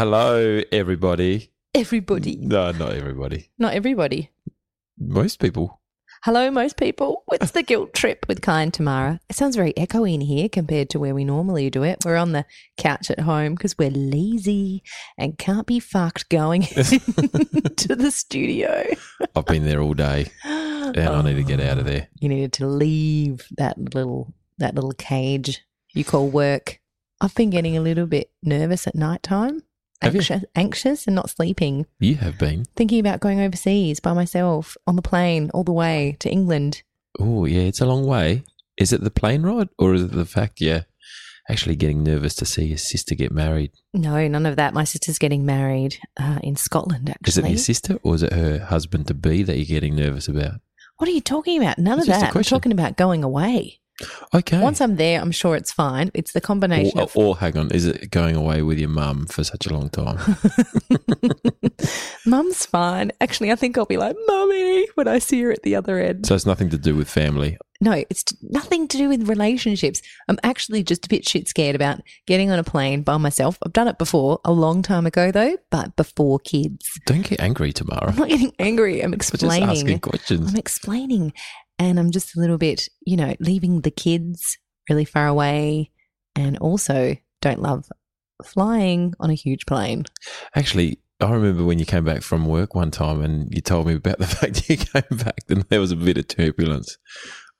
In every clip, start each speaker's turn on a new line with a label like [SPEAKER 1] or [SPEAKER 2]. [SPEAKER 1] Hello, everybody.
[SPEAKER 2] Everybody.
[SPEAKER 1] No, not everybody.
[SPEAKER 2] Not everybody.
[SPEAKER 1] Most people.
[SPEAKER 2] Hello, most people. It's the guilt trip with Kai and Tamara. It sounds very echoey in here compared to where we normally do it. We're on the couch at home because we're lazy and can't be fucked going to the studio.
[SPEAKER 1] I've been there all day
[SPEAKER 2] And
[SPEAKER 1] and I need to get out of there.
[SPEAKER 2] You needed to leave that little that little cage you call work. I've been getting a little bit nervous at night time.
[SPEAKER 1] Have you?
[SPEAKER 2] Anxious, anxious and not sleeping.
[SPEAKER 1] You have been.
[SPEAKER 2] Thinking about going overseas by myself on the plane all the way to England.
[SPEAKER 1] Oh, yeah, it's a long way. Is it the plane ride or is it the fact you're actually getting nervous to see your sister get married?
[SPEAKER 2] No, none of that. My sister's getting married uh, in Scotland,
[SPEAKER 1] Is it
[SPEAKER 2] actually.
[SPEAKER 1] your sister or is it her husband to be that you're getting nervous about?
[SPEAKER 2] what are you talking about? None
[SPEAKER 1] It's
[SPEAKER 2] of
[SPEAKER 1] just a
[SPEAKER 2] that. I'm
[SPEAKER 1] question.
[SPEAKER 2] talking about going away.
[SPEAKER 1] Okay.
[SPEAKER 2] Once I'm there, I'm sure it's fine. It's the
[SPEAKER 1] or,
[SPEAKER 2] combination
[SPEAKER 1] or,
[SPEAKER 2] of
[SPEAKER 1] or hang on, is it going away with your mum for such a long time?
[SPEAKER 2] mum's fine. Actually, I think I'll be like, mummy, when I see her at the other end.
[SPEAKER 1] so it's nothing to do with family.
[SPEAKER 2] No, it's t- nothing to do with relationships. I'm actually just a bit shit scared about getting on a plane by myself. I've done it before, a long time ago though, but before kids.
[SPEAKER 1] Don't get angry, Tamara.
[SPEAKER 2] I'm not getting angry. I'm
[SPEAKER 1] We're just asking
[SPEAKER 2] explaining.
[SPEAKER 1] questions.
[SPEAKER 2] I'm explaining. And I'm just a little bit, you know, leaving the kids really far away and also don't love flying on a huge plane.
[SPEAKER 1] Actually, I remember when you came back from work one time and you told me about the fact you came back and there was a bit of turbulence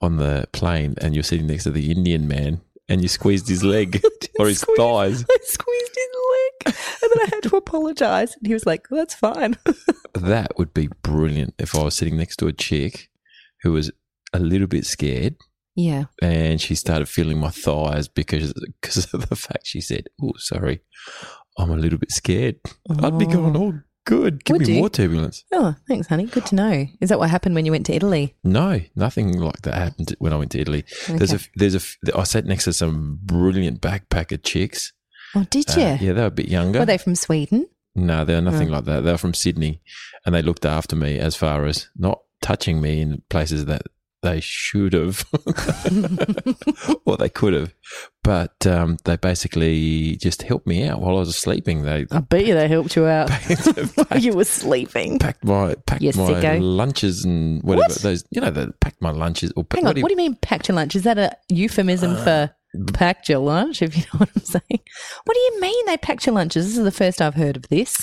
[SPEAKER 1] on the plane and you're sitting next to the Indian man and you squeezed his leg or his
[SPEAKER 2] Squeeze-
[SPEAKER 1] thighs.
[SPEAKER 2] I squeezed his leg and then I had to apologize. And he was like, that's fine.
[SPEAKER 1] That would be brilliant if I was sitting next to a chick who was a little bit scared
[SPEAKER 2] Yeah.
[SPEAKER 1] and she started feeling my thighs because, because of the fact she said, Oh, sorry, I'm a little bit scared. I'd be going, Oh, good. Give
[SPEAKER 2] Would
[SPEAKER 1] me
[SPEAKER 2] you?
[SPEAKER 1] more turbulence.
[SPEAKER 2] Oh, thanks, honey. Good to know. Is that what happened when you went to Italy?
[SPEAKER 1] No, nothing like that happened when I went to Italy. There's a,
[SPEAKER 2] Okay.
[SPEAKER 1] there's a, f- I sat next to some brilliant backpacker chicks.
[SPEAKER 2] Oh, did
[SPEAKER 1] Uh,
[SPEAKER 2] you?
[SPEAKER 1] yeah, they were a bit younger.
[SPEAKER 2] Were they from Sweden?
[SPEAKER 1] no, they were nothing like that. They were from Sydney, and they looked after me as far as not touching me in places that they should have or they could have. But um, they basically just helped me out while I was sleeping. They
[SPEAKER 2] I bet you they helped you out while you were sleeping.
[SPEAKER 1] packed my packed
[SPEAKER 2] You
[SPEAKER 1] my
[SPEAKER 2] sicko.
[SPEAKER 1] lunches and whatever
[SPEAKER 2] What?
[SPEAKER 1] those you know they packed my lunches or
[SPEAKER 2] Hang on, what do you mean packed your lunch? Is that a euphemism
[SPEAKER 1] Uh,
[SPEAKER 2] for packed your lunch, if you know what I'm saying? What do you mean they packed your lunches? This is the first I've heard of this.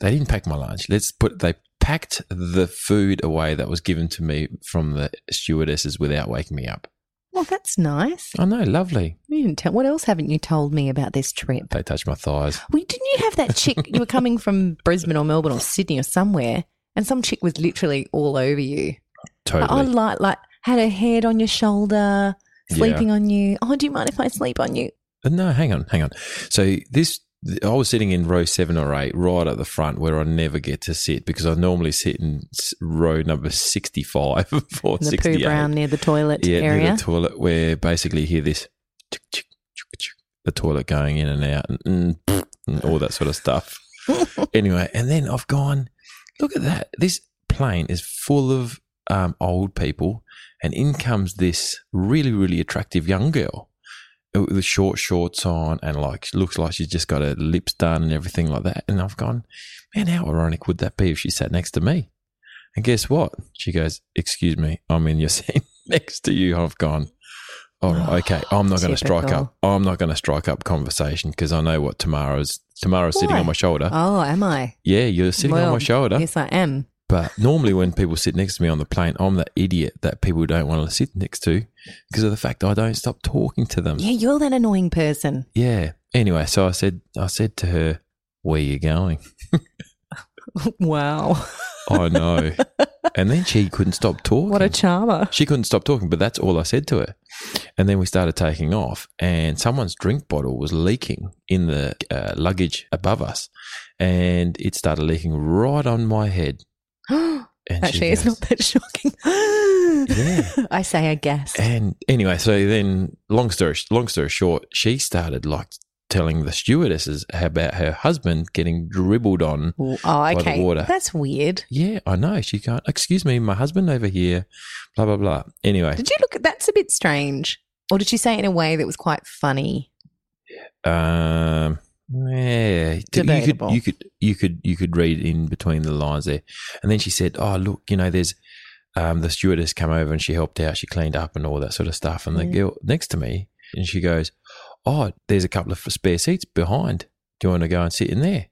[SPEAKER 1] They didn't pack my lunch. Let's put they packed the food away that was given to me from the stewardesses without waking me up.
[SPEAKER 2] Well, that's nice.
[SPEAKER 1] I know, lovely.
[SPEAKER 2] You didn't tell, what else haven't you told me about this trip?
[SPEAKER 1] They touched my thighs.
[SPEAKER 2] We didn't you have that chick? You were coming from Brisbane or Melbourne or Sydney or somewhere, and some chick was literally all over you. I
[SPEAKER 1] Totally.
[SPEAKER 2] like like had her head on your shoulder,
[SPEAKER 1] Yeah.
[SPEAKER 2] sleeping on you. Oh, do you mind if I sleep on you?
[SPEAKER 1] no, hang on, hang on. So this I was sitting in row seven or eight, right at the front, where I never get to sit because I normally sit in s- row number sixty-five or
[SPEAKER 2] The poo
[SPEAKER 1] sixty-eight.
[SPEAKER 2] brown near the toilet
[SPEAKER 1] yeah,
[SPEAKER 2] area.
[SPEAKER 1] near the toilet, where basically you hear this, chick, chick, chick, chick, the toilet going in and out, and, mm, pfft, and all that sort of stuff. anyway, and then I've gone, look at that. This plane is full of um, old people, and in comes this really, really attractive young girl uh, with short shorts on, and like looks like she's just got her lips done and everything like that. And I've gone, man, how ironic would that be if she sat next to me? And guess what? She goes, Excuse me, I'm in your seat next to you. I've gone, All right, okay. I'm not going to strike
[SPEAKER 2] Typical.
[SPEAKER 1] up. I'm not going to strike up conversation because I know what Tamara's. Tamara's sitting
[SPEAKER 2] Why?
[SPEAKER 1] on my shoulder.
[SPEAKER 2] Oh, am I?
[SPEAKER 1] yeah, you're sitting on my
[SPEAKER 2] Well,
[SPEAKER 1] shoulder.
[SPEAKER 2] Yes, I am.
[SPEAKER 1] But normally, when people sit next to me on the plane, I'm that idiot that people don't want to sit next to because of the fact I don't stop talking to them.
[SPEAKER 2] Yeah, you're that annoying person.
[SPEAKER 1] Yeah. Anyway, so I said, I said to her, "Where you going?"
[SPEAKER 2] wow,
[SPEAKER 1] I know. and then she couldn't stop talking.
[SPEAKER 2] what a charmer.
[SPEAKER 1] She couldn't stop talking, but that's all I said to her. And then we started taking off, and someone's drink bottle was leaking in the uh, luggage above us, and it started leaking right on my head. And she
[SPEAKER 2] Actually, it's
[SPEAKER 1] goes-
[SPEAKER 2] not that shocking.
[SPEAKER 1] Yeah. Eh,
[SPEAKER 2] I say a gas.
[SPEAKER 1] And anyway, so then, long story long story short, she started like telling the stewardesses about her husband getting dribbled on.
[SPEAKER 2] Oh,
[SPEAKER 1] the
[SPEAKER 2] okay.
[SPEAKER 1] water.
[SPEAKER 2] That's weird.
[SPEAKER 1] Yeah, I know. She can't. Excuse me, my husband over here. Blah blah blah. Anyway,
[SPEAKER 2] Did you look at that's a bit strange? Or did she say it in a way that was quite funny?
[SPEAKER 1] um, Yeah, you could-
[SPEAKER 2] Debatable.
[SPEAKER 1] You could, you could, you could read in between the lines there, and then she said, "Oh, look, you know, there's um, the stewardess come over and she helped out, she cleaned up and all that sort of stuff." And the
[SPEAKER 2] Mm.
[SPEAKER 1] girl next to me, and she goes, "Oh, there's a couple of spare seats behind. Do you want to go and sit in there?"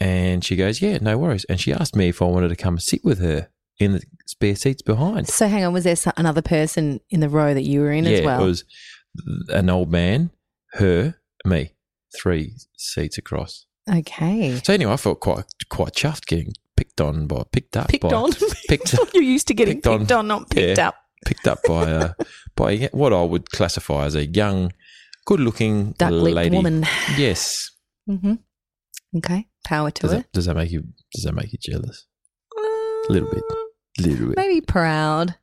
[SPEAKER 1] And she goes, "Yeah, no worries." And she asked me if I wanted to come sit with her in the spare seats behind.
[SPEAKER 2] So hang on, was there so- another person in the row that you were in
[SPEAKER 1] yeah,
[SPEAKER 2] as well?
[SPEAKER 1] it was an old man, her, me, three seats across.
[SPEAKER 2] okay.
[SPEAKER 1] So anyway, I felt quite quite chuffed getting picked on by picked up
[SPEAKER 2] Picked
[SPEAKER 1] by,
[SPEAKER 2] on.
[SPEAKER 1] picked up
[SPEAKER 2] You're used to getting picked,
[SPEAKER 1] Picked on.
[SPEAKER 2] on. not picked
[SPEAKER 1] Yeah.
[SPEAKER 2] up.
[SPEAKER 1] picked up by uh, by what I would classify as a young, good looking
[SPEAKER 2] Duck lipped
[SPEAKER 1] lady.
[SPEAKER 2] woman.
[SPEAKER 1] Yes.
[SPEAKER 2] hmm Okay. Power to
[SPEAKER 1] Does
[SPEAKER 2] her.
[SPEAKER 1] that, does that make you does that make you jealous? little bit.
[SPEAKER 2] Uh,
[SPEAKER 1] Little bit.
[SPEAKER 2] Maybe proud.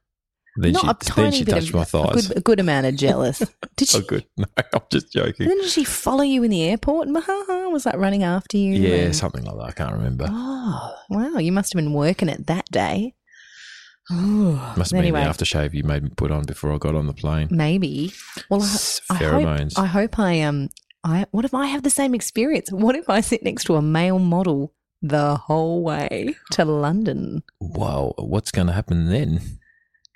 [SPEAKER 1] Then
[SPEAKER 2] not
[SPEAKER 1] she
[SPEAKER 2] a tiny
[SPEAKER 1] then she
[SPEAKER 2] bit
[SPEAKER 1] touched
[SPEAKER 2] of,
[SPEAKER 1] my thighs.
[SPEAKER 2] A good, a good amount of jealous. Did she?
[SPEAKER 1] oh good. No, I'm just
[SPEAKER 2] And
[SPEAKER 1] joking.
[SPEAKER 2] then did she follow you in the airport? And was like running after you.
[SPEAKER 1] Yeah,
[SPEAKER 2] and-
[SPEAKER 1] something like that. I can't remember.
[SPEAKER 2] Oh wow! You must have been working it that day. Oh,
[SPEAKER 1] Must have
[SPEAKER 2] anyway,
[SPEAKER 1] been the aftershave you made me put on before I got on the plane.
[SPEAKER 2] maybe. Well, I,
[SPEAKER 1] S-
[SPEAKER 2] I hope-
[SPEAKER 1] Pheromones.
[SPEAKER 2] I hope I um I what if I have the same experience? What if I sit next to a male model the whole way to London?
[SPEAKER 1] Wow, what's going to happen then?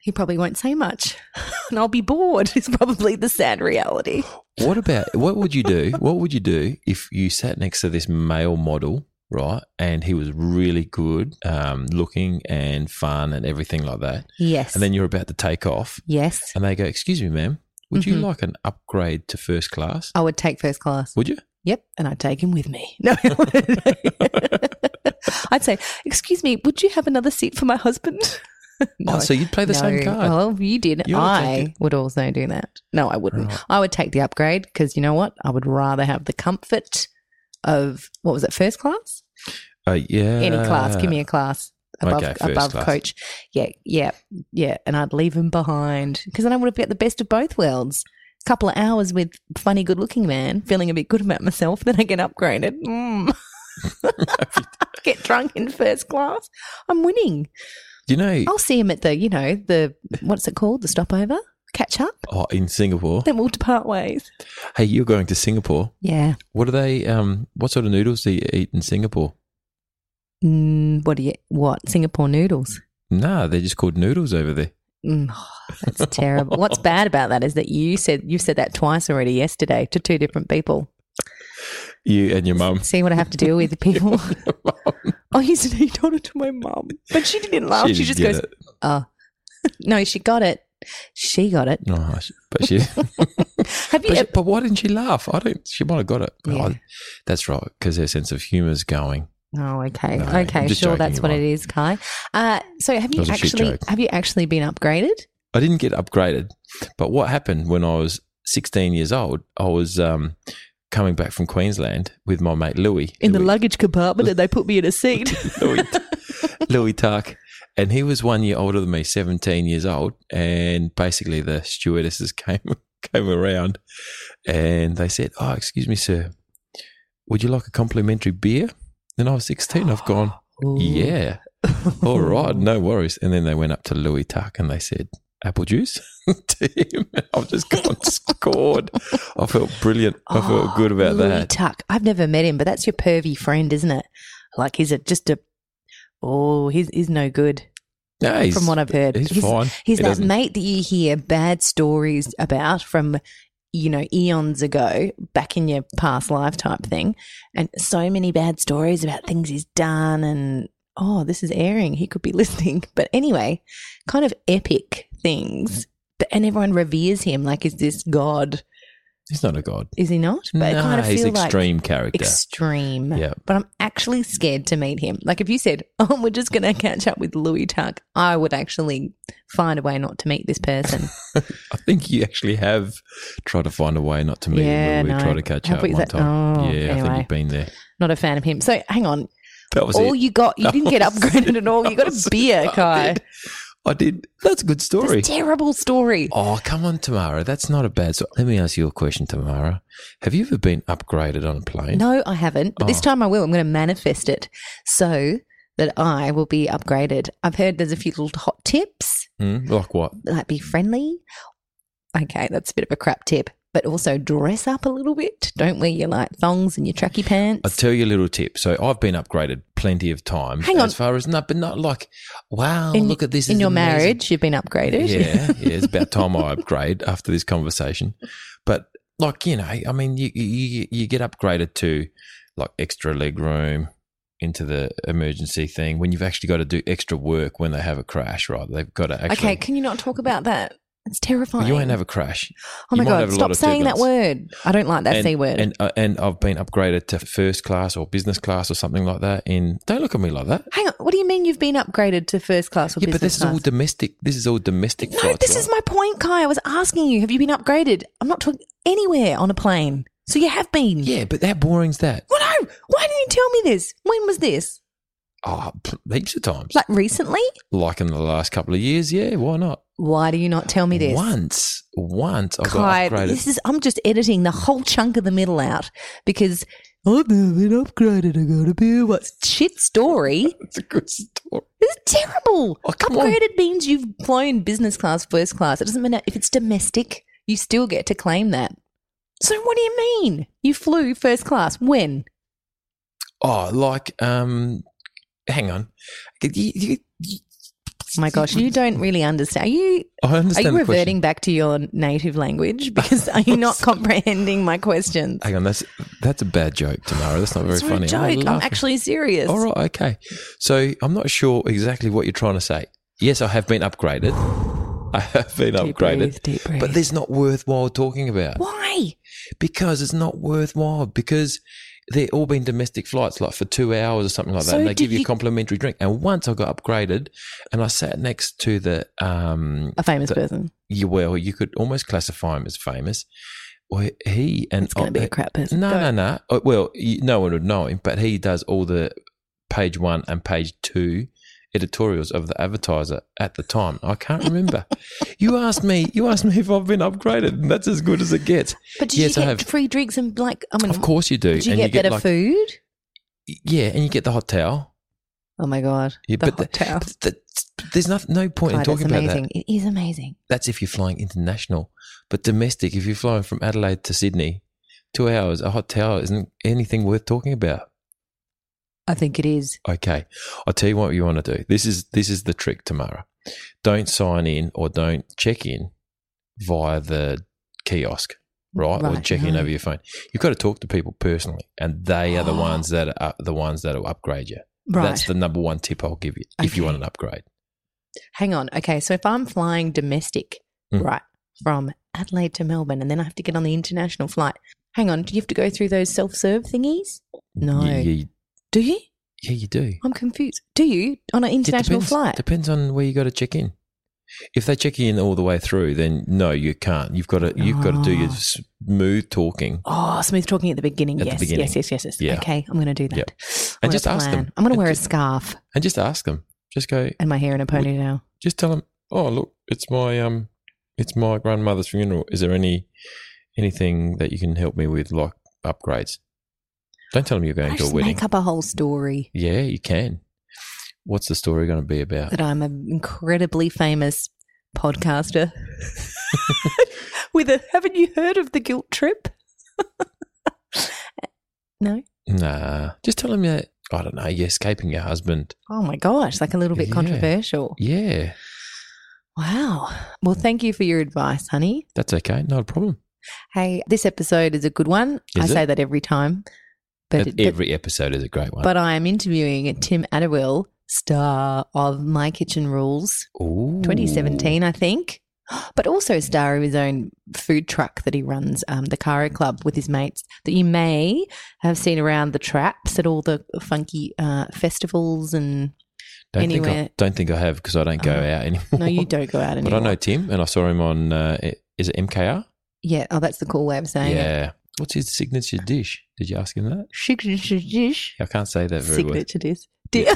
[SPEAKER 2] He probably won't say much, and I'll be bored. Is probably the sad reality.
[SPEAKER 1] What about what would you do? What would you do if you sat next to this male model, right? And he was really good, um, looking and fun and everything like that.
[SPEAKER 2] Yes.
[SPEAKER 1] And then you're about to take off,
[SPEAKER 2] yes,
[SPEAKER 1] and they go, "Excuse me, ma'am, would you
[SPEAKER 2] Mhm.
[SPEAKER 1] like an upgrade to first class?
[SPEAKER 2] I would take first class.
[SPEAKER 1] Would you?"
[SPEAKER 2] Yep, and I'd take him with me. No, I'd say, "Excuse me, would you have another seat for my husband?"
[SPEAKER 1] Oh, so you'd play the same
[SPEAKER 2] No.
[SPEAKER 1] card.
[SPEAKER 2] Well, you did.
[SPEAKER 1] You would take
[SPEAKER 2] I would also do that. No, I wouldn't.
[SPEAKER 1] Right.
[SPEAKER 2] I would take the upgrade because you know what? I would rather have the comfort of what was it, first class?
[SPEAKER 1] Uh, yeah.
[SPEAKER 2] Any class. Give me a class above
[SPEAKER 1] Uh, okay, first
[SPEAKER 2] above
[SPEAKER 1] class.
[SPEAKER 2] coach. Yeah, yeah, yeah. And I'd leave him behind because then I would have got the best of both worlds. A couple of hours with funny, good-looking man, feeling a bit good about myself. Then I get upgraded. Mm. get drunk in first class. I'm winning.
[SPEAKER 1] You know,
[SPEAKER 2] I'll see him at the, you know, the what's it called, the stopover, catch up.
[SPEAKER 1] oh, in Singapore.
[SPEAKER 2] Then we'll depart ways.
[SPEAKER 1] Hey, you're going to Singapore.
[SPEAKER 2] Yeah.
[SPEAKER 1] What are they? Um, what sort of noodles do you eat in Singapore?
[SPEAKER 2] Mm, what do you? What Singapore noodles?
[SPEAKER 1] Nah, they're just called noodles over there.
[SPEAKER 2] Mm, that's terrible. what's bad about that is that you said you've said that twice already yesterday to two different people.
[SPEAKER 1] You and your mum.
[SPEAKER 2] See what I have to deal with, people. I used to eat on it to my mum, but she didn't laugh. She,
[SPEAKER 1] didn't
[SPEAKER 2] just
[SPEAKER 1] get
[SPEAKER 2] goes,
[SPEAKER 1] it.
[SPEAKER 2] "Oh, no, she got it. She got it."
[SPEAKER 1] Oh, sh- but she, but,
[SPEAKER 2] Have you?
[SPEAKER 1] she- but why didn't she laugh? I don't. She might have got it.
[SPEAKER 2] Yeah.
[SPEAKER 1] Oh, that's right, because her sense of humour's going.
[SPEAKER 2] Oh, okay,
[SPEAKER 1] No,
[SPEAKER 2] okay,
[SPEAKER 1] I'm just
[SPEAKER 2] sure.
[SPEAKER 1] joking,
[SPEAKER 2] That's
[SPEAKER 1] you
[SPEAKER 2] what
[SPEAKER 1] are.
[SPEAKER 2] it is, Kai. Uh, so, have you
[SPEAKER 1] That was a shit
[SPEAKER 2] actually
[SPEAKER 1] joke.
[SPEAKER 2] have you actually been upgraded?
[SPEAKER 1] I didn't get upgraded, but what happened when I was 16 years old? I was um, coming back from Queensland with my mate Louis
[SPEAKER 2] in the
[SPEAKER 1] Louis-
[SPEAKER 2] luggage compartment and they put me in a seat.
[SPEAKER 1] Louis, Louis Tuck. And he was one year older than me, 17 years old. And basically, the stewardesses came came around and they said, Oh, excuse me, sir, would you like a complimentary beer? And I was 16. I've gone, Yeah, all right, no worries. And then they went up to Louis Tuck and they said, Apple juice to him. And I've just gone scored. I felt brilliant. I felt good about
[SPEAKER 2] Oh, Louis
[SPEAKER 1] that.
[SPEAKER 2] Tuck. I've never met him, but that's your pervy friend, isn't it? Like, he's a, just a. Oh, he's, he's no good
[SPEAKER 1] No, he's,
[SPEAKER 2] from what I've heard.
[SPEAKER 1] he's fine.
[SPEAKER 2] he's
[SPEAKER 1] He
[SPEAKER 2] that
[SPEAKER 1] doesn't-
[SPEAKER 2] mate that you hear bad stories about from, you know, eons ago, back in your past life type thing. And so many bad stories about things he's done and, oh, this is airing. He could be listening. But anyway, kind of epic
[SPEAKER 1] Mm.
[SPEAKER 2] things. But, and everyone reveres him like, is this God?
[SPEAKER 1] He's not a god.
[SPEAKER 2] Is he not? But I
[SPEAKER 1] no,
[SPEAKER 2] kind of
[SPEAKER 1] he's
[SPEAKER 2] feel like
[SPEAKER 1] extreme character.
[SPEAKER 2] extreme.
[SPEAKER 1] Yeah.
[SPEAKER 2] But I'm actually scared to meet him. Like if you said, "Oh, we're just going to catch up with Louis Tuck," I would actually find a way not to meet this person.
[SPEAKER 1] I think you actually have tried to find a way not to meet
[SPEAKER 2] Yeah,
[SPEAKER 1] him when
[SPEAKER 2] no.
[SPEAKER 1] we tried to catch
[SPEAKER 2] Have
[SPEAKER 1] up
[SPEAKER 2] we-
[SPEAKER 1] one
[SPEAKER 2] that-
[SPEAKER 1] time.
[SPEAKER 2] oh,
[SPEAKER 1] yeah, I
[SPEAKER 2] anyway.
[SPEAKER 1] think you've been there.
[SPEAKER 2] not a fan of him. So hang on.
[SPEAKER 1] That was
[SPEAKER 2] all
[SPEAKER 1] it.
[SPEAKER 2] you got, you didn't get
[SPEAKER 1] That was
[SPEAKER 2] upgraded
[SPEAKER 1] it.
[SPEAKER 2] at all. You got
[SPEAKER 1] That was
[SPEAKER 2] a
[SPEAKER 1] it.
[SPEAKER 2] beer,
[SPEAKER 1] I
[SPEAKER 2] Kai.
[SPEAKER 1] did. I did. That's a good
[SPEAKER 2] That's a
[SPEAKER 1] story.
[SPEAKER 2] terrible story.
[SPEAKER 1] Oh, come on, Tamara. That's not a bad story. Let me ask you a question, Tamara. Have you ever been upgraded on a plane?
[SPEAKER 2] No, I haven't. But this
[SPEAKER 1] Oh.
[SPEAKER 2] time I will. I'm going to manifest it so that I will be upgraded. I've heard there's a few little hot tips.
[SPEAKER 1] Hmm? Like what?
[SPEAKER 2] like be friendly. Okay, that's a bit of a crap tip. but also dress up a little bit. Don't wear your like thongs and your tracky pants.
[SPEAKER 1] I'll tell you a little tip. So I've been upgraded plenty of times
[SPEAKER 2] Hang on.
[SPEAKER 1] as far as not, but not like, wow,
[SPEAKER 2] In-
[SPEAKER 1] look at this.
[SPEAKER 2] in
[SPEAKER 1] it's
[SPEAKER 2] your
[SPEAKER 1] amazing.
[SPEAKER 2] marriage, you've been upgraded.
[SPEAKER 1] Yeah, yeah. It's about time I upgrade after this conversation. But like you know, I mean, you you you get upgraded to like extra leg room into the emergency thing when you've actually got to do extra work when they have a crash, right? They've got to actually.
[SPEAKER 2] okay, can you not talk about that? It's
[SPEAKER 1] Well,
[SPEAKER 2] terrifying.
[SPEAKER 1] you won't have a crash.
[SPEAKER 2] oh my
[SPEAKER 1] you might have
[SPEAKER 2] god!
[SPEAKER 1] a lot
[SPEAKER 2] Stop
[SPEAKER 1] of
[SPEAKER 2] saying that word. I don't like that
[SPEAKER 1] and,
[SPEAKER 2] c word.
[SPEAKER 1] And uh, and I've been upgraded to first class or business class or something like that. In don't look at me like that.
[SPEAKER 2] Hang on. What do you mean you've been upgraded to first class or
[SPEAKER 1] Yeah,
[SPEAKER 2] business
[SPEAKER 1] but this
[SPEAKER 2] class?
[SPEAKER 1] is all domestic. This is all domestic
[SPEAKER 2] No,
[SPEAKER 1] flights.
[SPEAKER 2] this
[SPEAKER 1] right?
[SPEAKER 2] is my point, Kai. I was asking you, have you been upgraded? I'm not talking anywhere on a plane. So you have been.
[SPEAKER 1] yeah, but how boring's that?
[SPEAKER 2] Well, no. Why didn't you tell me this? When was this?
[SPEAKER 1] Oh, p- heaps of times.
[SPEAKER 2] Like recently?
[SPEAKER 1] like in the last couple of years. Yeah, why not?
[SPEAKER 2] Why do you not tell me this?
[SPEAKER 1] Once, once I
[SPEAKER 2] Kai,
[SPEAKER 1] got upgraded.
[SPEAKER 2] this is. I'm just editing the whole chunk of the middle out because I've never been upgraded. I got to be what's shit story.
[SPEAKER 1] It's a good story.
[SPEAKER 2] This is terrible.
[SPEAKER 1] Oh, come on.
[SPEAKER 2] upgraded means you've flown business class, first class. It doesn't matter if it's domestic. You still get to claim that. So what do you mean? You flew first class when?
[SPEAKER 1] Oh, like um, hang on. You- you- you-
[SPEAKER 2] Oh my gosh, you don't really understand. Are you
[SPEAKER 1] I
[SPEAKER 2] are
[SPEAKER 1] understand.
[SPEAKER 2] you
[SPEAKER 1] the question.
[SPEAKER 2] reverting back to your native language? Because are you not comprehending my questions?
[SPEAKER 1] Hang on, that's that's a bad joke, Tamara. That's not very
[SPEAKER 2] It's not
[SPEAKER 1] funny.
[SPEAKER 2] a
[SPEAKER 1] I'm
[SPEAKER 2] joke. I'm
[SPEAKER 1] laughing.
[SPEAKER 2] actually serious.
[SPEAKER 1] All right, okay. So I'm not sure exactly what you're trying to say. Yes, I have been upgraded. I have been
[SPEAKER 2] Deep
[SPEAKER 1] upgraded.
[SPEAKER 2] breath, deep breath.
[SPEAKER 1] But this is not worthwhile talking about
[SPEAKER 2] why?
[SPEAKER 1] because it's not worthwhile because they're all been domestic flights, like for two hours or something like that.
[SPEAKER 2] So
[SPEAKER 1] and they
[SPEAKER 2] did
[SPEAKER 1] give you,
[SPEAKER 2] you-
[SPEAKER 1] a complimentary drink. And once I got upgraded, and I sat next to the um,
[SPEAKER 2] A famous
[SPEAKER 1] The-
[SPEAKER 2] person.
[SPEAKER 1] you well, you could almost classify him as famous. Well, he and uh,
[SPEAKER 2] It's going to be a crap person.
[SPEAKER 1] no,
[SPEAKER 2] Go.
[SPEAKER 1] no, no. Uh, Well, you, no one would know him, but he does all the page one and page two editorials of the advertiser at the time. I can't remember. you asked me. You asked me if I've been upgraded, and that's as good as it gets.
[SPEAKER 2] But did
[SPEAKER 1] Yes,
[SPEAKER 2] you
[SPEAKER 1] I
[SPEAKER 2] get
[SPEAKER 1] have.
[SPEAKER 2] free drinks and like? I mean,
[SPEAKER 1] Of course you do.
[SPEAKER 2] did you get better food?
[SPEAKER 1] Yeah, and you get the hot towel.
[SPEAKER 2] Oh my god,
[SPEAKER 1] Yeah,
[SPEAKER 2] the
[SPEAKER 1] but
[SPEAKER 2] hot
[SPEAKER 1] the-
[SPEAKER 2] towel.
[SPEAKER 1] But that's- there's not, no point in
[SPEAKER 2] God, that's
[SPEAKER 1] talking about
[SPEAKER 2] amazing.
[SPEAKER 1] that.
[SPEAKER 2] It is amazing.
[SPEAKER 1] That's if you're flying international, but domestic. If you're flying from Adelaide to Sydney, two hours, a hot towel isn't anything worth talking about.
[SPEAKER 2] I think it is.
[SPEAKER 1] Okay. I'll tell you what you want to do. This is this is the trick, Tamara. Don't sign in or don't check in via the kiosk, right? or
[SPEAKER 2] Right,
[SPEAKER 1] check in
[SPEAKER 2] no.
[SPEAKER 1] over your phone. You've got to talk to people personally, and they are the ones that are up, the ones that will upgrade you.
[SPEAKER 2] Right.
[SPEAKER 1] That's the number one tip I'll give you if you
[SPEAKER 2] Okay.
[SPEAKER 1] want an upgrade.
[SPEAKER 2] Hang on. Okay, so if I'm flying domestic,
[SPEAKER 1] Mm.
[SPEAKER 2] right, from Adelaide to Melbourne, and then I have to get on the international flight. Hang on, do you have to go through those self-serve thingies? No.
[SPEAKER 1] Yeah, you,
[SPEAKER 2] Do you?
[SPEAKER 1] yeah, you do.
[SPEAKER 2] I'm confused. Do you on an
[SPEAKER 1] It
[SPEAKER 2] international
[SPEAKER 1] depends,
[SPEAKER 2] flight?
[SPEAKER 1] Depends on where you got to check in. If they check you in all the way through, then no, you can't. You've got to you've got to do your
[SPEAKER 2] Ah.
[SPEAKER 1] smooth talking.
[SPEAKER 2] Oh, smooth talking at the beginning.
[SPEAKER 1] At the
[SPEAKER 2] yes,
[SPEAKER 1] beginning.
[SPEAKER 2] yes, yes, yes, yes.
[SPEAKER 1] Yeah.
[SPEAKER 2] Okay, I'm going to do that.
[SPEAKER 1] Yep.
[SPEAKER 2] I'm
[SPEAKER 1] And
[SPEAKER 2] gonna
[SPEAKER 1] just ask
[SPEAKER 2] plan.
[SPEAKER 1] them.
[SPEAKER 2] I'm going to
[SPEAKER 1] And
[SPEAKER 2] wear a
[SPEAKER 1] ju-
[SPEAKER 2] scarf
[SPEAKER 1] and just ask them. Just go.
[SPEAKER 2] and my hair in a ponytail.
[SPEAKER 1] just tell them, oh look, it's my um, it's my grandmother's funeral. Is there any anything that you can help me with, like upgrades? Don't tell them you're going to
[SPEAKER 2] I
[SPEAKER 1] a
[SPEAKER 2] just
[SPEAKER 1] wedding.
[SPEAKER 2] make up a whole story
[SPEAKER 1] Yeah, you can. What's the story going to be about?
[SPEAKER 2] that I'm an incredibly famous podcaster. With a, haven't you heard of the guilt trip? no.
[SPEAKER 1] Nah, just tell them that I don't know. You're escaping your husband.
[SPEAKER 2] Oh my gosh, like a little bit
[SPEAKER 1] Yeah.
[SPEAKER 2] controversial.
[SPEAKER 1] Yeah,
[SPEAKER 2] Wow. Well, thank you for your advice, honey.
[SPEAKER 1] that's okay. Not a problem.
[SPEAKER 2] Hey, this episode is a good one.
[SPEAKER 1] Is
[SPEAKER 2] I
[SPEAKER 1] it?
[SPEAKER 2] say that every time, but,
[SPEAKER 1] But
[SPEAKER 2] but
[SPEAKER 1] every episode is a great one.
[SPEAKER 2] but I am interviewing Tim Adderwill, star of My Kitchen Rules
[SPEAKER 1] Ooh.
[SPEAKER 2] 2017, I think, but also star of his own food truck that he runs, um, the Cairo Club, with his mates that you may have seen around the traps at all the funky uh, festivals. And
[SPEAKER 1] Don't think
[SPEAKER 2] anywhere-
[SPEAKER 1] I, don't think I have because I don't go
[SPEAKER 2] Oh.
[SPEAKER 1] out anymore.
[SPEAKER 2] no, you don't go out
[SPEAKER 1] But
[SPEAKER 2] anymore.
[SPEAKER 1] I know Tim, and I saw him on. Uh, is it MKR?
[SPEAKER 2] Yeah. Oh, that's the cool way of saying it.
[SPEAKER 1] Yeah. What's his signature dish? Did you ask him that?
[SPEAKER 2] Signature dish.
[SPEAKER 1] I can't say that very well.
[SPEAKER 2] Signature dish. Di-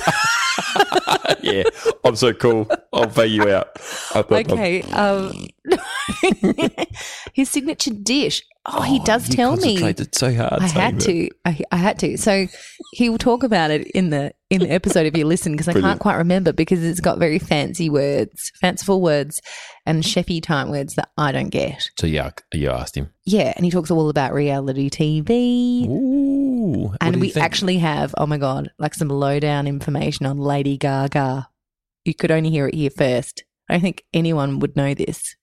[SPEAKER 1] yeah, I'm so cool. I'll pay you out. Up, up, up.
[SPEAKER 2] Okay. Um, his signature dish. Oh, he does
[SPEAKER 1] you
[SPEAKER 2] tell me.
[SPEAKER 1] concentrated so hard.
[SPEAKER 2] I
[SPEAKER 1] saying
[SPEAKER 2] had
[SPEAKER 1] that.
[SPEAKER 2] to. I, I had to. So he will talk about it in the in the episode if you listen because I can't
[SPEAKER 1] Brilliant.
[SPEAKER 2] quite remember because it's got very fancy words, fanciful words, and chefy type words that I don't get.
[SPEAKER 1] So yeah, you asked him.
[SPEAKER 2] Yeah, and he talks all about reality TV.
[SPEAKER 1] Ooh, what do
[SPEAKER 2] and
[SPEAKER 1] you
[SPEAKER 2] we
[SPEAKER 1] think?
[SPEAKER 2] actually have, oh my God, like some lowdown information on Lady Gaga. You could only hear it here first. I don't think anyone would know this,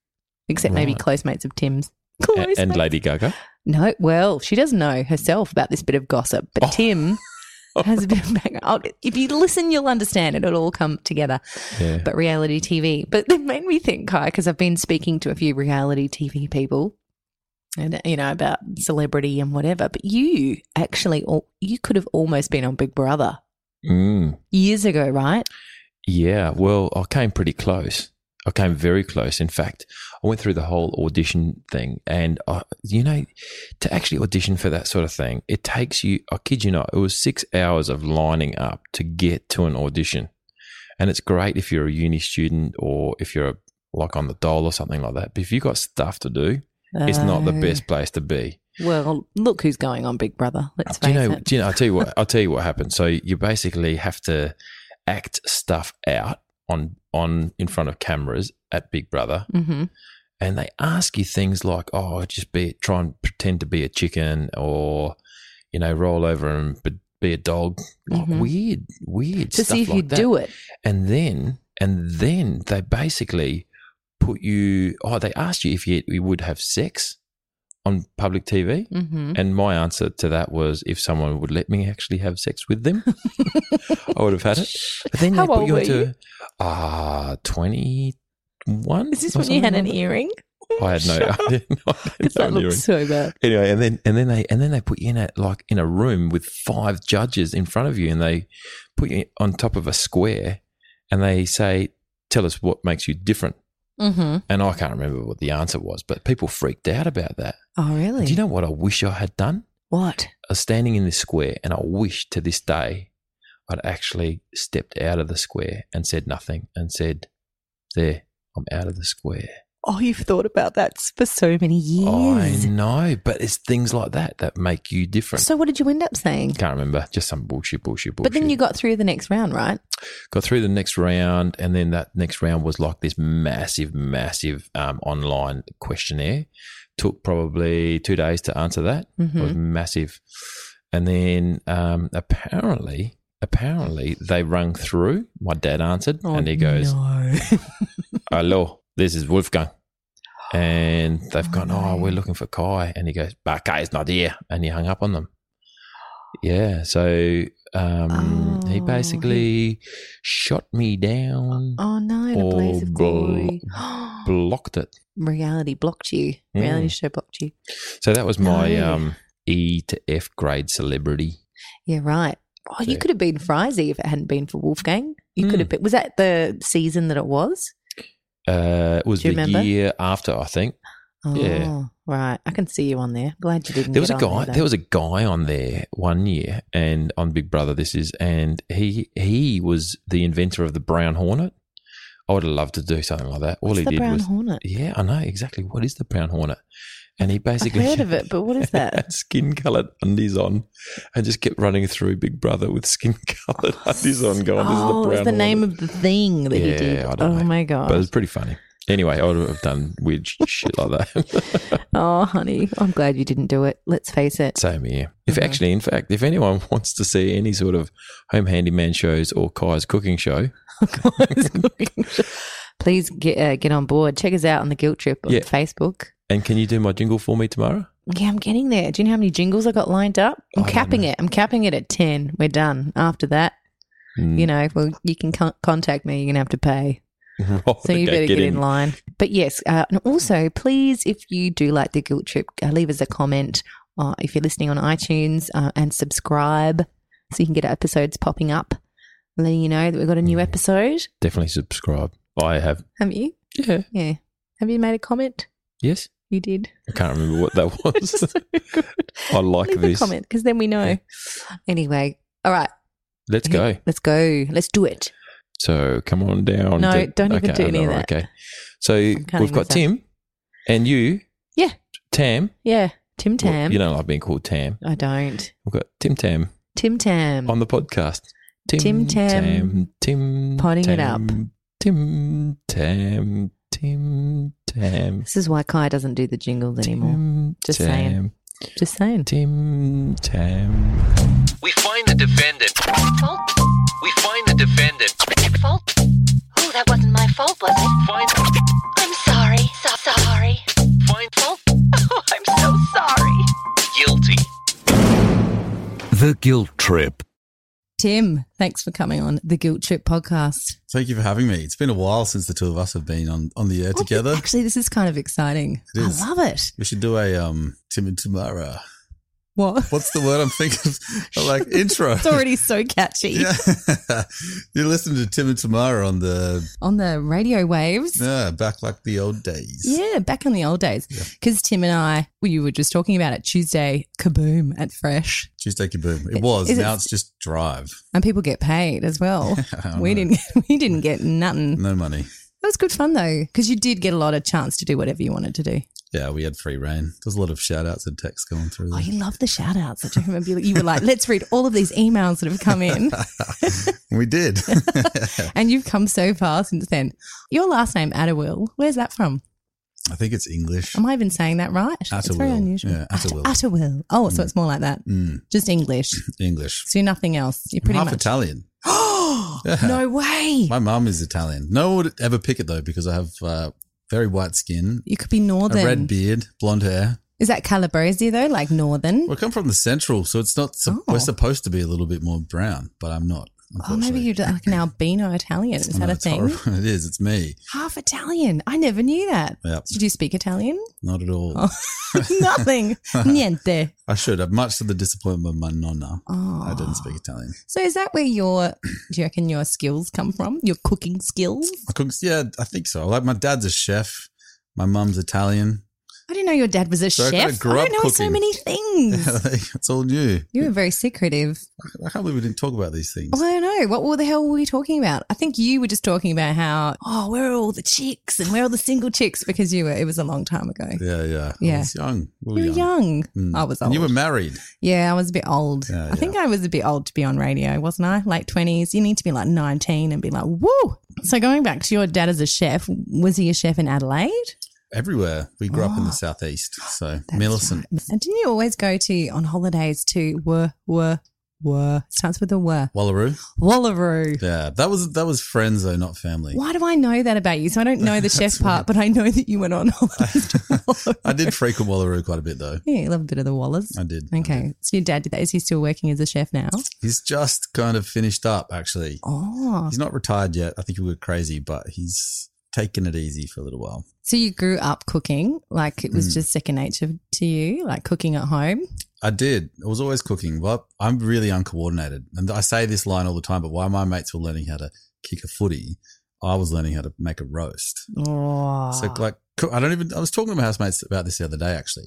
[SPEAKER 2] except maybe
[SPEAKER 1] Right.
[SPEAKER 2] close mates of Tim's.
[SPEAKER 1] A-
[SPEAKER 2] Close
[SPEAKER 1] and
[SPEAKER 2] mates.
[SPEAKER 1] Lady Gaga.
[SPEAKER 2] No, well, she does know herself about this bit of gossip, but
[SPEAKER 1] Oh.
[SPEAKER 2] Tim has a bit of background. I'll- If you listen, you'll understand it. It'll all come together.
[SPEAKER 1] Yeah.
[SPEAKER 2] But reality TV. But it made me think, Kai, because I've been speaking to a few reality TV people, and you know about celebrity and whatever. But you actually, al- you could have almost been on Big Brother
[SPEAKER 1] Mm,
[SPEAKER 2] years ago, right?
[SPEAKER 1] yeah. Well, I came pretty close. I came very close. In fact, I went through the whole audition thing, and I, you know, to actually audition for that sort of thing, it takes you. I kid you not. It was six hours of lining up to get to an audition, and it's great if you're a uni student or if you're a, like on the dole or something like that. But if you've got stuff to do, it's not the
[SPEAKER 2] Oh,
[SPEAKER 1] best place to be.
[SPEAKER 2] Well, look who's going on Big Brother. Let's
[SPEAKER 1] do
[SPEAKER 2] face
[SPEAKER 1] you know?
[SPEAKER 2] it.
[SPEAKER 1] Do you know? I'll tell you what. I'll tell you what happened. So you basically have to act stuff out on on in front of cameras at Big Brother,
[SPEAKER 2] Mm-hmm.
[SPEAKER 1] and they ask you things like, "Oh, just be try and pretend to be a chicken," or you know, roll over and be, be a dog. Like,
[SPEAKER 2] Mhm.
[SPEAKER 1] Weird, weird
[SPEAKER 2] To
[SPEAKER 1] stuff
[SPEAKER 2] see if
[SPEAKER 1] like
[SPEAKER 2] you
[SPEAKER 1] that.
[SPEAKER 2] do it.
[SPEAKER 1] And then and then they basically put you. Oh, they asked you if you, you would have sex on public TV.
[SPEAKER 2] Mm-hmm.
[SPEAKER 1] And my answer to that was if someone would let me actually have sex with them, I would have had it. But then they
[SPEAKER 2] How
[SPEAKER 1] put
[SPEAKER 2] old
[SPEAKER 1] you
[SPEAKER 2] were
[SPEAKER 1] into ah twenty one.
[SPEAKER 2] Is this when you had an earring?
[SPEAKER 1] I had no. I didn't, I didn't
[SPEAKER 2] Because
[SPEAKER 1] have
[SPEAKER 2] that
[SPEAKER 1] an
[SPEAKER 2] looks
[SPEAKER 1] earring.
[SPEAKER 2] so bad.
[SPEAKER 1] Anyway, and then and then they and then they put you in a like in a room with five judges in front of you, and they put you on top of a square, and they say, "Tell us what makes you different."
[SPEAKER 2] Mm-hmm.
[SPEAKER 1] And I can't remember what the answer was, but people freaked out about that.
[SPEAKER 2] Oh, really?
[SPEAKER 1] Do you know what I wish I had done?
[SPEAKER 2] what?
[SPEAKER 1] I was standing in this square, and I wish to this day I'd actually stepped out of the square and said nothing and said, There, I'm out of the square.
[SPEAKER 2] Oh, you've thought about that for so many
[SPEAKER 1] I
[SPEAKER 2] years.
[SPEAKER 1] know, but it's things like that that make you different.
[SPEAKER 2] So, what did you end up saying?
[SPEAKER 1] Can't remember, just some bullshit, bullshit, bullshit.
[SPEAKER 2] But then you got through the next round, right?
[SPEAKER 1] got through the next round, and then that next round was like this massive, massive um, online questionnaire. Took probably two days to answer that. It was
[SPEAKER 2] Mm-hmm.
[SPEAKER 1] massive. And then um, apparently, apparently they rung through. My dad answered, and he goes,
[SPEAKER 2] Oh, No.
[SPEAKER 1] "Hello, this is Wolfgang." And they've gone, "Oh,
[SPEAKER 2] no.
[SPEAKER 1] we're looking for Kai," and he goes, "But Kai's not here," and he hung up on them. Yeah, so um, he
[SPEAKER 2] Oh,
[SPEAKER 1] basically shot me down,
[SPEAKER 2] oh, no. In a blaze of
[SPEAKER 1] Oh,
[SPEAKER 2] glory.
[SPEAKER 1] blocked it.
[SPEAKER 2] Reality blocked you.
[SPEAKER 1] Mm.
[SPEAKER 2] Reality show blocked you.
[SPEAKER 1] So that was my
[SPEAKER 2] No.
[SPEAKER 1] um, E to F grade celebrity.
[SPEAKER 2] Yeah, right. Oh, you
[SPEAKER 1] So-
[SPEAKER 2] could have been Frizy if it hadn't been for Wolfgang. You could
[SPEAKER 1] Mm.
[SPEAKER 2] have been. Was that the season that it was?
[SPEAKER 1] Uh, it was
[SPEAKER 2] Do
[SPEAKER 1] the
[SPEAKER 2] you remember?
[SPEAKER 1] year after, I think.
[SPEAKER 2] Oh,
[SPEAKER 1] Yeah.
[SPEAKER 2] right. I can see you on there. Glad you didn't.
[SPEAKER 1] There was a
[SPEAKER 2] get on
[SPEAKER 1] guy.
[SPEAKER 2] though.
[SPEAKER 1] There was a guy on there one year, and on Big Brother, this is, and he he was the inventor of the brown hornet. I would have loved to do something like that. All
[SPEAKER 2] What's
[SPEAKER 1] he
[SPEAKER 2] the
[SPEAKER 1] did
[SPEAKER 2] brown
[SPEAKER 1] was,
[SPEAKER 2] hornet.
[SPEAKER 1] yeah, I know exactly what is the brown hornet, and he
[SPEAKER 2] I've
[SPEAKER 1] basically
[SPEAKER 2] heard of it, but what is that?
[SPEAKER 1] had skin coloured undies on, and just kept running through Big Brother with skin coloured undies on. Going, this is the
[SPEAKER 2] oh,
[SPEAKER 1] brown
[SPEAKER 2] it's the
[SPEAKER 1] hornet.
[SPEAKER 2] name of the thing that he
[SPEAKER 1] Yeah,
[SPEAKER 2] did.
[SPEAKER 1] I don't
[SPEAKER 2] Oh
[SPEAKER 1] know.
[SPEAKER 2] my
[SPEAKER 1] but it
[SPEAKER 2] god.
[SPEAKER 1] was pretty funny. Anyway, I would have done weird sh- shit like that.
[SPEAKER 2] Oh, honey, I'm glad you didn't do it. Let's face it.
[SPEAKER 1] Same here. If
[SPEAKER 2] Mhm.
[SPEAKER 1] actually, in fact, if anyone wants to see any sort of home handyman shows or Kai's cooking show,
[SPEAKER 2] Please get uh, get on board. Check us out on the Guilt Trip on
[SPEAKER 1] Yeah.
[SPEAKER 2] Facebook.
[SPEAKER 1] and can you do my jingle for me tomorrow?
[SPEAKER 2] Yeah, I'm getting there. Do you know how many jingles I got lined up? I'm
[SPEAKER 1] I don't
[SPEAKER 2] capping
[SPEAKER 1] know.
[SPEAKER 2] it. I'm capping it at ten. We're done. After that,
[SPEAKER 1] Mm. Hmm.
[SPEAKER 2] you know, well, you can con- contact me. You're gonna have to pay. So you better get, in line. But yes, uh, and also please, if you do like the guilt trip, uh, leave us a comment uh, if you're listening on iTunes uh, and subscribe so you can get episodes popping up, letting you know that we've got a new
[SPEAKER 1] Mhm.
[SPEAKER 2] episode.
[SPEAKER 1] Definitely subscribe. I have.
[SPEAKER 2] Have you?
[SPEAKER 1] Yeah.
[SPEAKER 2] Yeah. Have you made a comment?
[SPEAKER 1] Yes.
[SPEAKER 2] You did.
[SPEAKER 1] I can't remember what that
[SPEAKER 2] So
[SPEAKER 1] was.
[SPEAKER 2] good.
[SPEAKER 1] I like
[SPEAKER 2] leave
[SPEAKER 1] this.
[SPEAKER 2] a comment because then we know. Anyway, all right,
[SPEAKER 1] Let's go.
[SPEAKER 2] let's go. Let's do it.
[SPEAKER 1] So come on down.
[SPEAKER 2] No,
[SPEAKER 1] to-
[SPEAKER 2] don't even do any
[SPEAKER 1] no,
[SPEAKER 2] of that.
[SPEAKER 1] Okay. So
[SPEAKER 2] cutting
[SPEAKER 1] we've got
[SPEAKER 2] this
[SPEAKER 1] Tim and you.
[SPEAKER 2] Yeah.
[SPEAKER 1] Tam.
[SPEAKER 2] Yeah. Tim
[SPEAKER 1] Well,
[SPEAKER 2] Tam.
[SPEAKER 1] you don't like being called Tam.
[SPEAKER 2] I don't.
[SPEAKER 1] We've got Tim Tam
[SPEAKER 2] Tim Tam.
[SPEAKER 1] on the podcast.
[SPEAKER 2] Tim Tam.
[SPEAKER 1] Tim
[SPEAKER 2] Potting it
[SPEAKER 1] Tam, Tim Tam. Tim Tam.
[SPEAKER 2] this is why Kai doesn't do the jingles anymore.
[SPEAKER 1] Tim
[SPEAKER 2] Just
[SPEAKER 1] Tam.
[SPEAKER 2] saying. Just saying.
[SPEAKER 1] Tim Tam.
[SPEAKER 3] We find the defendant.
[SPEAKER 4] fault?
[SPEAKER 3] We find the defendant.
[SPEAKER 4] Fault? Oh, that wasn't my fault, was it?
[SPEAKER 3] Find,
[SPEAKER 4] I'm sorry. So sorry.
[SPEAKER 3] find
[SPEAKER 4] Fault? Oh, I'm so sorry.
[SPEAKER 3] guilty.
[SPEAKER 5] The Guilt Trip.
[SPEAKER 2] Tim, thanks for coming on the Guilt Trip podcast.
[SPEAKER 6] Thank you for having me. It's been a while since the two of us have been on, on the air together.
[SPEAKER 2] Actually, this is kind of exciting.
[SPEAKER 6] It is.
[SPEAKER 2] I love it.
[SPEAKER 6] We should do a um Tim and Tamara.
[SPEAKER 2] What?
[SPEAKER 6] What's the word I'm thinking? of? like intro.
[SPEAKER 2] It's already so catchy
[SPEAKER 6] Yeah. you listen to Tim and Tamara on the
[SPEAKER 2] on the radio waves.
[SPEAKER 6] yeah, back like the old days.
[SPEAKER 2] Yeah, back in the old days. Because Tim and I, well, you were just talking about it Tuesday, kaboom at Fresh.
[SPEAKER 6] Tuesday Kaboom. It was.
[SPEAKER 2] Is it-
[SPEAKER 6] now it's just drive.
[SPEAKER 2] And people get paid as well.
[SPEAKER 6] I
[SPEAKER 2] we
[SPEAKER 6] know.
[SPEAKER 2] didn't we didn't get nothing.
[SPEAKER 6] No money.
[SPEAKER 2] It was good fun though, because you did get a lot of chance to do whatever you wanted to do.
[SPEAKER 6] Yeah, we had free reign. There's a lot of shout outs and texts going through
[SPEAKER 2] Oh,
[SPEAKER 6] there.
[SPEAKER 2] you love the shout outs. I do remember you, you were like, let's read all of these emails that have come in.
[SPEAKER 6] we did.
[SPEAKER 2] And you've come so far since then. Your last name, Atterwill, where's that from?
[SPEAKER 6] I think it's English.
[SPEAKER 2] Am I even saying that right? It's very
[SPEAKER 6] Atterwill.
[SPEAKER 2] unusual.
[SPEAKER 6] Yeah, Atterwill.
[SPEAKER 2] Atter- Atterwill. Oh, so
[SPEAKER 6] Mm.
[SPEAKER 2] it's more like that.
[SPEAKER 6] Mm,
[SPEAKER 2] Just English.
[SPEAKER 6] English.
[SPEAKER 2] So you're nothing else. You're pretty
[SPEAKER 6] I'm half
[SPEAKER 2] much.
[SPEAKER 6] Italian.
[SPEAKER 2] Oh,
[SPEAKER 6] Yeah.
[SPEAKER 2] no way.
[SPEAKER 6] My mum is Italian. No one would ever pick it though because I have uh, very white skin,
[SPEAKER 2] You could be
[SPEAKER 6] a
[SPEAKER 2] northern.
[SPEAKER 6] red beard, blonde hair.
[SPEAKER 2] Is that Calabresi though? Like northern?
[SPEAKER 6] We come from the central, so it's not. su-
[SPEAKER 2] Oh.
[SPEAKER 6] We're supposed to be a little bit more brown, but I'm not.
[SPEAKER 2] oh, maybe
[SPEAKER 6] unfortunately.
[SPEAKER 2] you're just like an albino Italian. Is
[SPEAKER 6] I know,
[SPEAKER 2] that a
[SPEAKER 6] it's
[SPEAKER 2] thing?
[SPEAKER 6] Oh, horrible. It is. It's me.
[SPEAKER 2] Half Italian. I never knew that.
[SPEAKER 6] Yep.
[SPEAKER 2] Did you speak Italian?
[SPEAKER 6] Not at all.
[SPEAKER 2] Oh. Nothing. Niente.
[SPEAKER 6] I should. I've much to the disappointment of my nonna.
[SPEAKER 2] Oh.
[SPEAKER 6] I didn't speak Italian.
[SPEAKER 2] So is that where your do you reckon your skills come from? Your cooking skills?
[SPEAKER 6] I cook. Yeah, I think so. Like my dad's a chef. My mum's Italian.
[SPEAKER 2] I didn't know your dad was a
[SPEAKER 6] So I kinda
[SPEAKER 2] chef.
[SPEAKER 6] grew
[SPEAKER 2] I
[SPEAKER 6] up
[SPEAKER 2] don't know so
[SPEAKER 6] cooking.
[SPEAKER 2] many things.
[SPEAKER 6] it's all new.
[SPEAKER 2] You were very secretive.
[SPEAKER 6] I can't believe we didn't talk about these things.
[SPEAKER 2] Well, I don't know. What, what the hell were we talking about? I think you were just talking about how, oh, where are all the chicks and where are all the single chicks? Because you were, it was a long time ago.
[SPEAKER 6] Yeah, yeah. I
[SPEAKER 2] Yeah.
[SPEAKER 6] was young. We were
[SPEAKER 2] You were young.
[SPEAKER 6] Mm.
[SPEAKER 2] I was
[SPEAKER 6] And you were
[SPEAKER 2] old.
[SPEAKER 6] married.
[SPEAKER 2] Yeah, I was a bit old.
[SPEAKER 6] Yeah,
[SPEAKER 2] I think I was a bit old to be on radio, wasn't I? Late 20s. You need to be like 19 and be like, woo. So going back to your dad as a chef, was he a chef in Adelaide?
[SPEAKER 6] everywhere. We grew up in
[SPEAKER 2] Oh.
[SPEAKER 6] the southeast, so
[SPEAKER 2] That's
[SPEAKER 6] Millicent.
[SPEAKER 2] right. And didn't you always go to, on holidays, to were, were, were? Starts with a were.
[SPEAKER 6] Wallaroo.
[SPEAKER 2] Wallaroo.
[SPEAKER 6] Yeah, that was that was friends though, not family.
[SPEAKER 2] Why do I know that about you? So I don't know the chef part, but I know that you went on holidays to Wallaroo.
[SPEAKER 6] I did frequent Wallaroo quite a bit though.
[SPEAKER 2] Yeah, you love a bit of the Wallers.
[SPEAKER 6] I did.
[SPEAKER 2] Okay. So your dad did that. Is he still working as a chef now?
[SPEAKER 6] He's just kind of finished up actually.
[SPEAKER 2] Oh.
[SPEAKER 6] He's not retired yet. I think he went crazy, but he's taken it easy for a little while.
[SPEAKER 2] So you grew up cooking, like it was
[SPEAKER 6] Mm.
[SPEAKER 2] just second nature to you, like cooking at home.
[SPEAKER 6] I did. I was always cooking, but I'm really uncoordinated. And I say this line all the time, but while my mates were learning how to kick a footy, I was learning how to make a roast.
[SPEAKER 2] Oh.
[SPEAKER 6] So like, cook- I don't even. I was talking to my housemates about this the other day. Actually,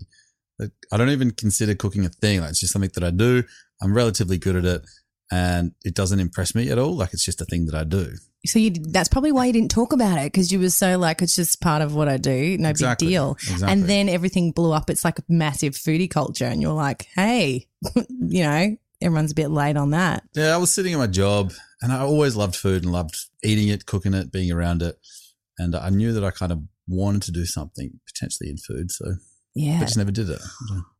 [SPEAKER 6] like, I don't even consider cooking a thing. Like, it's just something that I do. I'm relatively good at it, and it doesn't impress me at all. Like, it's just a thing that I do.
[SPEAKER 2] so you, that's probably why you didn't talk about it because you were so like, it's just part of what I do, no
[SPEAKER 6] Exactly.
[SPEAKER 2] big deal.
[SPEAKER 6] Exactly.
[SPEAKER 2] And then everything blew up. It's like a massive foodie culture, and you're like, hey, you know, everyone's a bit late on that.
[SPEAKER 6] yeah, I was sitting at my job, and I always loved food and loved eating it, cooking it, being around it, and I knew that I kind of wanted to do something potentially in food. So I
[SPEAKER 2] Yeah.
[SPEAKER 6] just never did it.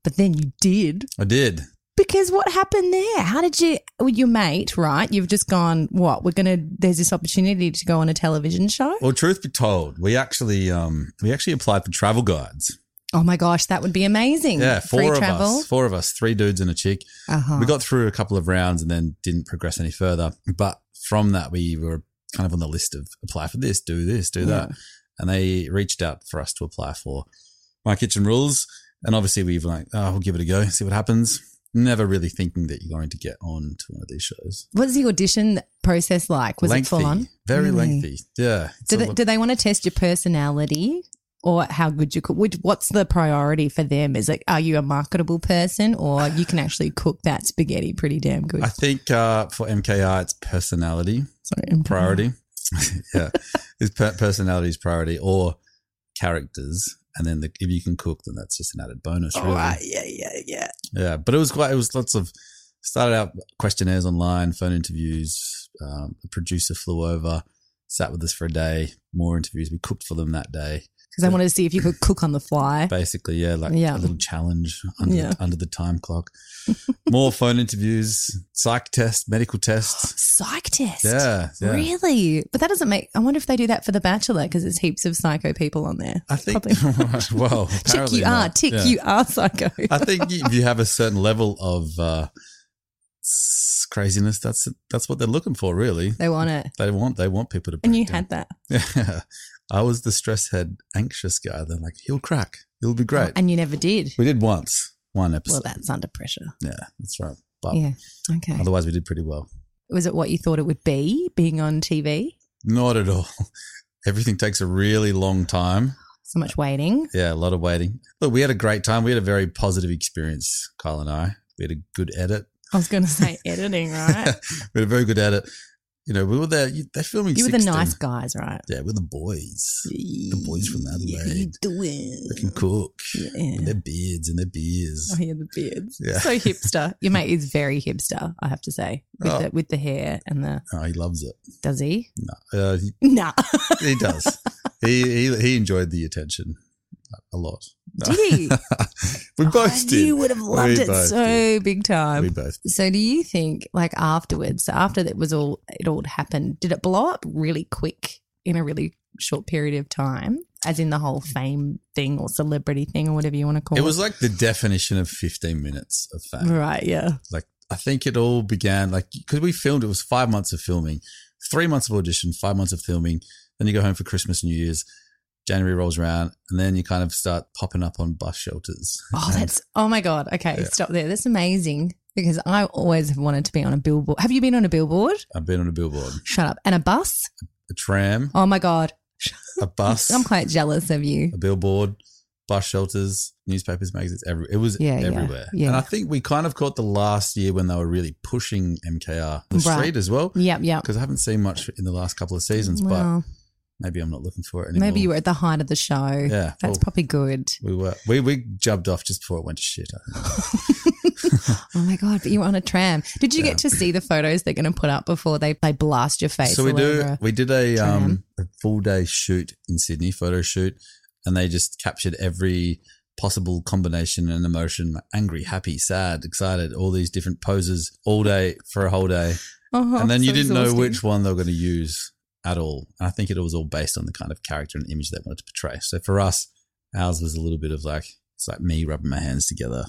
[SPEAKER 2] But then you did.
[SPEAKER 6] I did.
[SPEAKER 2] Because what happened there? How did you, with your mate, right? You've just gone, what? We're going to, there's this opportunity to go on a television show.
[SPEAKER 6] Well, truth be told, we actually um we actually applied for travel guides.
[SPEAKER 2] Oh my gosh, that would be amazing.
[SPEAKER 6] Yeah, four
[SPEAKER 2] Free
[SPEAKER 6] of
[SPEAKER 2] travel.
[SPEAKER 6] us, four of us, three dudes and a chick.
[SPEAKER 2] Uh-huh.
[SPEAKER 6] We got through a couple of rounds and then didn't progress any further. But from that, we were kind of on the list of apply for this, do this, do that, and they reached out for us to apply for my kitchen rules. And obviously, we were like, oh, we'll give it a go, see what happens. Never really thinking that you're going to get on to one of these shows.
[SPEAKER 2] What's the audition process like? Was it full on?
[SPEAKER 6] Very
[SPEAKER 2] Really?
[SPEAKER 6] lengthy. Yeah. It's
[SPEAKER 2] Do
[SPEAKER 6] a
[SPEAKER 2] they,
[SPEAKER 6] lot-
[SPEAKER 2] do they want to test your personality or how good you cook? Which, what's the priority for them? Is it, are you a marketable person or you can actually cook that spaghetti pretty damn good?
[SPEAKER 6] I think uh, for MKR, it's personality
[SPEAKER 2] Sorry, I'm-
[SPEAKER 6] priority. yeah, his per- personality is priority or characters, and then the, if you can cook, then that's just an added
[SPEAKER 2] Oh,
[SPEAKER 6] bonus. Really.
[SPEAKER 7] yeah, yeah, yeah.
[SPEAKER 6] Yeah, but it was quite. It was lots of started out questionnaires online, phone interviews. Um, a producer flew over, sat with us for a day. More interviews. We cooked for them that day.
[SPEAKER 2] because I wanted to see if you could cook on the fly.
[SPEAKER 6] Basically, yeah, like
[SPEAKER 2] Yeah.
[SPEAKER 6] a little challenge under
[SPEAKER 2] Yeah.
[SPEAKER 6] the, under the time clock. More phone interviews, psych test, medical tests.
[SPEAKER 2] Psych test.
[SPEAKER 6] Yeah, yeah.
[SPEAKER 2] Really? But that doesn't make. I wonder if they do that for The Bachelor because there's heaps of psycho people on there.
[SPEAKER 6] I think.
[SPEAKER 2] Probably.
[SPEAKER 6] well,
[SPEAKER 2] Check
[SPEAKER 6] apparently
[SPEAKER 2] you are.
[SPEAKER 6] not.
[SPEAKER 2] Tick
[SPEAKER 6] Yeah.
[SPEAKER 2] you are psycho.
[SPEAKER 6] I think if you have a certain level of uh, s- craziness, that's that's what they're looking for. Really,
[SPEAKER 2] they want it,
[SPEAKER 6] they want they want people to.
[SPEAKER 2] and
[SPEAKER 6] break
[SPEAKER 2] you
[SPEAKER 6] down.
[SPEAKER 2] had that,
[SPEAKER 6] Yeah. I was the stress head, anxious guy. They're like, he'll crack. He'll be great.
[SPEAKER 2] Oh, and you never did.
[SPEAKER 6] we did once, one
[SPEAKER 2] Well,
[SPEAKER 6] episode.
[SPEAKER 2] that's under pressure.
[SPEAKER 6] yeah, that's right. But
[SPEAKER 2] Yeah. Okay.
[SPEAKER 6] otherwise, we did pretty well.
[SPEAKER 2] Was it what you thought it would be being on TV?
[SPEAKER 6] Not at all. Everything takes a really long time.
[SPEAKER 2] So much waiting.
[SPEAKER 6] Yeah, a lot of waiting. But we had a great time. We had a very positive experience, Kyle and I. We had a good edit.
[SPEAKER 2] I was going to say editing, right?
[SPEAKER 6] we had a very good edit. You know, we were there. You, they're filming.
[SPEAKER 2] you were the
[SPEAKER 6] 16.
[SPEAKER 2] nice guys, right?
[SPEAKER 6] Yeah, we're the boys.
[SPEAKER 2] The
[SPEAKER 6] boys from
[SPEAKER 2] You
[SPEAKER 6] Adelaide.
[SPEAKER 2] do
[SPEAKER 6] They can
[SPEAKER 2] it.
[SPEAKER 6] cook. With
[SPEAKER 2] Yeah.
[SPEAKER 6] their beards and their beers.
[SPEAKER 2] Oh, yeah, the beards.
[SPEAKER 6] Yeah.
[SPEAKER 2] So hipster. Your mate is very hipster, I have to say, with,
[SPEAKER 6] Oh.
[SPEAKER 2] the, with the hair and the.
[SPEAKER 6] Oh, he loves it.
[SPEAKER 2] Does he?
[SPEAKER 6] No, uh, he-
[SPEAKER 2] Nah.
[SPEAKER 6] he does. he, he he enjoyed the attention a lot. No.
[SPEAKER 2] Did he?
[SPEAKER 6] we both
[SPEAKER 2] Oh,
[SPEAKER 6] did.
[SPEAKER 2] You would have loved it
[SPEAKER 6] both
[SPEAKER 2] so
[SPEAKER 6] did.
[SPEAKER 2] big
[SPEAKER 6] we
[SPEAKER 2] time.
[SPEAKER 6] both.
[SPEAKER 2] So do you think, like afterwards, so after that was all, it all happened, did it blow up really quick in a really short period of time? As in the whole fame thing or celebrity thing or whatever you want to call it.
[SPEAKER 6] It was like the definition of 15 minutes of fame.
[SPEAKER 2] right, yeah.
[SPEAKER 6] I think it all began like because we filmed. It was five months of filming, three months of audition, five months of filming. Then you go home for Christmas, New Year's. January rolls around, and then you kind of start popping up on bus shelters.
[SPEAKER 2] Oh,
[SPEAKER 6] And-
[SPEAKER 2] that's oh my god. Okay,
[SPEAKER 6] Yeah.
[SPEAKER 2] stop there. That's amazing because I always have wanted to be on a billboard. Have you been on a billboard?
[SPEAKER 6] I've been on a billboard,
[SPEAKER 2] Shut up. And a bus?
[SPEAKER 6] a tram,
[SPEAKER 2] Oh my god.
[SPEAKER 6] a bus,
[SPEAKER 2] I'm quite jealous of you.
[SPEAKER 6] a billboard, bus shelters, newspapers, magazines. Every it was
[SPEAKER 2] Yeah, yeah,
[SPEAKER 6] everywhere.
[SPEAKER 2] yeah.
[SPEAKER 6] And I think we kind of caught the last year when they were really pushing MKR the
[SPEAKER 2] Right.
[SPEAKER 6] street as well.
[SPEAKER 2] Yep, yep.
[SPEAKER 6] Because I haven't seen much in the last couple of seasons,
[SPEAKER 2] Well,
[SPEAKER 6] but maybe I'm not looking for it anymore.
[SPEAKER 2] maybe you were at the height of the show.
[SPEAKER 6] Yeah, Oh.
[SPEAKER 2] That's
[SPEAKER 6] well,
[SPEAKER 2] probably good.
[SPEAKER 6] we were. We we jumped off just before it went to shit. I think.
[SPEAKER 2] Oh my god! But you were on a tram. Did you
[SPEAKER 6] Yeah.
[SPEAKER 2] get to see the photos they're going to put up before they they blast your face?
[SPEAKER 6] so we
[SPEAKER 2] all
[SPEAKER 6] do.
[SPEAKER 2] over?
[SPEAKER 6] We did a um
[SPEAKER 2] tram.
[SPEAKER 6] a full day shoot in Sydney, photo shoot, and they just captured every possible combination and emotion like angry angry—happy, sad, excited, all these different poses all day for a whole day.
[SPEAKER 2] Oh,
[SPEAKER 6] and then you
[SPEAKER 2] so
[SPEAKER 6] didn't know
[SPEAKER 2] exhausting.
[SPEAKER 6] which one they were going to use at all. And I think it was all based on the kind of character and image they wanted to portray. So for us, ours was a little bit of like it's like me rubbing my hands together,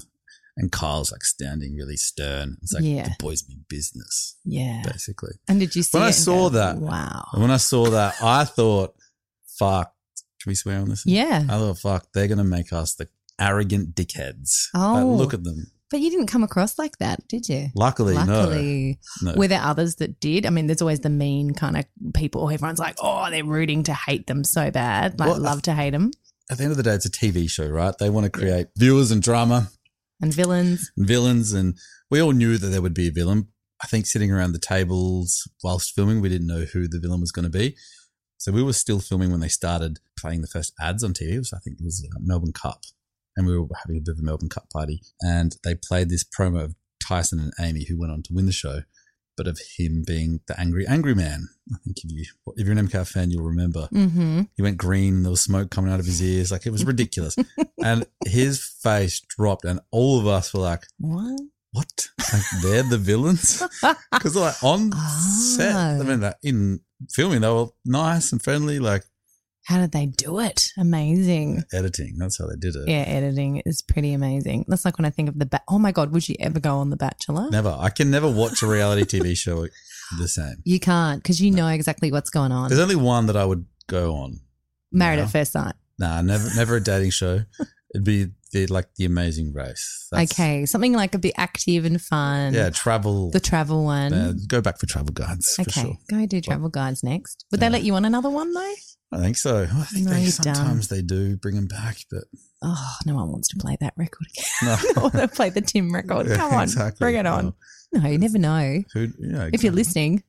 [SPEAKER 6] and Kyle's like standing really stern. It's like
[SPEAKER 2] Yeah.
[SPEAKER 6] the boys mean business,
[SPEAKER 2] Yeah.
[SPEAKER 6] basically.
[SPEAKER 2] And did you see?
[SPEAKER 6] When I
[SPEAKER 2] it and
[SPEAKER 6] saw
[SPEAKER 2] go,
[SPEAKER 6] that-
[SPEAKER 2] wow.
[SPEAKER 6] And when I saw that, I thought, "Fuck, can we swear on this?"
[SPEAKER 2] Yeah,
[SPEAKER 6] I thought, "Fuck, they're going to make us the arrogant dickheads." Like,
[SPEAKER 2] Oh.
[SPEAKER 6] look at them.
[SPEAKER 2] but you didn't come across like that, did you?
[SPEAKER 6] Luckily,
[SPEAKER 2] Luckily,
[SPEAKER 6] no, no.
[SPEAKER 2] were there others that did? I mean, there's always the mean kind of people. Everyone's like, oh, they're rooting to hate them so bad, like
[SPEAKER 6] Well, I-
[SPEAKER 2] love to hate them,
[SPEAKER 6] at the end of the day, it's a TV show, right? They want to create viewers and drama.
[SPEAKER 2] and villains.
[SPEAKER 6] villains, and we all knew that there would be a villain. I think sitting around the tables whilst filming, we didn't know who the villain was going to be. So we were still filming when they started playing the first ads on TV. It was, I think it was uh, Melbourne Cup, and we were having a bit of a Melbourne Cup party, and they played this promo of Tyson and Amy, who went on to win the show, but of him being the angry, angry man. I think if you if you're an MCAR fan, you'll remember
[SPEAKER 2] Mm-hmm.
[SPEAKER 6] he went green. There was smoke coming out of his ears, like it was ridiculous. and his face dropped, and all of us were like
[SPEAKER 2] What?
[SPEAKER 6] what? Like they're the villains? Because like on set, I
[SPEAKER 2] Oh.
[SPEAKER 6] mean, like in filming, they were nice and friendly. Like
[SPEAKER 2] How did they do it? Amazing.
[SPEAKER 6] editing, that's how they did it.
[SPEAKER 2] Yeah, editing is pretty amazing. That's like when I think of the. Ba- oh my god, would you ever go on the Bachelor?
[SPEAKER 6] Never, I can never watch a reality TV show the same.
[SPEAKER 2] You can't because you know exactly what's going on.
[SPEAKER 6] There's only one that I would go on.
[SPEAKER 2] Married
[SPEAKER 6] No.
[SPEAKER 2] at first sight.
[SPEAKER 6] Nah, never, never a dating show. It'd be the, like the Amazing Race. That's-
[SPEAKER 2] okay, something like a bit active and fun.
[SPEAKER 6] Yeah, travel.
[SPEAKER 2] the travel one.
[SPEAKER 6] Uh, go back for travel guides for
[SPEAKER 2] okay,
[SPEAKER 6] sure.
[SPEAKER 2] go do travel guides next. Would they
[SPEAKER 6] Yeah.
[SPEAKER 2] let you on another one though?
[SPEAKER 6] I think so. I think
[SPEAKER 2] No,
[SPEAKER 6] they
[SPEAKER 2] you don't.
[SPEAKER 6] sometimes they do bring them back, but
[SPEAKER 2] Oh, no one wants to play that record again.
[SPEAKER 6] no.
[SPEAKER 2] or they play the Tim Oh, record.
[SPEAKER 6] Yeah,
[SPEAKER 2] Come on,
[SPEAKER 6] exactly.
[SPEAKER 2] bring it on.
[SPEAKER 6] Well,
[SPEAKER 2] No, you never know.
[SPEAKER 6] Who, yeah,
[SPEAKER 2] If you're
[SPEAKER 6] exactly.
[SPEAKER 2] listening,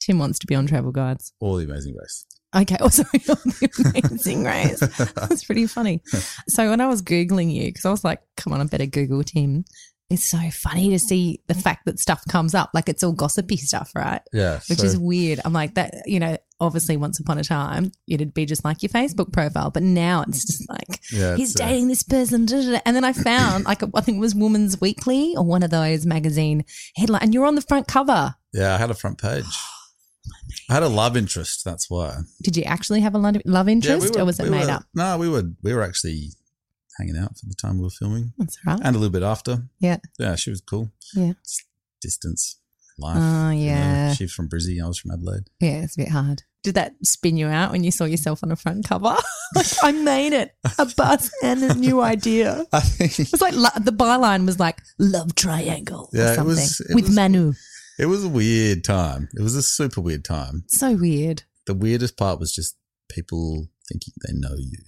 [SPEAKER 2] Tim wants to be on Travel Guides.
[SPEAKER 6] All the amazing race.
[SPEAKER 2] Okay, also on the amazing race. That's pretty funny. So when I was googling you, because I was like, "Come on, I better Google Tim." It's so funny to see the fact that stuff comes up, like it's all gossipy stuff, right?
[SPEAKER 6] Yeah.
[SPEAKER 2] Which
[SPEAKER 6] so-
[SPEAKER 2] is weird. I'm like that, you know. Obviously, once upon a time, it'd be just like your Facebook profile, but now it's just like
[SPEAKER 6] yeah,
[SPEAKER 2] he's
[SPEAKER 6] it's, uh,
[SPEAKER 2] dating this person. da, da, da. And then I found like I think it was Woman's Weekly or one of those magazine headline, and you're on the front cover.
[SPEAKER 6] yeah, I had a front page. I had a love interest. That's why.
[SPEAKER 2] Did you actually have a lo- love interest,
[SPEAKER 6] yeah, we were-
[SPEAKER 2] or was it
[SPEAKER 6] we
[SPEAKER 2] made
[SPEAKER 6] were-
[SPEAKER 2] up?
[SPEAKER 6] No, we were we were actually hanging out for the time we were filming,
[SPEAKER 2] That's right.
[SPEAKER 6] and a little bit after.
[SPEAKER 2] Yeah.
[SPEAKER 6] Yeah, she was cool.
[SPEAKER 2] Yeah.
[SPEAKER 6] It's distance life.
[SPEAKER 2] Oh
[SPEAKER 6] you know.
[SPEAKER 2] yeah,
[SPEAKER 6] She's from Brisbane. I was from Adelaide.
[SPEAKER 2] yeah, it's a bit hard. Did that spin you out when you saw yourself on a front cover? like I made it, a buzz and a new idea.
[SPEAKER 6] I think
[SPEAKER 2] It's like lo- the byline was like love triangle
[SPEAKER 6] Yeah,
[SPEAKER 2] or
[SPEAKER 6] it
[SPEAKER 2] something
[SPEAKER 6] was- it
[SPEAKER 2] with
[SPEAKER 6] was-
[SPEAKER 2] Manu.
[SPEAKER 6] it was a weird time. It was a super weird time.
[SPEAKER 2] So weird.
[SPEAKER 6] The weirdest part was just people thinking they know you,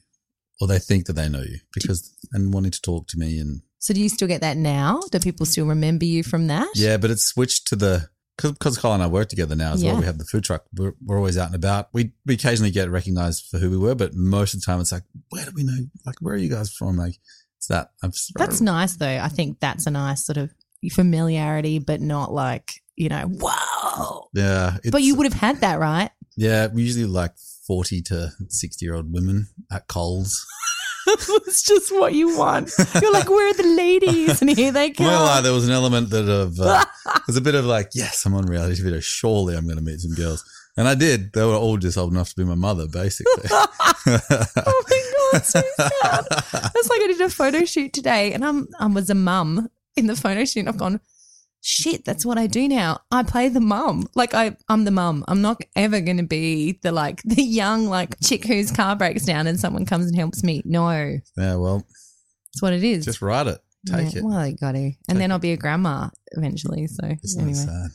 [SPEAKER 6] or they think that they know you because and wanting to talk to me and
[SPEAKER 2] So do you still get that now? Do people still remember you from that?
[SPEAKER 6] Yeah, but it's switched to the because Kyle and I work together now as
[SPEAKER 2] Yeah.
[SPEAKER 6] well. We have the food truck. We're, we're always out and about. We, we occasionally get recognized for who we were, but most of the time it's like, where do we know? Like, where are you guys from? Like, it's that. I'm s- uh,
[SPEAKER 2] That's nice though. I think that's a nice sort of familiarity, but not like, you know, wow.
[SPEAKER 6] Yeah.
[SPEAKER 2] But
[SPEAKER 6] it's-
[SPEAKER 2] you would have had that, right?
[SPEAKER 6] Yeah, we usually like 40 to 60 year old women at Coles.
[SPEAKER 2] it's just what you want. You're like, where are the ladies? And here they come.
[SPEAKER 6] Well, uh, there was an element that of, uh, there's a bit of like, yes, I'm on reality video. Surely I'm going to meet some girls. And I did. They were all just old enough to be my mother, basically.
[SPEAKER 2] oh my god, so sad. That's like I did a photo shoot today, and I'm I was a mum in the photo shoot. And I've gone, shit. That's what I do now. I play the mum. Like I, I'm the mum. I'm not ever going to be the like the young like chick whose car breaks down and someone comes and helps me. No, it's
[SPEAKER 6] yeah, well,
[SPEAKER 2] what it is.
[SPEAKER 6] just write it. Take
[SPEAKER 2] Yeah,
[SPEAKER 6] it.
[SPEAKER 2] Well, you got to, and then I'll be a grandma eventually. So
[SPEAKER 6] It's not
[SPEAKER 2] anyway.
[SPEAKER 6] sad.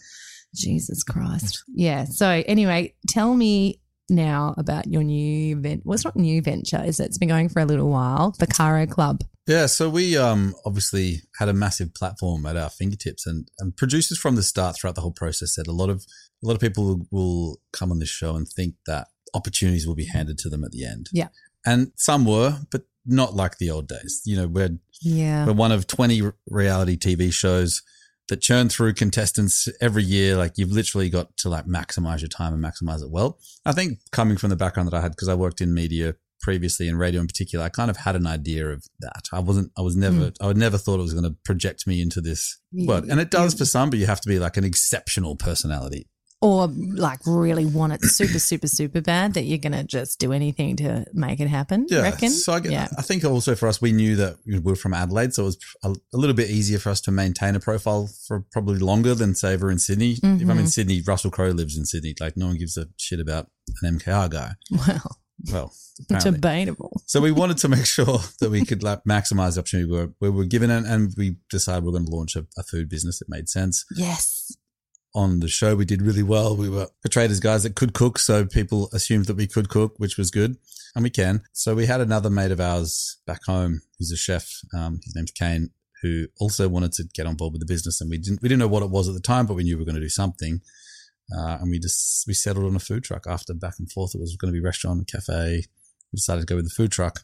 [SPEAKER 2] Jesus Christ. Yeah. So anyway, tell me now about your new event. Well, it's not new venture, is it? It's been going for a little while. The Caro Club.
[SPEAKER 6] Yeah, so we um, obviously had a massive platform at our fingertips, and, and producers from the start throughout the whole process said a lot of a lot of people will come on this show and think that opportunities will be handed to them at the end.
[SPEAKER 2] Yeah.
[SPEAKER 6] and some were, but not like the old days. You know, we're
[SPEAKER 2] Yeah.
[SPEAKER 6] we're one of twenty r- reality TV shows that churn through contestants every year. Like you've literally got to like maximize your time and maximize it well. I think coming from the background that I had, because I worked in media previously and radio in particular, I kind of had an idea of that. I wasn't, I was never, I would never thought it was going to project me into this
[SPEAKER 2] Mm. Yeah.
[SPEAKER 6] world. And it does for some, but you have to be like an exceptional personality.
[SPEAKER 2] Or like really want it super, super, super bad that you're going to just do anything to make it happen. Yeah. Reckon?
[SPEAKER 6] So I, get-
[SPEAKER 2] yeah.
[SPEAKER 6] I think also for us, we knew that we were from Adelaide, so it was a, a little bit easier for us to maintain a profile for probably longer than say we're in Sydney. If I'm in
[SPEAKER 2] Mhm.
[SPEAKER 6] Sydney, Russell Crowe lives in Sydney. Like no one gives a shit about an MKR guy.
[SPEAKER 2] Well,
[SPEAKER 6] Well, apparently.
[SPEAKER 2] debatable.
[SPEAKER 6] so we wanted to make sure that we could like maximize the opportunity we were, we were given, and, and we decided we are going to launch a, a food business that made sense
[SPEAKER 2] Yes.
[SPEAKER 6] on the show. We did really well. We were portrayed as guys that could cook, so people assumed that we could cook, which was good, and we can. So we had another mate of ours back home who's a chef. Um, his name's Kane, who also wanted to get on board with the business, and we didn't we didn't know what it was at the time, but we knew we were going to do something. Uh, and we just we settled on a food truck after back and forth. It was going to be restaurant and cafe. We decided to go with the food truck.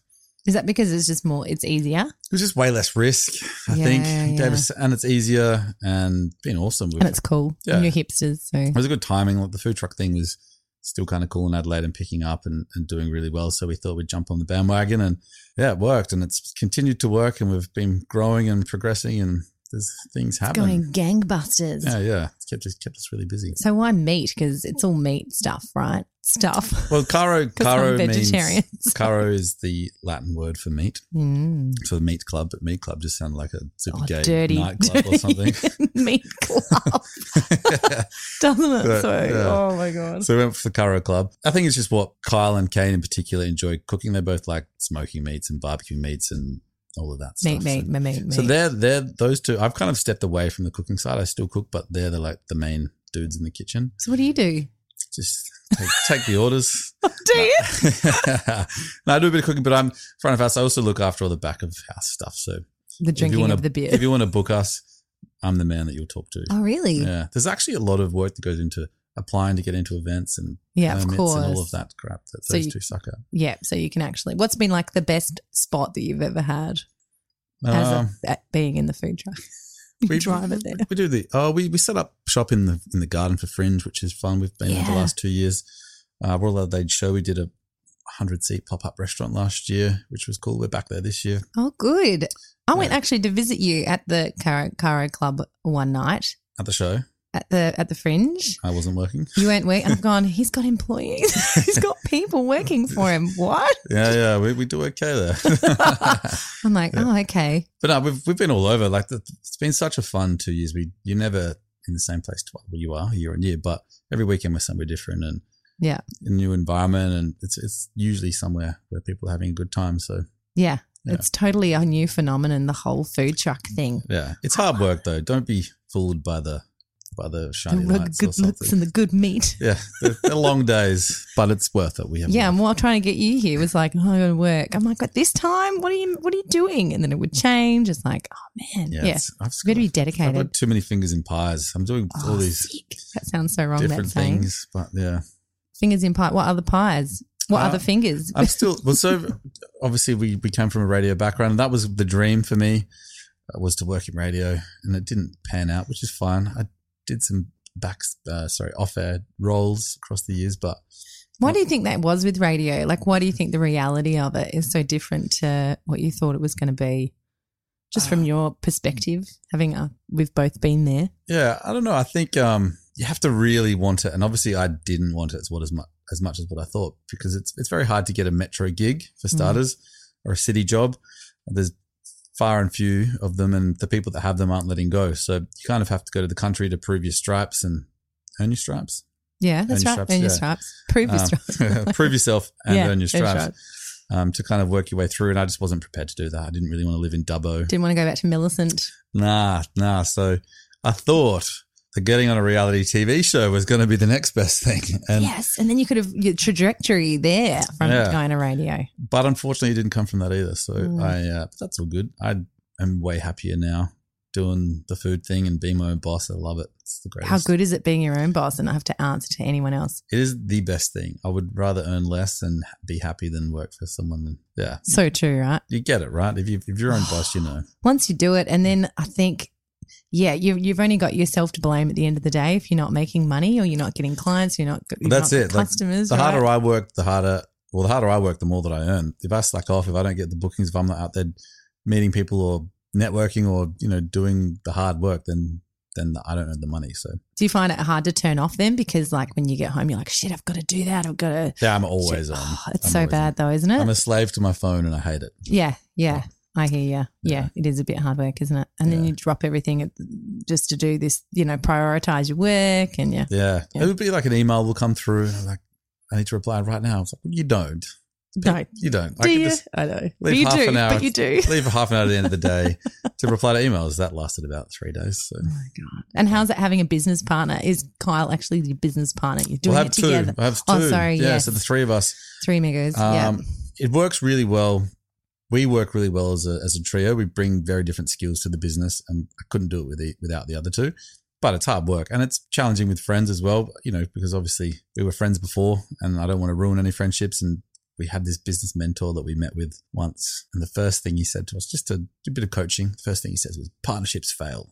[SPEAKER 2] Is that because it's just more, it's easier
[SPEAKER 6] It was just way less risk, I
[SPEAKER 2] Yeah,
[SPEAKER 6] think.
[SPEAKER 2] yeah,
[SPEAKER 6] It gave us- and it's easier and been awesome. We've-
[SPEAKER 2] and it's cool?
[SPEAKER 6] Yeah.
[SPEAKER 2] And you're hipsters. So
[SPEAKER 6] it was a good timing. Like the food truck thing was still kind of cool in Adelaide and picking up and, and doing really well. So we thought we'd jump on the bandwagon and yeah, it worked and it's continued to work and we've been growing and progressing and there's things happening.
[SPEAKER 2] going gangbusters.
[SPEAKER 6] Yeah, yeah. It's kept us kept us really busy.
[SPEAKER 2] So why meat? Because it's all meat stuff, right? Stuff.
[SPEAKER 6] Well, caro caro
[SPEAKER 2] we're
[SPEAKER 6] means
[SPEAKER 2] vegetarians.
[SPEAKER 6] caro is the Latin word for meat.
[SPEAKER 2] Mm.
[SPEAKER 6] For the meat club, but meat club just sounded like a super
[SPEAKER 2] Oh,
[SPEAKER 6] gay
[SPEAKER 2] dirty,
[SPEAKER 6] nightclub or
[SPEAKER 2] dirty
[SPEAKER 6] something.
[SPEAKER 2] meat club, doesn't it?
[SPEAKER 6] But,
[SPEAKER 2] so,
[SPEAKER 6] yeah.
[SPEAKER 2] oh my god.
[SPEAKER 6] So we went for the Curro Club. I think it's just what Kyle and Kane in particular enjoy cooking. They both like smoking meats and barbecue meats and all of that
[SPEAKER 2] meat,
[SPEAKER 6] stuff.
[SPEAKER 2] meat,
[SPEAKER 6] so,
[SPEAKER 2] meat, meat,
[SPEAKER 6] so
[SPEAKER 2] meat.
[SPEAKER 6] they're they're those two. I've kind of stepped away from the cooking side. I still cook, but they're the like the main dudes in the kitchen.
[SPEAKER 2] So what do you do?
[SPEAKER 6] Just take, take the orders.
[SPEAKER 2] Do you?
[SPEAKER 6] no, I do a bit of cooking, but I'm front of house. I also look after all the back of house stuff. So
[SPEAKER 2] The
[SPEAKER 6] if you
[SPEAKER 2] drinking
[SPEAKER 6] want
[SPEAKER 2] of
[SPEAKER 6] to
[SPEAKER 2] the beer.
[SPEAKER 6] if you want to book us, I'm the man that you'll talk to.
[SPEAKER 2] oh really?
[SPEAKER 6] Yeah, there's actually a lot of work that goes into applying to get into events and
[SPEAKER 2] Yeah, of
[SPEAKER 6] permits and um, all
[SPEAKER 2] course.
[SPEAKER 6] of that crap that
[SPEAKER 2] So
[SPEAKER 6] those
[SPEAKER 2] you-
[SPEAKER 6] two suck at.
[SPEAKER 2] Yeah, so you can actually. What's been like the best spot that you've ever had as a-
[SPEAKER 6] Um,
[SPEAKER 2] at being in the food truck? You drive it there.
[SPEAKER 6] We do the oh we, we set up shop in the in the garden for fringe, which is fun. We've been there the
[SPEAKER 2] Yeah.
[SPEAKER 6] last two years. Uh, Royal Adelaide show. We did a hundred seat pop up restaurant last year, which was cool. We're back there this year.
[SPEAKER 2] Oh, good. I went
[SPEAKER 6] Yeah.
[SPEAKER 2] actually to visit you at the Caro, Caro Club one night
[SPEAKER 6] At the show,
[SPEAKER 2] at the at the Fringe.
[SPEAKER 6] I wasn't working.
[SPEAKER 2] You went wait, and I've gone. He's got employees. He's got people working for him. What?
[SPEAKER 6] Yeah, yeah, we, we do okay there.
[SPEAKER 2] I'm like,
[SPEAKER 6] Yeah.
[SPEAKER 2] oh, okay.
[SPEAKER 6] but no, we've we've been all over. Like the, it's been such a fun two years. We you're never in the same place twice. Well, you are year on year, but every weekend we're somewhere different and
[SPEAKER 2] Yeah.
[SPEAKER 6] a new environment, and it's it's usually somewhere where people are having a good time. So
[SPEAKER 2] Yeah.
[SPEAKER 6] Yeah. Mm.
[SPEAKER 2] It's totally a new phenomenon, the whole food truck thing.
[SPEAKER 6] Yeah, it's hard work though. Don't be fooled by the by the
[SPEAKER 2] The
[SPEAKER 6] shiny
[SPEAKER 2] rug-
[SPEAKER 6] lights or
[SPEAKER 2] good looks
[SPEAKER 6] something.
[SPEAKER 2] and the good meat.
[SPEAKER 6] yeah, they're, they're long days, but it's worth it. We have
[SPEAKER 2] Yeah, and what I'm trying to get you here was like, oh, I got to work. I'm like, at this time, what are you, what are you doing? And then it would change. It's like, oh man, yeah,
[SPEAKER 6] it's- I've just
[SPEAKER 2] you got to be
[SPEAKER 6] got, I've
[SPEAKER 2] dedicated.
[SPEAKER 6] got too many fingers in pies. I'm doing
[SPEAKER 2] Oh,
[SPEAKER 6] all these
[SPEAKER 2] sick. That sounds so wrong. That
[SPEAKER 6] different
[SPEAKER 2] saying.
[SPEAKER 6] things, but yeah,
[SPEAKER 2] Fingers in pie. What other pies? What
[SPEAKER 6] Uh,
[SPEAKER 2] other fingers?
[SPEAKER 6] I'm still well. So obviously, we we came from a radio background, and that was the dream for me uh, was to work in radio, and it didn't pan out, which is fine. I did some back uh, sorry off air roles across the years, but
[SPEAKER 2] Why do you think that was with radio? Like, why do you think the reality of it is so different to what you thought it was going to be? Just
[SPEAKER 6] Uh,
[SPEAKER 2] from your perspective, having a, we've both been there.
[SPEAKER 6] Yeah, I don't know. I think um, you have to really want it, and obviously, I didn't want it as what as much as much as what I thought because it's it's very hard to get a metro gig for
[SPEAKER 2] Mm.
[SPEAKER 6] starters or a city job. There's far and few of them, and the people that have them aren't letting go. So you kind of have to go to the country to prove your stripes and earn your stripes.
[SPEAKER 2] Yeah, that's
[SPEAKER 6] your
[SPEAKER 2] right.
[SPEAKER 6] straps,
[SPEAKER 2] Earn your
[SPEAKER 6] yeah.
[SPEAKER 2] straps. Prove your
[SPEAKER 6] Um,
[SPEAKER 2] straps.
[SPEAKER 6] prove yourself and
[SPEAKER 2] Yeah,
[SPEAKER 6] earn your
[SPEAKER 2] earn
[SPEAKER 6] stripes um, to kind of work your way through. And I just wasn't prepared to do that. I didn't really want to live in Dubbo.
[SPEAKER 2] Didn't want to go back to Millicent.
[SPEAKER 6] Nah, nah. So I thought that getting on a reality TV show was going to be the next best thing. And
[SPEAKER 2] yes, and then you could have your trajectory there from
[SPEAKER 6] Yeah.
[SPEAKER 2] going to radio.
[SPEAKER 6] but unfortunately, it didn't come from that either. So
[SPEAKER 2] Mm.
[SPEAKER 6] I, uh, but that's all good. I am way happier now doing the food thing and being my own boss. I love it. It's the greatest.
[SPEAKER 2] How good is it being your own boss and not have to answer to anyone else?
[SPEAKER 6] It is the best thing. I would rather earn less and ha- be happy than work for someone. Yeah,
[SPEAKER 2] So true, right?
[SPEAKER 6] you get it right. If you if you're your own boss, you know.
[SPEAKER 2] Once you do it, and then I think, yeah, you, you've only got yourself to blame at the end of the day if you're not making money or you're not getting clients, you're not, you're
[SPEAKER 6] That's
[SPEAKER 2] not
[SPEAKER 6] it. Like,
[SPEAKER 2] customers.
[SPEAKER 6] The
[SPEAKER 2] right?
[SPEAKER 6] harder I work, the harder. Well, the harder I work, the more that I earn. If I slack off, if I don't get the bookings, if I'm not out there meeting people or networking or you know doing the hard work, then then I don't earn the money. So
[SPEAKER 2] do you find it hard to turn off then? Because like when you get home, you're like, shit, I've got to do that. I've got to.
[SPEAKER 6] yeah, I'm always on.
[SPEAKER 2] it's
[SPEAKER 6] I'm
[SPEAKER 2] so
[SPEAKER 6] always on.
[SPEAKER 2] bad though, isn't it?
[SPEAKER 6] I'm a slave to my phone and I hate it.
[SPEAKER 2] Yeah, yeah. I hear you. Yeah,
[SPEAKER 6] Yeah.
[SPEAKER 2] it is a bit hard work, isn't it? And then
[SPEAKER 6] Yeah.
[SPEAKER 2] you drop everything at- just to do this, you know, prioritize your work and yeah.
[SPEAKER 6] Yeah.
[SPEAKER 2] Yeah.
[SPEAKER 6] It would be like an email will come through and I'm like, I need to reply right now. It's like, well, you don't.
[SPEAKER 2] No,
[SPEAKER 6] You don't. I
[SPEAKER 2] do
[SPEAKER 6] could
[SPEAKER 2] you?
[SPEAKER 6] just
[SPEAKER 2] I know. But
[SPEAKER 6] leave
[SPEAKER 2] you
[SPEAKER 6] half
[SPEAKER 2] do,
[SPEAKER 6] an hour.
[SPEAKER 2] but you do.
[SPEAKER 6] leave half an hour at the end of the day to reply to emails. That lasted about three days. So
[SPEAKER 2] And how's it having a business partner? Is Kyle actually your business partner? You're doing
[SPEAKER 6] we'll have
[SPEAKER 2] it
[SPEAKER 6] two.
[SPEAKER 2] together.
[SPEAKER 6] We'll have two.
[SPEAKER 2] Oh, sorry,
[SPEAKER 6] Yeah.
[SPEAKER 2] yes.
[SPEAKER 6] So the three of us.
[SPEAKER 2] Three megos. yeah.
[SPEAKER 6] Um, It works really well. We work really well as a, as a trio. We bring very different skills to the business, and I couldn't do it with the, without the other two. But it's hard work, and it's challenging with friends as well. You know, because obviously we were friends before, and I don't want to ruin any friendships. And we had this business mentor that we met with once, and the first thing he said to us, just a, a bit of coaching. The first thing he says was, "Partnerships fail."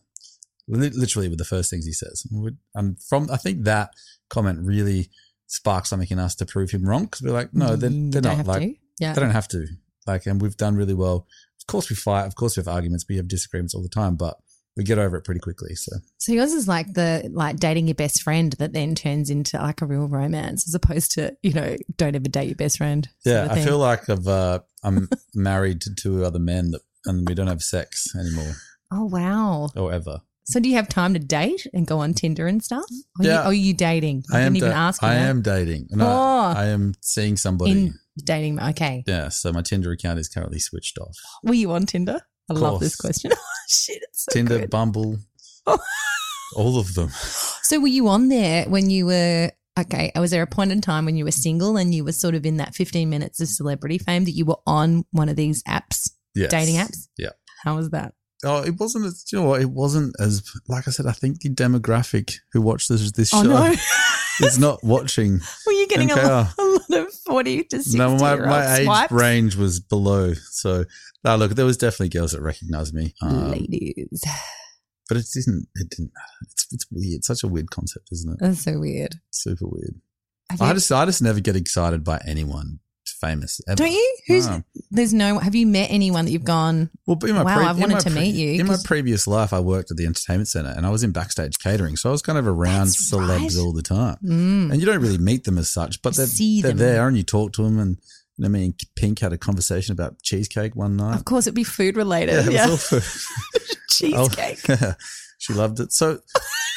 [SPEAKER 6] Li- Literally, with the first things he says, And we- and from I think that comment really sparked something in us to prove him wrong because we're like, no, they're,
[SPEAKER 2] Mm, You
[SPEAKER 6] they're
[SPEAKER 2] don't
[SPEAKER 6] not
[SPEAKER 2] have
[SPEAKER 6] like
[SPEAKER 2] to. Yeah.
[SPEAKER 6] they don't have to. Like, and we've done really well. Of course, we fight. Of course, we have arguments. We have disagreements all the time, but we get over it pretty quickly. So,
[SPEAKER 2] So yours is like the like dating your best friend that then turns into like a real romance as opposed to, you know, don't ever date your best friend. sort
[SPEAKER 6] yeah,
[SPEAKER 2] of
[SPEAKER 6] I
[SPEAKER 2] thing.
[SPEAKER 6] feel like I've uh, I'm married to two other men that, and we don't have sex anymore
[SPEAKER 2] Oh wow.
[SPEAKER 6] or ever.
[SPEAKER 2] So do you have time to date and go on Tinder and stuff? Or
[SPEAKER 6] Yeah.
[SPEAKER 2] You, or are you dating? I,
[SPEAKER 6] I am.
[SPEAKER 2] didn't even
[SPEAKER 6] da-
[SPEAKER 2] ask. you
[SPEAKER 6] I
[SPEAKER 2] that.
[SPEAKER 6] am dating. No,
[SPEAKER 2] Oh.
[SPEAKER 6] I am seeing somebody.
[SPEAKER 2] in dating. Okay.
[SPEAKER 6] yeah, so my Tinder account is currently switched off.
[SPEAKER 2] Were you on Tinder? I
[SPEAKER 6] Of
[SPEAKER 2] love this
[SPEAKER 6] course.
[SPEAKER 2] question. Oh, Shit, it's so
[SPEAKER 6] Tinder,
[SPEAKER 2] good.
[SPEAKER 6] Bumble, all of them.
[SPEAKER 2] So were you on there when you were? Okay, was there a point in time when you were single and you were sort of in that 15 minutes of celebrity fame that you were on one of these apps,
[SPEAKER 6] Yes.
[SPEAKER 2] dating apps?
[SPEAKER 6] Yeah.
[SPEAKER 2] How was that?
[SPEAKER 6] Oh, it wasn't. As, you know what? It wasn't as like I said. I think the demographic who watched this this show.
[SPEAKER 2] Oh, no.
[SPEAKER 6] It's not watching.
[SPEAKER 2] Well, you're getting a lot,
[SPEAKER 6] NKR.
[SPEAKER 2] a lot of 40 to 60
[SPEAKER 6] No, my,
[SPEAKER 2] year old
[SPEAKER 6] my age
[SPEAKER 2] swipes.
[SPEAKER 6] range was below. So, no, look, there was definitely girls that recognized me. Um,
[SPEAKER 2] Ladies.
[SPEAKER 6] but it didn't, it didn't matter. It's, it's weird. Such a weird concept, isn't it?
[SPEAKER 2] That's so weird.
[SPEAKER 6] Super weird.
[SPEAKER 2] Have
[SPEAKER 6] I
[SPEAKER 2] you-
[SPEAKER 6] just, I just never get excited by anyone famous ever.
[SPEAKER 2] don't you? Who's
[SPEAKER 6] No.
[SPEAKER 2] there's no have you met anyone that you've gone
[SPEAKER 6] Well, but in my
[SPEAKER 2] Wow,
[SPEAKER 6] pre-
[SPEAKER 2] I've
[SPEAKER 6] in
[SPEAKER 2] wanted
[SPEAKER 6] my
[SPEAKER 2] to
[SPEAKER 6] pre-
[SPEAKER 2] meet you,
[SPEAKER 6] In my
[SPEAKER 2] 'cause-
[SPEAKER 6] previous life, I worked at the entertainment center and I was in backstage catering, so I was kind of around
[SPEAKER 2] That's
[SPEAKER 6] celebs
[SPEAKER 2] right.
[SPEAKER 6] all the time.
[SPEAKER 2] mm,
[SPEAKER 6] And you don't really meet them as such, but
[SPEAKER 2] You
[SPEAKER 6] they're,
[SPEAKER 2] see
[SPEAKER 6] they're
[SPEAKER 2] them.
[SPEAKER 6] there and you talk to them. And you know, me and Pink had a conversation about cheesecake one night.
[SPEAKER 2] of course it'd be food
[SPEAKER 6] Yeah,
[SPEAKER 2] related.
[SPEAKER 6] it
[SPEAKER 2] Yeah.
[SPEAKER 6] was awful.
[SPEAKER 2] Cheesecake.
[SPEAKER 6] Oh, she loved it. So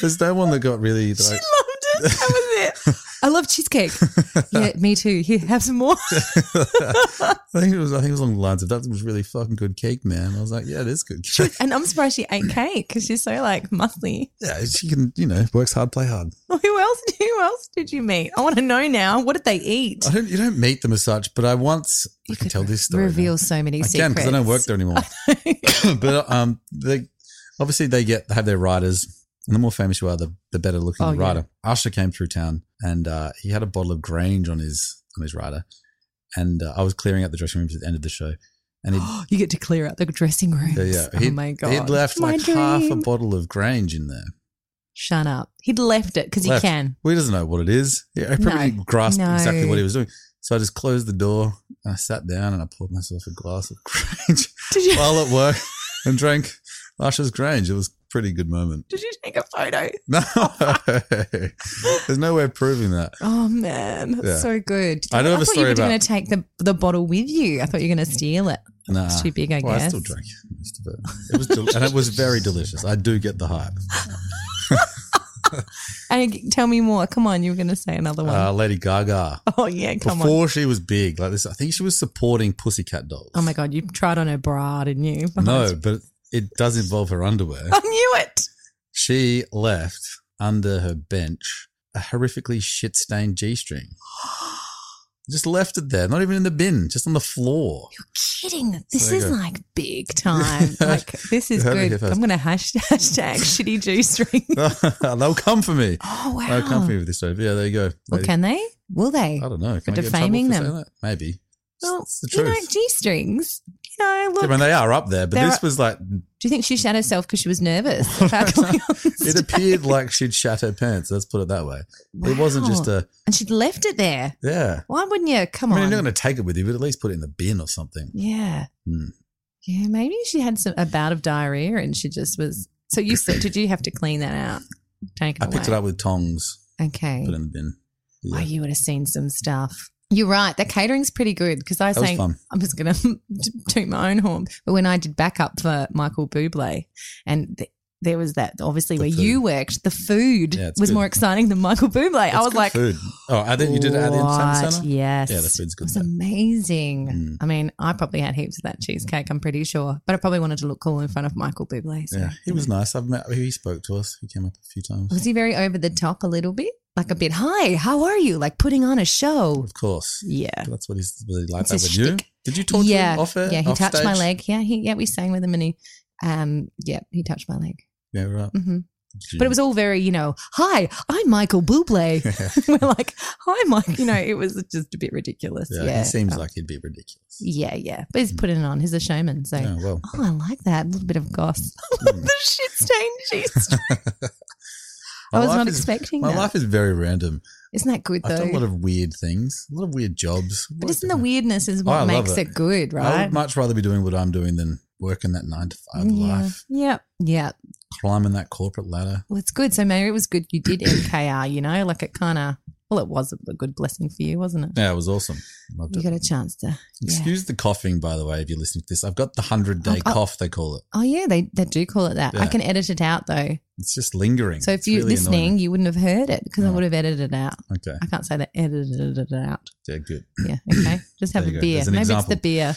[SPEAKER 6] there's no one that got really
[SPEAKER 2] She
[SPEAKER 6] like,
[SPEAKER 2] loved it. That was it. I love cheesecake. yeah, me too. Here, have some more.
[SPEAKER 6] I think it was I think it was along the lines of that was really fucking good cake, man. I was like, yeah, it is good cake.
[SPEAKER 2] and I'm surprised she ate cake because she's so like muscly.
[SPEAKER 6] Yeah, she can, you know, works hard, play hard.
[SPEAKER 2] Who else? Who else did you meet? I want to know now. What did they eat?
[SPEAKER 6] I don't you don't meet them as such, but I once I can
[SPEAKER 2] could
[SPEAKER 6] tell this story. now.
[SPEAKER 2] Reveal so many
[SPEAKER 6] I
[SPEAKER 2] secrets.
[SPEAKER 6] can because I don't work there anymore. but um, they obviously they get they have their riders, and the more famous you are, the, the better looking
[SPEAKER 2] Oh,
[SPEAKER 6] the
[SPEAKER 2] yeah.
[SPEAKER 6] rider. Usher came through town, and uh, he had a bottle of Grange on his on his rider, and uh, I was clearing out the dressing rooms at the end of the show, and he
[SPEAKER 2] you get to clear out the dressing rooms.
[SPEAKER 6] yeah, yeah.
[SPEAKER 2] oh my god.
[SPEAKER 6] he'd left
[SPEAKER 2] My
[SPEAKER 6] like half a
[SPEAKER 2] dream.
[SPEAKER 6] bottle of Grange in there.
[SPEAKER 2] Shut up. He'd left it because he
[SPEAKER 6] Left.
[SPEAKER 2] can.
[SPEAKER 6] Well, he doesn't know what it is. Yeah, I probably
[SPEAKER 2] No.
[SPEAKER 6] grasped
[SPEAKER 2] No.
[SPEAKER 6] exactly what he was doing. So I just closed the door and I sat down and I poured myself a glass of Grange
[SPEAKER 2] Did you?
[SPEAKER 6] while at work and drank Usher's Grange. It was a pretty good moment.
[SPEAKER 2] did you take a photo?
[SPEAKER 6] No, there's no way of proving that.
[SPEAKER 2] Oh man, that's
[SPEAKER 6] Yeah.
[SPEAKER 2] so good.
[SPEAKER 6] I do have a
[SPEAKER 2] thought
[SPEAKER 6] story
[SPEAKER 2] you were
[SPEAKER 6] about-
[SPEAKER 2] going to take the the bottle with you. I thought you were going to steal it.
[SPEAKER 6] Nah.
[SPEAKER 2] It's too big, I
[SPEAKER 6] Well, I
[SPEAKER 2] guess.
[SPEAKER 6] still drank most of it. It was del- and it was very delicious. I do get the hype.
[SPEAKER 2] And tell me more. Come on, you were going to say another one.
[SPEAKER 6] Uh, Lady Gaga,
[SPEAKER 2] oh yeah, come on.
[SPEAKER 6] before she was big, like this, I think she was supporting Pussycat Dolls.
[SPEAKER 2] Oh my god, you tried on her bra, didn't you?
[SPEAKER 6] No, but it does involve her underwear.
[SPEAKER 2] I knew it.
[SPEAKER 6] She left under her bench a horrifically shit stained G string. Just left it there, not even in the bin, just on the floor.
[SPEAKER 2] Kidding. This
[SPEAKER 6] There you
[SPEAKER 2] is
[SPEAKER 6] go.
[SPEAKER 2] like big time. like this is
[SPEAKER 6] You heard it here
[SPEAKER 2] good.
[SPEAKER 6] first.
[SPEAKER 2] I'm going to hashtag, hashtag shitty G string.
[SPEAKER 6] They'll come for me.
[SPEAKER 2] Oh
[SPEAKER 6] They'll come
[SPEAKER 2] wow.
[SPEAKER 6] for me with this story. Yeah, there you go.
[SPEAKER 2] Well,
[SPEAKER 6] They-
[SPEAKER 2] can they? Will they?
[SPEAKER 6] I don't know.
[SPEAKER 2] For
[SPEAKER 6] Can I get in
[SPEAKER 2] defaming
[SPEAKER 6] trouble for
[SPEAKER 2] them.
[SPEAKER 6] saying that? Maybe. It's-
[SPEAKER 2] Well,
[SPEAKER 6] it's Uh, the
[SPEAKER 2] you know,
[SPEAKER 6] truth.
[SPEAKER 2] G strings. You know,
[SPEAKER 6] I
[SPEAKER 2] look.
[SPEAKER 6] mean, they are up there, but
[SPEAKER 2] They're
[SPEAKER 6] this
[SPEAKER 2] up-
[SPEAKER 6] was like,
[SPEAKER 2] Do you think she shat herself because she was nervous?
[SPEAKER 6] it
[SPEAKER 2] it
[SPEAKER 6] appeared like she'd shat her pants. Let's put it that way. It wasn't just a,
[SPEAKER 2] Oh, And she'd left it there.
[SPEAKER 6] yeah.
[SPEAKER 2] Why wouldn't you? Come
[SPEAKER 6] I mean,
[SPEAKER 2] on.
[SPEAKER 6] you're not going to take it with you, but at least put it in the bin or something.
[SPEAKER 2] yeah.
[SPEAKER 6] Hmm.
[SPEAKER 2] Yeah. Maybe she had some a bout of diarrhea and she just was. So you said, did you have to clean that out? Take it
[SPEAKER 6] I picked it
[SPEAKER 2] away?
[SPEAKER 6] up with tongs,
[SPEAKER 2] Okay.
[SPEAKER 6] put it in the bin.
[SPEAKER 2] Oh,
[SPEAKER 6] Yeah.
[SPEAKER 2] you would have seen some stuff. You're right. The catering's pretty good because I was
[SPEAKER 6] That was
[SPEAKER 2] saying
[SPEAKER 6] fun.
[SPEAKER 2] I'm just going to toot my own horn. But when I did backup for Michael Bublé, and th- there was that obviously
[SPEAKER 6] The
[SPEAKER 2] where
[SPEAKER 6] food.
[SPEAKER 2] you worked, the food
[SPEAKER 6] Yeah, it's
[SPEAKER 2] was
[SPEAKER 6] good.
[SPEAKER 2] more exciting than Michael Bublé. I
[SPEAKER 6] It's
[SPEAKER 2] was
[SPEAKER 6] good
[SPEAKER 2] like,
[SPEAKER 6] food. Oh, I think you did it at the
[SPEAKER 2] "What?
[SPEAKER 6] entertainment center.
[SPEAKER 2] Yes,
[SPEAKER 6] Yeah, the food's good
[SPEAKER 2] It was
[SPEAKER 6] there.
[SPEAKER 2] amazing.
[SPEAKER 6] Mm.
[SPEAKER 2] I mean, I probably had heaps of that cheesecake. I'm pretty sure, but I probably wanted to look cool in front of Michael Bublé. so,
[SPEAKER 6] Yeah, he
[SPEAKER 2] you
[SPEAKER 6] was
[SPEAKER 2] know.
[SPEAKER 6] nice. I've met. He spoke to us. He came up a few times.
[SPEAKER 2] Was he very over the top a little bit? Like a bit. Hi, how are you? Like putting on a show.
[SPEAKER 6] Of course,
[SPEAKER 2] Yeah.
[SPEAKER 6] that's what he's really like.
[SPEAKER 2] It's
[SPEAKER 6] That
[SPEAKER 2] his
[SPEAKER 6] with you.
[SPEAKER 2] shtick.
[SPEAKER 6] Did you talk
[SPEAKER 2] yeah,
[SPEAKER 6] to him off air?
[SPEAKER 2] yeah. He
[SPEAKER 6] off
[SPEAKER 2] touched my
[SPEAKER 6] stage?
[SPEAKER 2] leg. Yeah, he yeah we sang with him and he, um, yeah, he touched my leg.
[SPEAKER 6] Yeah, right.
[SPEAKER 2] hmm
[SPEAKER 6] Did
[SPEAKER 2] But
[SPEAKER 6] you-
[SPEAKER 2] it was all very, you know, hi, I'm Michael Bublé. We're like, hi, Mike. You know, it was just a bit ridiculous.
[SPEAKER 6] Yeah,
[SPEAKER 2] Yeah,
[SPEAKER 6] he seems
[SPEAKER 2] Oh,
[SPEAKER 6] like he'd be ridiculous.
[SPEAKER 2] Yeah, yeah. But he's putting it on. He's a showman. So,
[SPEAKER 6] Yeah, well,
[SPEAKER 2] oh, I like that. A little bit of goss.
[SPEAKER 6] Hmm.
[SPEAKER 2] the shit stained cheese. I
[SPEAKER 6] My
[SPEAKER 2] was
[SPEAKER 6] life
[SPEAKER 2] not
[SPEAKER 6] is-
[SPEAKER 2] expecting
[SPEAKER 6] My
[SPEAKER 2] that.
[SPEAKER 6] life is very random.
[SPEAKER 2] Isn't that good
[SPEAKER 6] I've done a
[SPEAKER 2] though?
[SPEAKER 6] lot of weird things, a lot of weird jobs.
[SPEAKER 2] but isn't the weirdness is what
[SPEAKER 6] Oh, I love
[SPEAKER 2] makes
[SPEAKER 6] it.
[SPEAKER 2] it. good,
[SPEAKER 6] I
[SPEAKER 2] right? Mm,
[SPEAKER 6] would much rather be doing what I'm doing than working that nine to five
[SPEAKER 2] yeah.
[SPEAKER 6] life,
[SPEAKER 2] yeah, yeah.
[SPEAKER 6] climbing that corporate ladder.
[SPEAKER 2] Well, it's good. So maybe it was good you did MKR, you know, like it kind of, well, it was a good blessing for you, wasn't it?
[SPEAKER 6] Yeah, it was awesome. Loved
[SPEAKER 2] You
[SPEAKER 6] it.
[SPEAKER 2] got a chance to.
[SPEAKER 6] Excuse the coughing, by the way, if you're listening to this. I've got the hundred day
[SPEAKER 2] Oh, oh.
[SPEAKER 6] cough. They call it.
[SPEAKER 2] Oh, yeah, they, they do call it that.
[SPEAKER 6] Yeah.
[SPEAKER 2] I can edit it out though.
[SPEAKER 6] It's just lingering.
[SPEAKER 2] So if
[SPEAKER 6] It's
[SPEAKER 2] you're
[SPEAKER 6] really
[SPEAKER 2] listening,
[SPEAKER 6] annoying.
[SPEAKER 2] you wouldn't have heard it because I
[SPEAKER 6] No.
[SPEAKER 2] would have edited it out.
[SPEAKER 6] okay,
[SPEAKER 2] I can't say that edited it out.
[SPEAKER 6] yeah, good.
[SPEAKER 2] Yeah, okay. Just have
[SPEAKER 6] There
[SPEAKER 2] a
[SPEAKER 6] you go.
[SPEAKER 2] beer.
[SPEAKER 6] There's an
[SPEAKER 2] Maybe it's
[SPEAKER 6] example.
[SPEAKER 2] the beer.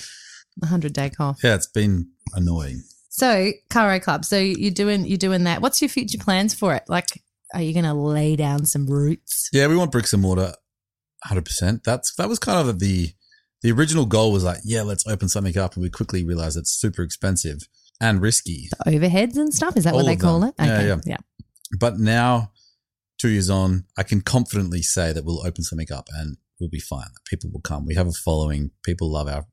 [SPEAKER 2] A hundred day cough.
[SPEAKER 6] Yeah, it's been annoying.
[SPEAKER 2] So Cairo Club. So you're doing you're doing that. What's your future plans for it? Like, are you going to lay down some roots?
[SPEAKER 6] Yeah, we want bricks and mortar, hundred percent. That's that was kind of the the original goal was like, yeah, let's open something up, and we quickly realized it's super expensive and risky.
[SPEAKER 2] Overheads and stuff. Is that
[SPEAKER 6] All
[SPEAKER 2] what they
[SPEAKER 6] of
[SPEAKER 2] call
[SPEAKER 6] them.
[SPEAKER 2] it?
[SPEAKER 6] Yeah, yeah. But now two years on, I can confidently say that we'll open something up and we'll be fine. People will come. We have a following. People love our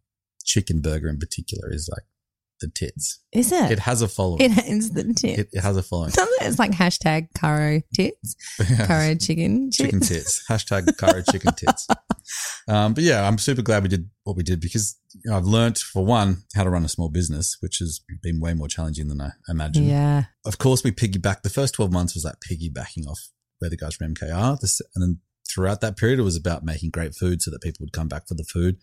[SPEAKER 6] chicken burger in particular is like the tits.
[SPEAKER 2] Is it?
[SPEAKER 6] It has a following.
[SPEAKER 2] It ends the tip.
[SPEAKER 6] It, it has a following.
[SPEAKER 2] Doesn't it? It's like hashtag Caro tits, Caro chicken,
[SPEAKER 6] chicken
[SPEAKER 2] tits.
[SPEAKER 6] tits. Hashtag Cairo chicken tits. Um, but yeah, I'm super glad we did what we did because you know, I've learnt for one, how to run a small business, which has been way more challenging than I imagined.
[SPEAKER 2] Yeah.
[SPEAKER 6] Of course, we piggyback. The first 12 months was that piggybacking off where the guys from MK are. This, and then throughout that period, it was about making great food so that people would come back for the food.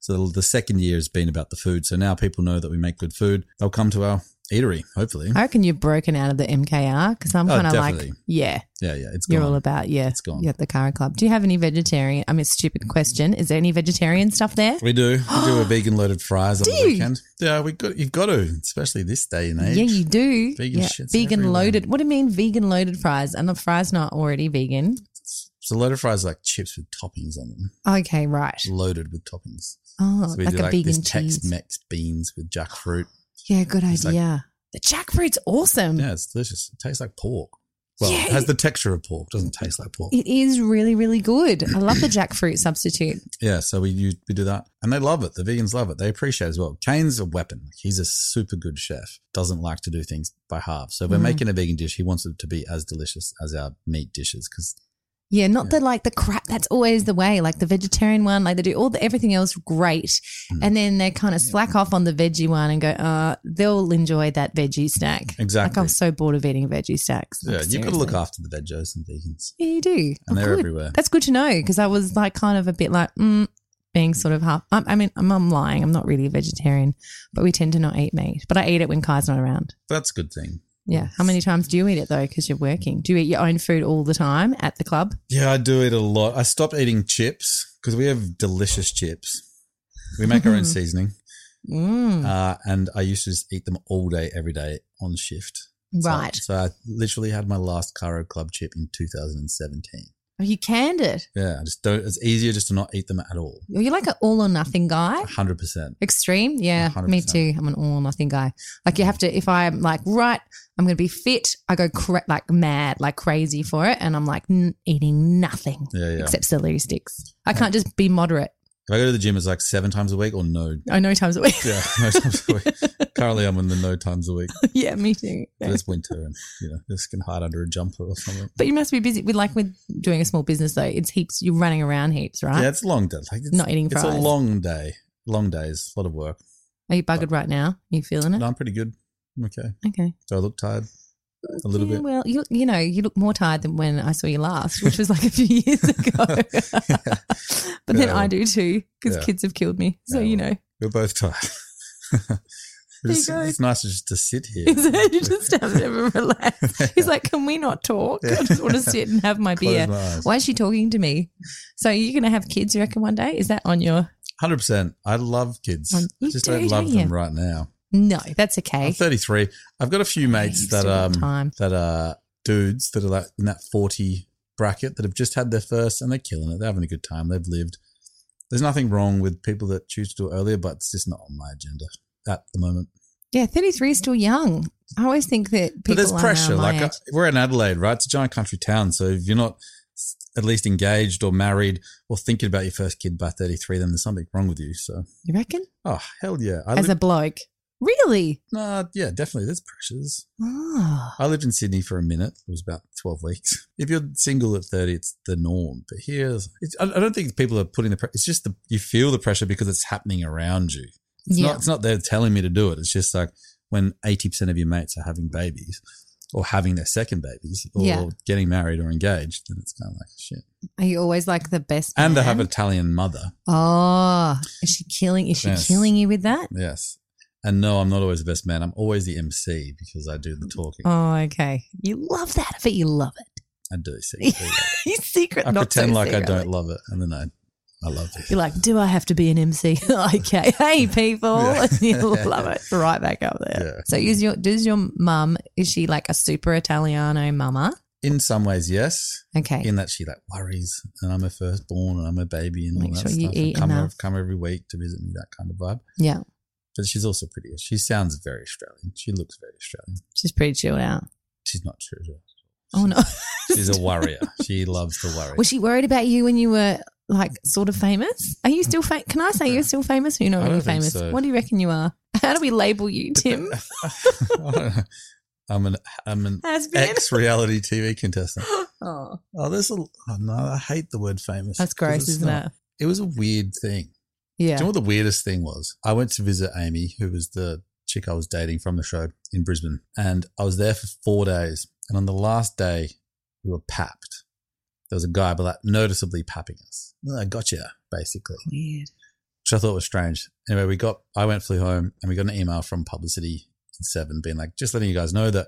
[SPEAKER 6] So the second year has been about the food. So now people know that we make good food. They'll come to our eatery, hopefully.
[SPEAKER 2] I reckon you've broken out of the MKR because I'm
[SPEAKER 6] Oh,
[SPEAKER 2] kind of like,
[SPEAKER 6] definitely.
[SPEAKER 2] yeah,
[SPEAKER 6] Yeah, yeah, it's
[SPEAKER 2] you're
[SPEAKER 6] gone.
[SPEAKER 2] all about, yeah.
[SPEAKER 6] It's gone.
[SPEAKER 2] Yeah, the Caro Club. Do you have any vegetarian? I mean, stupid question. Is there any vegetarian stuff there?
[SPEAKER 6] We do. We do a vegan loaded fries on
[SPEAKER 2] Do
[SPEAKER 6] the
[SPEAKER 2] you?
[SPEAKER 6] weekend. Yeah, we got you've got to, especially this day and age.
[SPEAKER 2] Yeah, you do.
[SPEAKER 6] Vegan
[SPEAKER 2] yeah.
[SPEAKER 6] shit's
[SPEAKER 2] vegan
[SPEAKER 6] everywhere.
[SPEAKER 2] loaded. What do you mean vegan loaded fries? And the fries not already vegan.
[SPEAKER 6] So loaded fries are like chips with toppings on them,
[SPEAKER 2] Okay, right.
[SPEAKER 6] loaded with toppings.
[SPEAKER 2] Oh,
[SPEAKER 6] So we
[SPEAKER 2] like
[SPEAKER 6] do
[SPEAKER 2] a
[SPEAKER 6] like this
[SPEAKER 2] vegan cheese.
[SPEAKER 6] Tex-Mex beans with jackfruit.
[SPEAKER 2] yeah, good
[SPEAKER 6] It's like-
[SPEAKER 2] idea. the jackfruit's awesome.
[SPEAKER 6] Yeah, it's delicious. It tastes like pork. Well,
[SPEAKER 2] Yeah,
[SPEAKER 6] it has
[SPEAKER 2] it-
[SPEAKER 6] the texture of pork. Doesn't taste like pork.
[SPEAKER 2] It is really, really good. I love the jackfruit substitute.
[SPEAKER 6] Yeah, so we use, we do that, and they love it. The vegans love it. They appreciate it as well. Kane's a weapon. He's a super good chef. Doesn't like to do things by halves. So if we're
[SPEAKER 2] Mm.
[SPEAKER 6] making a vegan dish, he wants it to be as delicious as our meat dishes because
[SPEAKER 2] Yeah, not
[SPEAKER 6] Yeah.
[SPEAKER 2] the like the crap. That's always the way. Like the vegetarian one, like they do all the everything else great, and then they kind of slack off on the veggie one and go, uh, they'll enjoy that veggie snack. Like
[SPEAKER 6] Exactly.
[SPEAKER 2] I'm so bored of eating veggie snacks. Like,
[SPEAKER 6] yeah, you've got to look
[SPEAKER 2] seriously.
[SPEAKER 6] after the veggies and vegans.
[SPEAKER 2] Yeah, you do.
[SPEAKER 6] And
[SPEAKER 2] Oh,
[SPEAKER 6] they're
[SPEAKER 2] good.
[SPEAKER 6] everywhere.
[SPEAKER 2] That's good to know because I was like kind of a bit like mm, being sort of half. I, I mean, I'm, I'm lying. I'm not really a vegetarian, but we tend to not eat meat. But I eat it when Kai's not around.
[SPEAKER 6] That's a good thing.
[SPEAKER 2] Yeah. How many times do you eat it though? Because you're working. Do you eat your own food all the time at the club?
[SPEAKER 6] Yeah, I do it a lot. I stopped eating chips because we have delicious chips. We make our own seasoning,
[SPEAKER 2] Mm-hmm. Mm.
[SPEAKER 6] uh, and I used to just eat them all day, every day on shift. So-
[SPEAKER 2] right.
[SPEAKER 6] So, I literally had my last Caro Club chip in 2017.
[SPEAKER 2] Oh, you canned it.
[SPEAKER 6] Yeah, I just don't. It's easier just to not eat them at all.
[SPEAKER 2] You're like an all or nothing guy.
[SPEAKER 6] hundred percent.
[SPEAKER 2] Extreme, yeah, me
[SPEAKER 6] 100%.
[SPEAKER 2] too. I'm an all or nothing guy. Like you have to. If I'm like right, I'm going to be fit. I go cra- like mad, like crazy for it, and I'm like n- eating nothing
[SPEAKER 6] Yeah, yeah.
[SPEAKER 2] except celery sticks. I can't just be moderate.
[SPEAKER 6] If I go to the gym, it's like seven times a week or no.
[SPEAKER 2] I know times a week.
[SPEAKER 6] Yeah, no times a week. Currently, I'm in the no times a week.
[SPEAKER 2] yeah, me too.
[SPEAKER 6] But it's winter, and you know, just can hide under a jumper or something.
[SPEAKER 2] But you must be busy with like with doing a small business though. It's heaps. You're running around heaps, right?
[SPEAKER 6] Yeah, it's a long day. Like it's,
[SPEAKER 2] Not eating
[SPEAKER 6] It's a
[SPEAKER 2] fries.
[SPEAKER 6] long day. Long days. A lot of work.
[SPEAKER 2] Are you buggered right now? Are you feeling it?
[SPEAKER 6] No, I'm pretty good. I'm okay.
[SPEAKER 2] Okay.
[SPEAKER 6] Do I look tired? A little
[SPEAKER 2] Yeah,
[SPEAKER 6] bit.
[SPEAKER 2] Well, you you know, you look more tired than when I saw you last, which was like a few years ago. but then
[SPEAKER 6] Yeah,
[SPEAKER 2] I
[SPEAKER 6] well,
[SPEAKER 2] do too because
[SPEAKER 6] yeah.
[SPEAKER 2] kids have killed me. So
[SPEAKER 6] Yeah,
[SPEAKER 2] you
[SPEAKER 6] well,
[SPEAKER 2] know,
[SPEAKER 6] We're both tired. it's,
[SPEAKER 2] go.
[SPEAKER 6] it's nice just to sit here.
[SPEAKER 2] you just have to ever relax. He's like, "Can we not talk? I just want to sit and have my
[SPEAKER 6] Close
[SPEAKER 2] beer."
[SPEAKER 6] my eyes.
[SPEAKER 2] Why is she talking to me? So you're gonna have kids? You reckon one day? Is that on your?
[SPEAKER 6] Hundred percent. I love kids.
[SPEAKER 2] Um,
[SPEAKER 6] I
[SPEAKER 2] you
[SPEAKER 6] just
[SPEAKER 2] do,
[SPEAKER 6] don't love
[SPEAKER 2] don't
[SPEAKER 6] them
[SPEAKER 2] you?
[SPEAKER 6] right now.
[SPEAKER 2] No, that's okay.
[SPEAKER 6] I'm 33. I've got a few mates
[SPEAKER 2] you've
[SPEAKER 6] that
[SPEAKER 2] still got
[SPEAKER 6] um
[SPEAKER 2] time.
[SPEAKER 6] that are dudes that are like in that 40 bracket that have just had their first and they're killing it. They're having a good time. They've lived. There's nothing wrong with people that choose to do it earlier, but it's just not on my agenda at the moment.
[SPEAKER 2] yeah, 33 is still young. I always think that people
[SPEAKER 6] but there's
[SPEAKER 2] are now
[SPEAKER 6] pressure.
[SPEAKER 2] my
[SPEAKER 6] Like uh
[SPEAKER 2] age.
[SPEAKER 6] we're in Adelaide, right? It's a giant country town. So if you're not s- at least engaged or married or thinking about your first kid by 33, then there's something wrong with you. So,
[SPEAKER 2] you reckon?
[SPEAKER 6] oh hell yeah, I
[SPEAKER 2] As a
[SPEAKER 6] lived,
[SPEAKER 2] bloke, really?
[SPEAKER 6] nah, yeah, definitely. There's pressures.
[SPEAKER 2] Oh.
[SPEAKER 6] I lived in Sydney for a minute. It was about 12 weeks. If you're single at 30, it's the norm. But here, it's, I I don't think people are putting the pressure. It's just the, you feel the pressure because it's happening around you. It's,
[SPEAKER 2] Yeah.
[SPEAKER 6] not, it's not they're telling me to do it. It's just like when 80% of your mates are having babies or having their second babies or
[SPEAKER 2] Yeah.
[SPEAKER 6] getting married or engaged, then it's kind of like shit.
[SPEAKER 2] Are you always like the best?
[SPEAKER 6] And they
[SPEAKER 2] man?
[SPEAKER 6] have an Italian mother.
[SPEAKER 2] Oh, is she killing? Is she
[SPEAKER 6] Yes.
[SPEAKER 2] killing you with that?
[SPEAKER 6] Yes. And no, I'm not always the best man. I'm always the MC because I do the talking.
[SPEAKER 2] Oh, okay. You love that, but you love it.
[SPEAKER 6] I do secretly.
[SPEAKER 2] You secret.
[SPEAKER 6] I
[SPEAKER 2] not so
[SPEAKER 6] pretend like I
[SPEAKER 2] secretly.
[SPEAKER 6] don't love it, and then I, I love it.
[SPEAKER 2] You're like, do I have to be an MC? okay, hey people,
[SPEAKER 6] Yeah.
[SPEAKER 2] you love it. Right back up there.
[SPEAKER 6] Yeah.
[SPEAKER 2] So is your does your mum? Is she like a super Italiano mama?
[SPEAKER 6] In some ways, yes.
[SPEAKER 2] Okay.
[SPEAKER 6] In that she like worries, and I'm her firstborn, and I'm a baby, and all
[SPEAKER 2] Make
[SPEAKER 6] that
[SPEAKER 2] sure
[SPEAKER 6] stuff.
[SPEAKER 2] you
[SPEAKER 6] and
[SPEAKER 2] eat
[SPEAKER 6] come, ev-
[SPEAKER 2] enough.
[SPEAKER 6] come every week to visit me, that kind of vibe.
[SPEAKER 2] yeah,
[SPEAKER 6] But she's also pretty. She sounds very Australian. She looks very Australian.
[SPEAKER 2] she's pretty chilled out.
[SPEAKER 6] She's not true.
[SPEAKER 2] Oh no.
[SPEAKER 6] She's a warrior. She loves to worry.
[SPEAKER 2] Was she worried about you when you were like sort of famous? Are you still famous? Can I say you're still famous? Or you're
[SPEAKER 6] I
[SPEAKER 2] not
[SPEAKER 6] don't
[SPEAKER 2] really
[SPEAKER 6] think
[SPEAKER 2] famous.
[SPEAKER 6] so.
[SPEAKER 2] What do you reckon you are? How do we label you, Tim?
[SPEAKER 6] I don't know. I'm an I'm an
[SPEAKER 2] Has been.
[SPEAKER 6] ex reality TV contestant.
[SPEAKER 2] Oh,
[SPEAKER 6] Oh, there's a oh no, I hate the word famous.
[SPEAKER 2] that's
[SPEAKER 6] 'Cause
[SPEAKER 2] gross,
[SPEAKER 6] it's
[SPEAKER 2] isn't
[SPEAKER 6] not-
[SPEAKER 2] it?
[SPEAKER 6] It was a weird thing.
[SPEAKER 2] Yeah.
[SPEAKER 6] Do you know what the weirdest thing was? I went to visit Amy, who was the chick I was dating from the show in Brisbane, and I was there for four days. And on the last day, we were papped. There was a guy, but like noticeably papping us. "Oh, I got you, basically,
[SPEAKER 2] Weird.
[SPEAKER 6] which I thought was strange. Anyway, we got. I went flew home, and we got an email from Publicity in Seven, being like, just letting you guys know that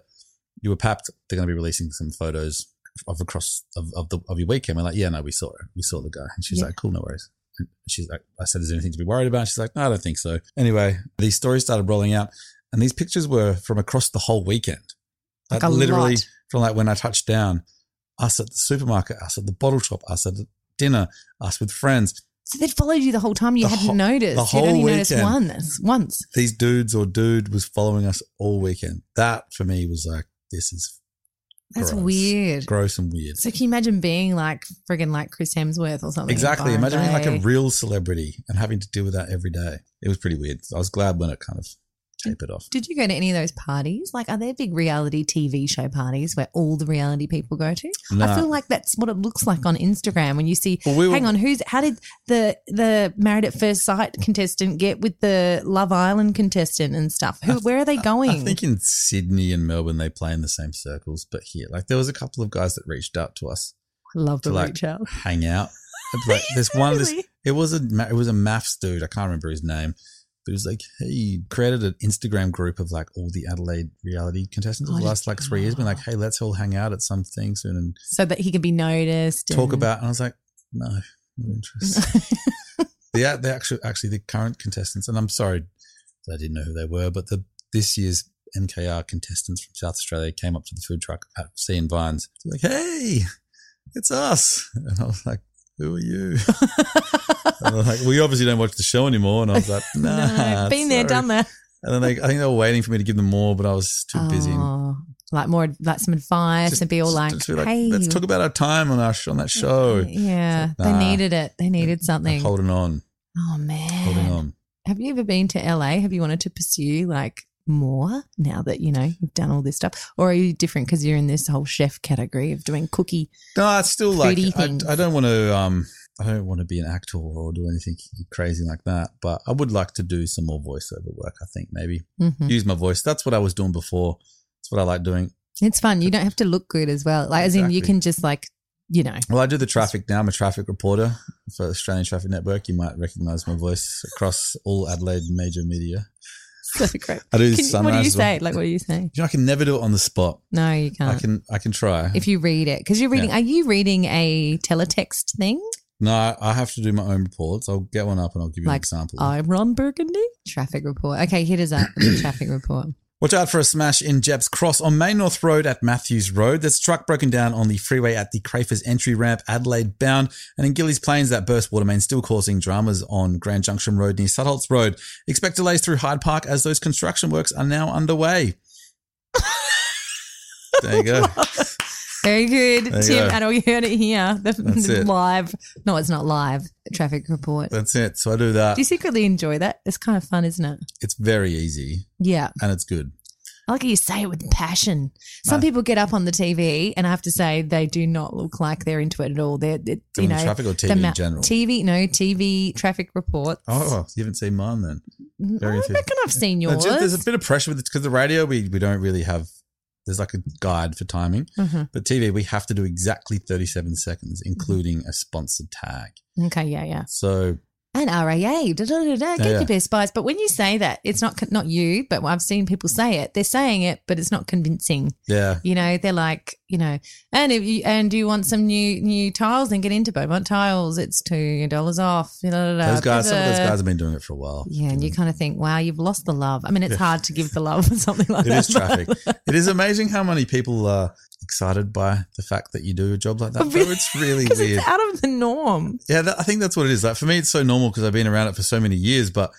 [SPEAKER 6] you were papped. They're going to be releasing some photos of across of, of the of your weekend. We're like, yeah, no, we saw it. We saw the guy. And she's
[SPEAKER 2] Yeah.
[SPEAKER 6] like, cool, no worries. And she's like, I said, is there anything to be worried about? She's like, no, I don't think so. Anyway, these stories started rolling out, and these pictures were from across the whole weekend.
[SPEAKER 2] Like a
[SPEAKER 6] literally
[SPEAKER 2] lot.
[SPEAKER 6] from like when I touched down, us at the supermarket, us at the bottle shop, us at dinner, us with friends.
[SPEAKER 2] So they'd followed you the whole time. You
[SPEAKER 6] The
[SPEAKER 2] hadn't
[SPEAKER 6] whole-
[SPEAKER 2] noticed.
[SPEAKER 6] the
[SPEAKER 2] You'd only
[SPEAKER 6] whole
[SPEAKER 2] noticed
[SPEAKER 6] weekend.
[SPEAKER 2] once. Once.
[SPEAKER 6] These dudes or dude was following us all weekend. That for me was like, this is
[SPEAKER 2] That's
[SPEAKER 6] gross.
[SPEAKER 2] weird.
[SPEAKER 6] Gross and weird.
[SPEAKER 2] So can you imagine being like friggin' like Chris Hemsworth or something?
[SPEAKER 6] Exactly.
[SPEAKER 2] By
[SPEAKER 6] Imagine being like a
[SPEAKER 2] day?
[SPEAKER 6] real celebrity and having to deal with that every day. It was pretty weird. I was glad when it kind of tapered off.
[SPEAKER 2] Did you go to any of those parties? Like, are there big reality TV show parties where all the reality people go to?
[SPEAKER 6] Nah.
[SPEAKER 2] I feel like that's what it looks like on Instagram when you see.
[SPEAKER 6] Well, we were-
[SPEAKER 2] hang on, who's? How did the the Married at First Sight contestant get with the Love Island contestant and stuff? Who? Where are they going?
[SPEAKER 6] I think in Sydney and Melbourne they play in the same circles, but here, like there was a couple of guys that reached out to us
[SPEAKER 2] I love
[SPEAKER 6] to
[SPEAKER 2] the
[SPEAKER 6] like
[SPEAKER 2] reach out.
[SPEAKER 6] hang out. Like, there's one. This,
[SPEAKER 2] Really?
[SPEAKER 6] it was a ma- it was a maths dude. I can't remember his name, but it was like he created an Instagram group of like all the Adelaide reality contestants of
[SPEAKER 2] Oh,
[SPEAKER 6] the last like three years. Been like, hey, let's all hang out at something soon and
[SPEAKER 2] so that he can be noticed.
[SPEAKER 6] talk
[SPEAKER 2] and-
[SPEAKER 6] about. And I was like, no, not interested. the the actual actually the current contestants, and I'm sorry that I didn't know who they were, but the this year's MKR contestants from South Australia came up to the food truck at Sea and Vines. They're like, "Hey, it's us!" And I was like, "Who are you?" and they're like, "We obviously don't watch the show anymore." And I was like,
[SPEAKER 2] No,
[SPEAKER 6] "Nah,
[SPEAKER 2] been there,
[SPEAKER 6] sorry."
[SPEAKER 2] done that.
[SPEAKER 6] And then they, I think they were waiting for me to give them more, but I was too busy.
[SPEAKER 2] Oh, like more, like some advice and be all like,
[SPEAKER 6] just
[SPEAKER 2] "Hey,
[SPEAKER 6] let's talk about our time on our sh- on that show."
[SPEAKER 2] yeah."
[SPEAKER 6] It's like, nah.
[SPEAKER 2] they needed it. They needed something.
[SPEAKER 6] Holding on,
[SPEAKER 2] oh
[SPEAKER 6] holding
[SPEAKER 2] man,
[SPEAKER 6] on.
[SPEAKER 2] have you ever been to LA? Have you wanted to pursue like more now that you know you've done all this stuff, or are you different because you're in this whole chef category of doing cookie?
[SPEAKER 6] No, it's still like
[SPEAKER 2] Fruity
[SPEAKER 6] I,
[SPEAKER 2] things.
[SPEAKER 6] I don't want to. Um, I don't want to be an actor or do anything crazy like that. But I would like to do some more voiceover work. I think maybe
[SPEAKER 2] Mhm.
[SPEAKER 6] use my voice. That's what I was doing before. That's what I like doing.
[SPEAKER 2] It's fun. You don't have to look good as well. Like, as in, you
[SPEAKER 6] Exactly.
[SPEAKER 2] can just like, you know,
[SPEAKER 6] Well, I do the traffic now. I'm a traffic reporter for Australian Traffic Network. You might recognise my voice across all Adelaide major media.
[SPEAKER 2] so great.
[SPEAKER 6] I do
[SPEAKER 2] Can you- what do
[SPEAKER 6] sunrise
[SPEAKER 2] you
[SPEAKER 6] as well.
[SPEAKER 2] say? Like, what do you say?
[SPEAKER 6] You know, I can never do it on the spot.
[SPEAKER 2] No, you can't.
[SPEAKER 6] I can. I can try.
[SPEAKER 2] if you read it because you're reading are you reading a teletext thing
[SPEAKER 6] no, I, I have to do my own reports. I'll get one up and I'll give you an
[SPEAKER 2] Like,
[SPEAKER 6] example.
[SPEAKER 2] i'm ron burgundy traffic report okay hit us up with the traffic report
[SPEAKER 6] Watch out for a smash in Jepp's Cross on Main North Road at Matthews Road. There's a truck broken down on the freeway at the Crafers Entry Ramp, Adelaide bound, and in Gillies Plains that burst water main still causing dramas on Grand Junction Road near Sutholtz Road. Expect delays through Hyde Park as those construction works are now underway. there you go.
[SPEAKER 2] very good
[SPEAKER 6] There you
[SPEAKER 2] tim
[SPEAKER 6] go.
[SPEAKER 2] and you heard it here the,
[SPEAKER 6] That's
[SPEAKER 2] the
[SPEAKER 6] it. uh,
[SPEAKER 2] live no it's not live traffic report
[SPEAKER 6] That's it. So I do that.
[SPEAKER 2] do you secretly enjoy that it's kind of fun isn't it
[SPEAKER 6] It's very easy
[SPEAKER 2] yeah
[SPEAKER 6] and it's good.
[SPEAKER 2] i like how you say it with passion some people get up on the tv and i have to say they do not look like they're into it at all they're, they- you
[SPEAKER 6] Doing
[SPEAKER 2] know
[SPEAKER 6] the traffic or TV
[SPEAKER 2] the ma-
[SPEAKER 6] in general?
[SPEAKER 2] TV, no, TV traffic report.
[SPEAKER 6] oh, you haven't seen mine then. very
[SPEAKER 2] I
[SPEAKER 6] few.
[SPEAKER 2] reckon I've seen
[SPEAKER 6] No,
[SPEAKER 2] yours.
[SPEAKER 6] just- there's a bit of pressure with it because the radio we, we don't really have there's like a guide for timing,
[SPEAKER 2] Mhm.
[SPEAKER 6] but TV we have to do exactly 37 seconds, including a sponsored tag.
[SPEAKER 2] Okay, yeah, yeah.
[SPEAKER 6] So
[SPEAKER 2] and RAA. Da, da, da, da, get
[SPEAKER 6] yeah.
[SPEAKER 2] your best buys. But when you say that, it's not con- not you, but I've seen people say it. They're saying it, but it's not convincing.
[SPEAKER 6] yeah,
[SPEAKER 2] You know, they're like, you know, and if you and do you want some new new tiles, then get into Beaumont Tiles. It's two dollars off. Da, da, da,
[SPEAKER 6] those guys,
[SPEAKER 2] da,
[SPEAKER 6] some of those
[SPEAKER 2] da.
[SPEAKER 6] guys have been doing it for a while.
[SPEAKER 2] Yeah, and you kind of think, wow, you've lost the love. I mean, it's hard to give the love for something like
[SPEAKER 6] It
[SPEAKER 2] that.
[SPEAKER 6] is traffic. it is amazing how many people are excited by the fact that you do a job like that. Though it's really
[SPEAKER 2] Because
[SPEAKER 6] weird.
[SPEAKER 2] it's out of the norm.
[SPEAKER 6] Yeah, that, I think that's what it is. Like for me, it's so normal because I've been around it for so many years. But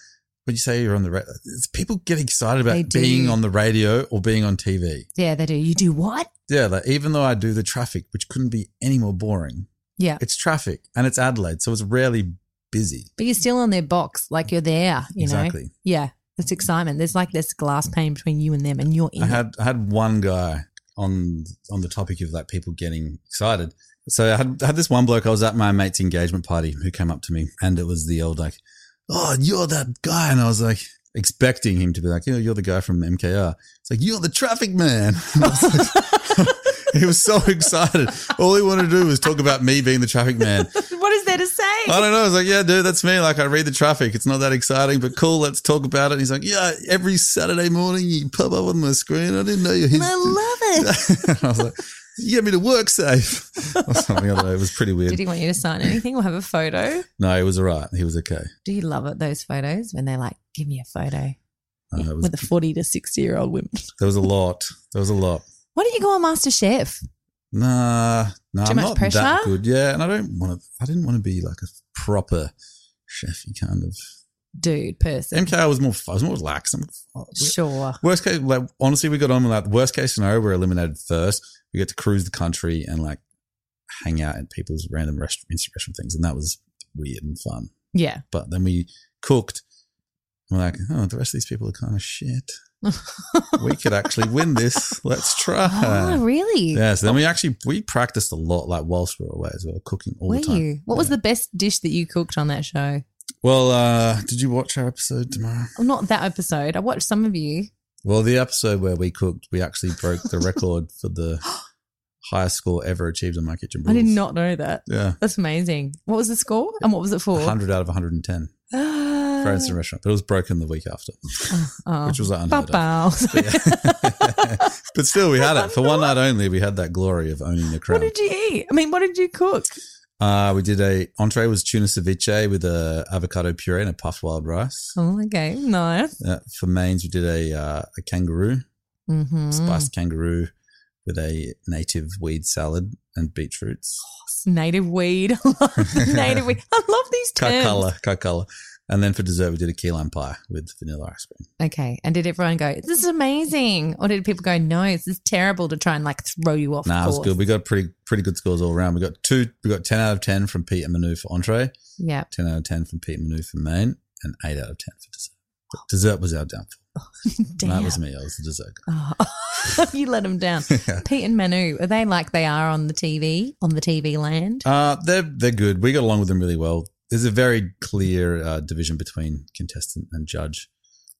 [SPEAKER 6] would you say you're on the radio? It's people get excited
[SPEAKER 2] They
[SPEAKER 6] about
[SPEAKER 2] do.
[SPEAKER 6] being on the radio or being on TV.
[SPEAKER 2] Yeah, they do. You do what?
[SPEAKER 6] Yeah, like even though I do the traffic, which couldn't be any more boring,
[SPEAKER 2] Yeah.
[SPEAKER 6] it's traffic and it's Adelaide, so it's rarely busy.
[SPEAKER 2] But you're still on their box, like you're there, you know?
[SPEAKER 6] exactly.
[SPEAKER 2] Yeah. It's excitement. There's like this glass pane between you and them, and you're in.
[SPEAKER 6] I
[SPEAKER 2] it.
[SPEAKER 6] had I had one guy on on the topic of like people getting excited. So I had, I had this one bloke. I was at my mate's engagement party who came up to me, and it was the old like, "Oh, you're that guy," and I was like expecting him to be like, "You know, you're the guy from MKR." It's like you're the traffic man. And I was like- he was so excited. All he wanted to do was talk about me being the traffic man.
[SPEAKER 2] what is there to say?
[SPEAKER 6] I don't know. I was like, yeah, dude, that's me. Like, I read the traffic. It's not that exciting, but cool. Let's talk about it. And he's like, yeah, every Saturday morning you pop up on my screen. I didn't know you.
[SPEAKER 2] I love it.
[SPEAKER 6] and I was like, you get me to work safe or something. I don't know. It was pretty
[SPEAKER 2] Did
[SPEAKER 6] weird.
[SPEAKER 2] he want you to sign anything or have a photo?
[SPEAKER 6] No, it was all right. He was okay.
[SPEAKER 2] Do you love it, those photos, when they're like, give me a photo
[SPEAKER 6] No, Uh, it was,
[SPEAKER 2] with the 40 to 60 year old women?
[SPEAKER 6] there was a lot. There was a lot.
[SPEAKER 2] Why don't you go on MasterChef?
[SPEAKER 6] Nah, nah,
[SPEAKER 2] Too
[SPEAKER 6] I'm
[SPEAKER 2] much
[SPEAKER 6] not
[SPEAKER 2] pressure?
[SPEAKER 6] that good. Yeah, and I don't want to. I didn't want to be like a proper chefy kind of.
[SPEAKER 2] Dude, person.
[SPEAKER 6] MK was more. I was more relaxed. I'm, uh,
[SPEAKER 2] Sure.
[SPEAKER 6] Worst case, like honestly, we got on with that. Worst case scenario, we're eliminated first. We get to cruise the country and like hang out at people's random rest- Insta restaurant things, and that was weird and fun.
[SPEAKER 2] Yeah.
[SPEAKER 6] But then we cooked. We're like, oh, the rest of these people are kind of shit. We could actually win this. Let's
[SPEAKER 2] oh,
[SPEAKER 6] try.
[SPEAKER 2] really?
[SPEAKER 6] Yeah. So then we actually we practiced a lot, like whilst we were away as well, cooking all
[SPEAKER 2] Were
[SPEAKER 6] the time.
[SPEAKER 2] you? What was the best dish that you cooked on that show?
[SPEAKER 6] Well, uh, did you watch our episode tomorrow?
[SPEAKER 2] Well, not that episode. I watched some of you.
[SPEAKER 6] Well, the episode where we cooked, we actually broke the record for the highest score ever achieved on my kitchen.
[SPEAKER 2] I did
[SPEAKER 6] Rules.
[SPEAKER 2] not know that.
[SPEAKER 6] Yeah,
[SPEAKER 2] That's amazing. What was the score and what was it for?
[SPEAKER 6] hundred out of one hundred and ten
[SPEAKER 2] Ah.
[SPEAKER 6] for instant restaurant, but it was broken the week after,
[SPEAKER 2] Oh.
[SPEAKER 6] which was like unheard of.
[SPEAKER 2] Bow-bow.
[SPEAKER 6] Yeah. but still, we had it for one night only. We had that glory of owning the
[SPEAKER 2] What
[SPEAKER 6] crown.
[SPEAKER 2] did you eat? I mean, what did you cook?
[SPEAKER 6] Uh, we did a entree was tuna ceviche with a avocado puree and a puff wild rice.
[SPEAKER 2] Oh, okay. Nice.
[SPEAKER 6] Uh, for mains, we did a uh, a kangaroo
[SPEAKER 2] Mm-hmm.
[SPEAKER 6] spiced kangaroo with a native weed salad and beetroots.
[SPEAKER 2] Native weed. Native weed. I love these terms.
[SPEAKER 6] Kakala, kakala. And then for dessert, we did a key lime pie with vanilla ice cream.
[SPEAKER 2] Okay. And did everyone go, this is amazing? Or did people go, no, this is terrible to try and like throw you off
[SPEAKER 6] Nah, it was
[SPEAKER 2] course?
[SPEAKER 6] good. We got pretty pretty good scores all around. We got two. We got ten out of ten from Pete and Manu for entree,
[SPEAKER 2] Yeah.
[SPEAKER 6] ten out of ten from Pete and Manu for main, and eight out of ten for dessert. But dessert was our downfall.
[SPEAKER 2] Damn.
[SPEAKER 6] That was me. I was the dessert guy.
[SPEAKER 2] Oh, you let them down.
[SPEAKER 6] Yeah.
[SPEAKER 2] Pete and Manu, are they like they are on the TV, on the TV land?
[SPEAKER 6] Uh, they're they're good. We got along with them really well. There's a very clear uh, division between contestant and judge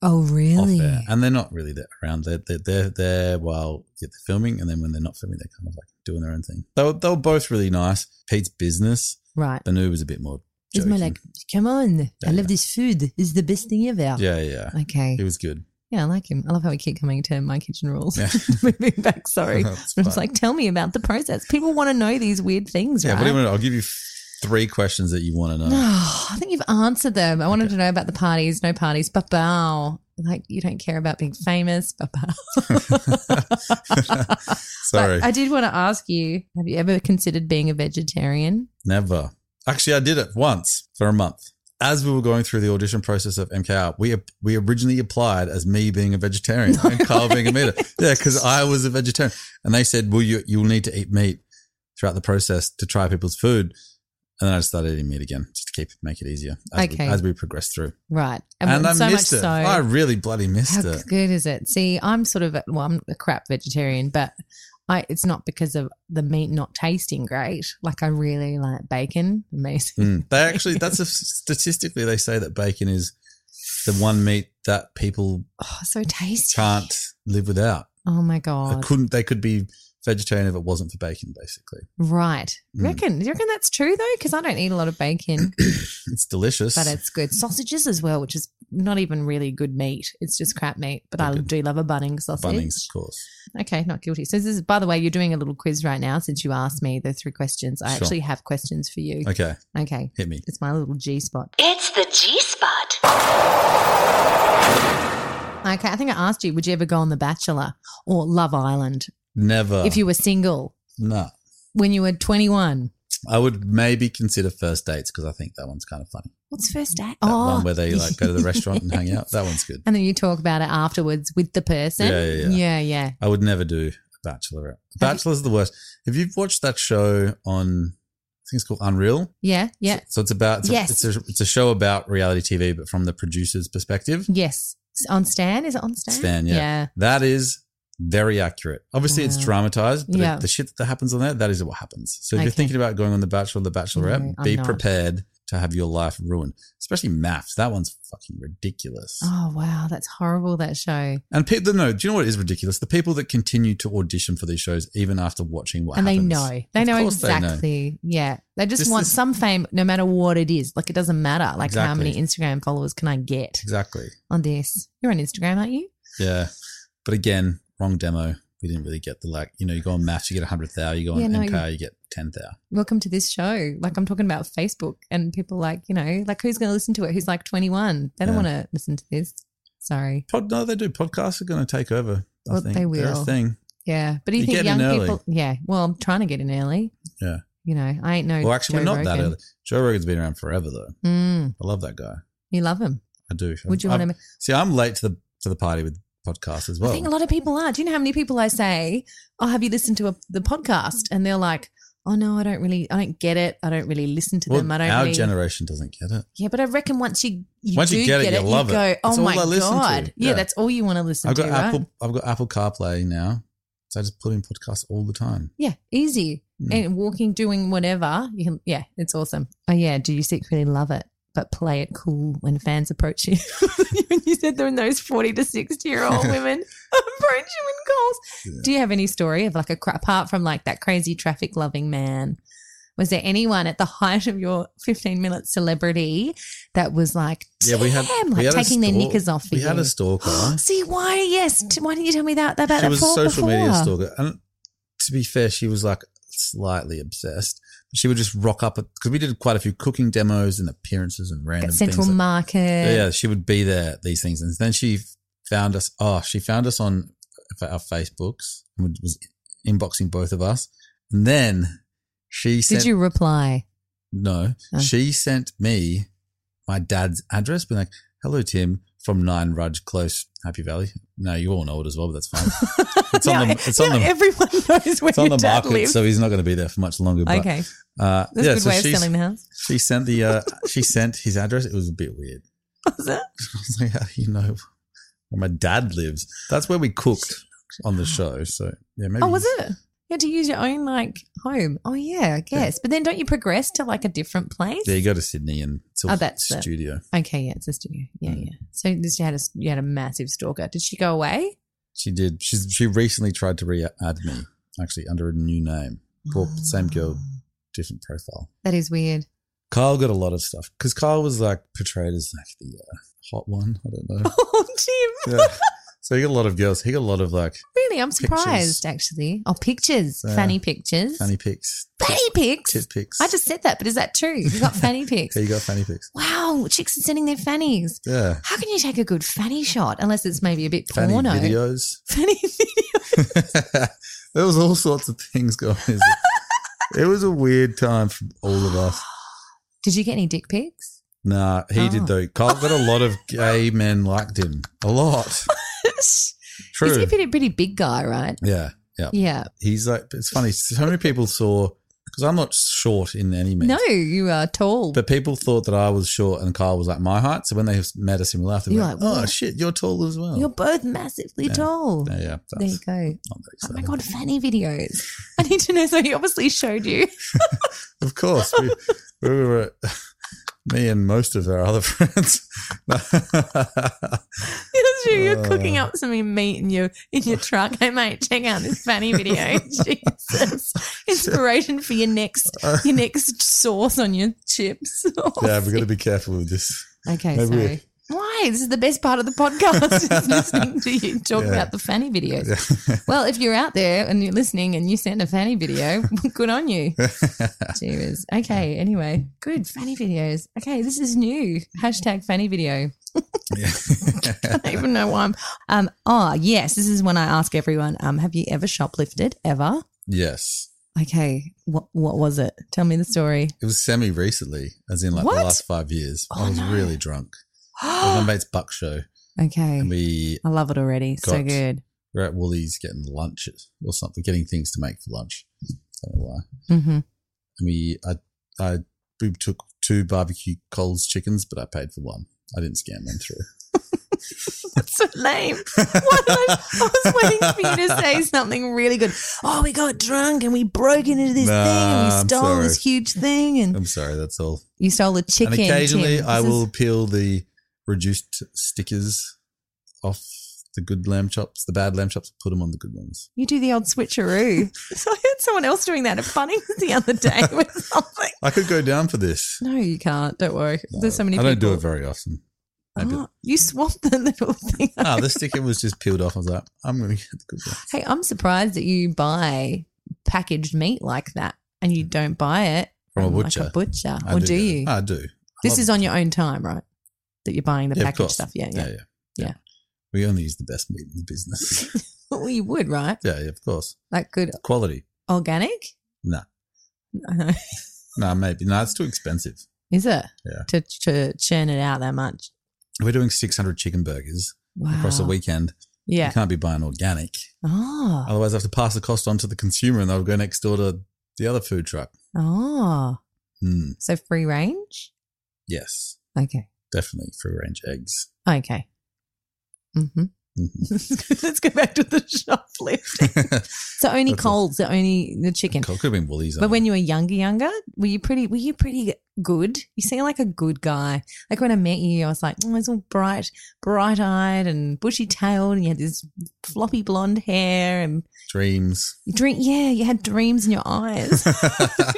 [SPEAKER 2] Oh, really?
[SPEAKER 6] off air, and they're not really that around. They're they're, they're there while they're filming, and then when they're not filming, they're kind of like doing their own thing. They were, they were both really nice. Pete's business.
[SPEAKER 2] Right.
[SPEAKER 6] Banu was a bit more.
[SPEAKER 2] It's more
[SPEAKER 6] joking.
[SPEAKER 2] like, come on, I
[SPEAKER 6] Yeah,
[SPEAKER 2] love this food. It's the best thing ever.
[SPEAKER 6] yeah, yeah.
[SPEAKER 2] Okay.
[SPEAKER 6] He was good.
[SPEAKER 2] Yeah, I like him. I love how we keep coming to my kitchen rules.
[SPEAKER 6] Yeah.
[SPEAKER 2] Moving back, sorry.
[SPEAKER 6] That's
[SPEAKER 2] It's
[SPEAKER 6] fine.
[SPEAKER 2] like, tell me about the process. People want to know these weird things,
[SPEAKER 6] yeah.
[SPEAKER 2] right?
[SPEAKER 6] What do you want? to- I'll give you three questions that you want to know.
[SPEAKER 2] Oh, I think you've answered them. I wanted to know about the parties, no parties, but bow. Like you don't care about being famous, but bow.
[SPEAKER 6] Sorry,
[SPEAKER 2] But I did want to ask you: Have you ever considered being a vegetarian?
[SPEAKER 6] never. Actually, I did it once for a month. As we were going through the audition process of MKR, we we originally applied as me being a vegetarian and Carl being a meater. Yeah, because I was a vegetarian, and they said, "Well, you you'll need to eat meat throughout the process to try people's food." And then I just started eating meat again, just to keep make it easier as, we,
[SPEAKER 2] Okay.
[SPEAKER 6] as we progressed through.
[SPEAKER 2] Right,
[SPEAKER 6] And, I
[SPEAKER 2] so
[SPEAKER 6] missed
[SPEAKER 2] much
[SPEAKER 6] it.
[SPEAKER 2] so.
[SPEAKER 6] I really bloody missed
[SPEAKER 2] How
[SPEAKER 6] it.
[SPEAKER 2] good is it? See, I'm sort of a, well, I'm a crap vegetarian, but I it's not because of the meat not tasting great. Like I really like bacon, amazing.
[SPEAKER 6] Mm. They actually, that's a, statistically, they say that bacon is the one meat that people
[SPEAKER 2] Oh, so tasty.
[SPEAKER 6] can't live without.
[SPEAKER 2] Oh my
[SPEAKER 6] They
[SPEAKER 2] god!
[SPEAKER 6] couldn't, they could be vegetarian if it wasn't for bacon, basically.
[SPEAKER 2] Right?
[SPEAKER 6] Mm.
[SPEAKER 2] Reckon? You reckon that's true though? Because I don't eat a lot of bacon,
[SPEAKER 6] It's delicious.
[SPEAKER 2] but it's good sausages as well, which is not even really good meat. It's just crap meat. But I
[SPEAKER 6] They're good.
[SPEAKER 2] do love a bunning sausage.
[SPEAKER 6] Bunnings, of course.
[SPEAKER 2] Okay, not guilty. So this is, by the way, you're doing a little quiz right now since you asked me the three questions. I
[SPEAKER 6] Sure.
[SPEAKER 2] actually have questions for you.
[SPEAKER 6] Okay,
[SPEAKER 2] okay.
[SPEAKER 6] hit me.
[SPEAKER 2] It's my little G spot.
[SPEAKER 4] It's the G spot.
[SPEAKER 2] Okay, I think I asked you, would you ever go on The Bachelor or Love Island
[SPEAKER 6] Never.
[SPEAKER 2] if you were single
[SPEAKER 6] Nah.
[SPEAKER 2] when you were 21?
[SPEAKER 6] I would maybe consider first dates because I think that one's kind of funny.
[SPEAKER 2] What's first Oh, date?
[SPEAKER 6] That one where they like go to the restaurant and hang out. That one's good.
[SPEAKER 2] And then you talk about it afterwards with the person.
[SPEAKER 6] Yeah, yeah,
[SPEAKER 2] yeah.
[SPEAKER 6] I would never do a bachelorette. Bachelor's the worst. If you've watched that show on, I think it's called Unreal.
[SPEAKER 2] Yeah, yeah.
[SPEAKER 6] So, so it's about it's,
[SPEAKER 2] Yes.
[SPEAKER 6] a, it's a it's a show about reality TV, but from the producer's perspective.
[SPEAKER 2] Yes. It's on Stan? Is it on Stan?
[SPEAKER 6] Stan, yeah. That is very accurate. Obviously, it's
[SPEAKER 2] Wow.
[SPEAKER 6] dramatized, but
[SPEAKER 2] Yeah.
[SPEAKER 6] the shit that happens on there, that is what happens. So if you're
[SPEAKER 2] Okay.
[SPEAKER 6] thinking about going on the Bachelor, or the Bachelorette,
[SPEAKER 2] No, Mm-hmm. I'm
[SPEAKER 6] be
[SPEAKER 2] not.
[SPEAKER 6] prepared to have your life ruined. Especially maths, that one's fucking ridiculous.
[SPEAKER 2] Oh, wow. That's horrible, that show.
[SPEAKER 6] And people, no, do you know what is ridiculous? The people that continue to audition for these shows even after watching what
[SPEAKER 2] and
[SPEAKER 6] happens.
[SPEAKER 2] they know. They
[SPEAKER 6] Of
[SPEAKER 2] know
[SPEAKER 6] course they know.
[SPEAKER 2] exactly. Yeah. They just
[SPEAKER 6] This
[SPEAKER 2] want
[SPEAKER 6] is-
[SPEAKER 2] some fame no matter what it is. Like, it doesn't matter. Like, how
[SPEAKER 6] Exactly.
[SPEAKER 2] many Instagram followers can I get
[SPEAKER 6] Exactly.
[SPEAKER 2] on this? You're on Instagram, aren't you?
[SPEAKER 6] Yeah. But again, wrong demo. We didn't really get the like, you know, you go on maths, you get 100 thou, you go on
[SPEAKER 2] Yeah, no,
[SPEAKER 6] MCAR, you get 10 thou.
[SPEAKER 2] Welcome to this show. Like, I'm talking about Facebook and people like, you know, like, who's going to listen to it? Who's like 21? They don't
[SPEAKER 6] Yeah.
[SPEAKER 2] want to listen to this. Sorry.
[SPEAKER 6] Pod, no, they do. Podcasts are going to take over. I
[SPEAKER 2] Well,
[SPEAKER 6] think.
[SPEAKER 2] they
[SPEAKER 6] They're a
[SPEAKER 2] will.
[SPEAKER 6] thing.
[SPEAKER 2] Yeah. But do you,
[SPEAKER 6] You
[SPEAKER 2] think
[SPEAKER 6] get
[SPEAKER 2] young
[SPEAKER 6] in early.
[SPEAKER 2] people? Yeah. Well, I'm trying to get in early.
[SPEAKER 6] Yeah.
[SPEAKER 2] You know, I ain't no.
[SPEAKER 6] Well, actually,
[SPEAKER 2] Joe
[SPEAKER 6] we're not that
[SPEAKER 2] Rogan.
[SPEAKER 6] early. Joe Rogan's been around forever, though.
[SPEAKER 2] Mm,
[SPEAKER 6] I love that guy.
[SPEAKER 2] you love him.
[SPEAKER 6] I do.
[SPEAKER 2] Would you
[SPEAKER 6] Um, I'm-
[SPEAKER 2] want to?
[SPEAKER 6] See, I'm late to the to the party with podcasts as
[SPEAKER 2] I
[SPEAKER 6] well.
[SPEAKER 2] think a lot of people are. Do you know how many people I say, "Oh, have you listened to a, the podcast?" And they're like, "Oh no, I don't really, I don't get it. I don't really listen to
[SPEAKER 6] Well,
[SPEAKER 2] them. I don't
[SPEAKER 6] our
[SPEAKER 2] really."
[SPEAKER 6] generation doesn't get it.
[SPEAKER 2] yeah, but I reckon once you, you
[SPEAKER 6] Once
[SPEAKER 2] do
[SPEAKER 6] you get it, you love it.
[SPEAKER 2] go,
[SPEAKER 6] That's
[SPEAKER 2] "Oh
[SPEAKER 6] all
[SPEAKER 2] my
[SPEAKER 6] I listen to.
[SPEAKER 2] god, yeah.
[SPEAKER 6] Yeah.
[SPEAKER 2] that's all you want to listen
[SPEAKER 6] I've got
[SPEAKER 2] to." right?
[SPEAKER 6] Apple. I've got Apple CarPlay now, so I just put in podcasts all the time.
[SPEAKER 2] Yeah, easy.
[SPEAKER 6] Mm.
[SPEAKER 2] And walking, doing whatever. You can yeah, it's awesome. Oh yeah, do you secretly love it? But play it cool when fans approach you. when you said there were those forty to sixty year old women approach you in calls.
[SPEAKER 6] Yeah.
[SPEAKER 2] Do you have any story of like a cra- apart from like that crazy traffic loving man? Was there anyone at the height of your fifteen minute celebrity that was like, damn, like
[SPEAKER 6] a
[SPEAKER 2] taking their
[SPEAKER 6] stalk-
[SPEAKER 2] knickers off for
[SPEAKER 6] We
[SPEAKER 2] you?
[SPEAKER 6] had a stalker.
[SPEAKER 2] See why? Yes. T- Why didn't you tell me that about
[SPEAKER 6] she
[SPEAKER 2] that
[SPEAKER 6] was a
[SPEAKER 2] before-
[SPEAKER 6] social media
[SPEAKER 2] before?
[SPEAKER 6] stalker, and to be fair, she was like slightly obsessed. She would just rock up because we did quite a few cooking demos and appearances and random
[SPEAKER 2] At Central
[SPEAKER 6] things. like-
[SPEAKER 2] Market.
[SPEAKER 6] Yeah, yeah, she would be there at these things, and then she found us. Oh, she found us on f- our Facebooks and would- was inboxing both of us, and then she sent.
[SPEAKER 2] Did you reply?
[SPEAKER 6] No,
[SPEAKER 2] Oh.
[SPEAKER 6] she sent me my dad's address, being like, "Hello, Tim." From Nine Rudge Close, Happy Valley. No, you all know it as well, but that's fine. It's on
[SPEAKER 2] Now-
[SPEAKER 6] the- it's on
[SPEAKER 2] now
[SPEAKER 6] the-
[SPEAKER 2] everyone knows where
[SPEAKER 6] it's on
[SPEAKER 2] your
[SPEAKER 6] the
[SPEAKER 2] dad
[SPEAKER 6] market,
[SPEAKER 2] lives.
[SPEAKER 6] so he's not going to be there for much longer. But,
[SPEAKER 2] okay,
[SPEAKER 6] uh,
[SPEAKER 2] that's
[SPEAKER 6] yeah,
[SPEAKER 2] a good
[SPEAKER 6] so
[SPEAKER 2] way of
[SPEAKER 6] she's-
[SPEAKER 2] selling the house.
[SPEAKER 6] she sent the uh, she sent his address. It was a bit weird.
[SPEAKER 2] Was it?
[SPEAKER 6] I was like, how do you know where my dad lives? That's where we cooked on the show. So yeah, maybe.
[SPEAKER 2] Oh, was it? You had to use your own like home. Oh yeah, I guess. But then don't you progress to like a different place?
[SPEAKER 6] Yeah, you go to Sydney and it's a
[SPEAKER 2] Oh, that's it.
[SPEAKER 6] studio.
[SPEAKER 2] Okay, yeah, it's a studio. Yeah,
[SPEAKER 6] Mm.
[SPEAKER 2] yeah. So this you had a you had a massive stalker. Did she go away?
[SPEAKER 6] She did. She's she recently tried to re-add me actually under a new name, Well, same girl. different profile.
[SPEAKER 2] That is weird.
[SPEAKER 6] Kyle got a lot of stuff because Kyle was like portrayed as like the uh, hot one. I don't know.
[SPEAKER 2] Oh, Jim.
[SPEAKER 6] Yeah. So he got a lot of girls. He got a lot of like
[SPEAKER 2] Really, I'm
[SPEAKER 6] Pictures.
[SPEAKER 2] surprised actually. Oh, pictures,
[SPEAKER 6] Yeah.
[SPEAKER 2] fanny pictures,
[SPEAKER 6] fanny pics,
[SPEAKER 2] fanny pics.
[SPEAKER 6] tit pics.
[SPEAKER 2] I just said that, but is that true? You got fanny pics.
[SPEAKER 6] Yeah, you got fanny pics.
[SPEAKER 2] Wow, chicks are sending their fannies.
[SPEAKER 6] Yeah.
[SPEAKER 2] How can you take a good fanny shot unless it's maybe a bit
[SPEAKER 6] Fanny
[SPEAKER 2] porno?
[SPEAKER 6] videos.
[SPEAKER 2] Fanny video.
[SPEAKER 6] there was all sorts of things going. on. it was a weird time for all of us.
[SPEAKER 2] Did you get any dick pics?
[SPEAKER 6] Nah, he
[SPEAKER 2] Oh.
[SPEAKER 6] did though. Carl got a lot of gay men liked him. A lot. True.
[SPEAKER 2] He's a pretty, pretty big guy, right?
[SPEAKER 6] yeah.
[SPEAKER 2] Yeah.
[SPEAKER 6] He's like, it's funny. So many people saw, because I'm not short in any means.
[SPEAKER 2] No, you are tall.
[SPEAKER 6] But people thought that I was short and Carl was like my height. So when they met us in real life, they were
[SPEAKER 2] You're
[SPEAKER 6] like,
[SPEAKER 2] like,
[SPEAKER 6] oh,
[SPEAKER 2] what?
[SPEAKER 6] shit, you're tall as well.
[SPEAKER 2] You're both massively
[SPEAKER 6] Yeah.
[SPEAKER 2] tall.
[SPEAKER 6] yeah, yeah.
[SPEAKER 2] There you
[SPEAKER 6] That's
[SPEAKER 2] go.
[SPEAKER 6] not that
[SPEAKER 2] Oh my
[SPEAKER 6] exciting.
[SPEAKER 2] god, fanny videos. I need to know. So he obviously showed you.
[SPEAKER 6] Of course, we, we were me and most of our other friends.
[SPEAKER 2] He was showing you. You're cooking
[SPEAKER 6] Uh.
[SPEAKER 2] up some meat in your in your truck. Hey mate, check out this fanny video. Jesus, inspiration for your next your next sauce on your chips.
[SPEAKER 6] yeah, we've got to be careful with this.
[SPEAKER 2] Okay,
[SPEAKER 6] Maybe we-
[SPEAKER 2] sorry. Why? This is the best part of the podcast is listening to you talk
[SPEAKER 6] Yeah.
[SPEAKER 2] about the fanny videos.
[SPEAKER 6] Yeah.
[SPEAKER 2] Well, if you're out there and you're listening and you send a fanny video, good on you. Jeez. Okay, anyway. Good fanny videos. Okay, this is new. Hashtag fanny video. I don't even know why I'm ah, um oh yes, this is when I ask everyone, um, have you ever shoplifted? Ever?
[SPEAKER 6] yes.
[SPEAKER 2] Okay, what what was it? Tell me the story.
[SPEAKER 6] It was semi recently, as in like the
[SPEAKER 2] What?
[SPEAKER 6] last five years.
[SPEAKER 2] Oh,
[SPEAKER 6] I was
[SPEAKER 2] no.
[SPEAKER 6] really drunk. It was on
[SPEAKER 2] okay,
[SPEAKER 6] mate's buck show, and
[SPEAKER 2] I
[SPEAKER 6] we
[SPEAKER 2] love it already. so
[SPEAKER 6] Got-
[SPEAKER 2] good.
[SPEAKER 6] were at Woolies getting lunch or something, getting things to make for lunch. I don't know why.
[SPEAKER 2] hmm
[SPEAKER 6] And we, I, I we took two barbecue Coles chickens, but I paid for one. I didn't scan one through.
[SPEAKER 2] That's so lame. What? I, I was waiting for you to say something really good. Oh, we got drunk and we broke into this
[SPEAKER 6] Nah,
[SPEAKER 2] thing and we
[SPEAKER 6] I'm
[SPEAKER 2] stole
[SPEAKER 6] sorry.
[SPEAKER 2] this huge thing and
[SPEAKER 6] I'm sorry, that's all.
[SPEAKER 2] you stole a chicken.
[SPEAKER 6] and occasionally
[SPEAKER 2] Tim.
[SPEAKER 6] I
[SPEAKER 2] This is-
[SPEAKER 6] will peel the reduced stickers off the good lamb chops, the bad lamb chops, put them on the good ones.
[SPEAKER 2] you do the old switcheroo. so I heard someone else doing that at Bunnings the other day with something.
[SPEAKER 6] I could go down for this.
[SPEAKER 2] No, you can't. Don't worry. There's so many
[SPEAKER 6] I
[SPEAKER 2] people.
[SPEAKER 6] don't do it very often. Maybe.
[SPEAKER 2] Oh, you swapped the little thing.
[SPEAKER 6] Ah, the sticker was just peeled off. I was like, I'm going to get the good one.
[SPEAKER 2] Hey, I'm surprised that you buy packaged meat like that and you don't buy it
[SPEAKER 6] From a
[SPEAKER 2] like
[SPEAKER 6] butcher.
[SPEAKER 2] butcher.
[SPEAKER 6] I
[SPEAKER 2] or do,
[SPEAKER 6] go-
[SPEAKER 2] you?
[SPEAKER 6] I do. Ah,
[SPEAKER 2] this
[SPEAKER 6] love
[SPEAKER 2] is on your own time, right? That you're buying the
[SPEAKER 6] Yeah, of
[SPEAKER 2] packaged
[SPEAKER 6] course.
[SPEAKER 2] stuff. Yeah,
[SPEAKER 6] Yeah,
[SPEAKER 2] yeah.
[SPEAKER 6] yeah,
[SPEAKER 2] Yeah.
[SPEAKER 6] We only use the best meat in the business.
[SPEAKER 2] Well, you would, right?
[SPEAKER 6] yeah, yeah, of course.
[SPEAKER 2] Like good
[SPEAKER 6] Quality.
[SPEAKER 2] organic?
[SPEAKER 6] No.
[SPEAKER 2] No.
[SPEAKER 6] No, maybe. No, it's too expensive.
[SPEAKER 2] Is it?
[SPEAKER 6] Yeah.
[SPEAKER 2] To, to churn it out that much.
[SPEAKER 6] We're doing 600 chicken burgers
[SPEAKER 2] Wow.
[SPEAKER 6] across the weekend. You
[SPEAKER 2] Ah. Yeah.
[SPEAKER 6] can't be buying organic.
[SPEAKER 2] Oh.
[SPEAKER 6] Otherwise, I have to pass the cost on to the consumer and they'll go next door to the other food truck.
[SPEAKER 2] Oh.
[SPEAKER 6] Hmm.
[SPEAKER 2] So free range?
[SPEAKER 6] yes,
[SPEAKER 2] Okay.
[SPEAKER 6] definitely free range eggs.
[SPEAKER 2] Okay. Mm-hmm.
[SPEAKER 6] Mhm.
[SPEAKER 2] Let's go back to the shoplift. So only
[SPEAKER 6] That's a-
[SPEAKER 2] colds, the only the chicken.
[SPEAKER 6] Could have been Woolies.
[SPEAKER 2] But when you were younger, younger, were you pretty? Were you pretty good? You seem like a good guy. Like when I met you, I was like, oh, it's all bright, bright-eyed and bushy-tailed, and you had this floppy blonde hair and
[SPEAKER 6] dreams.
[SPEAKER 2] you drink. Yeah, you had dreams in your eyes. you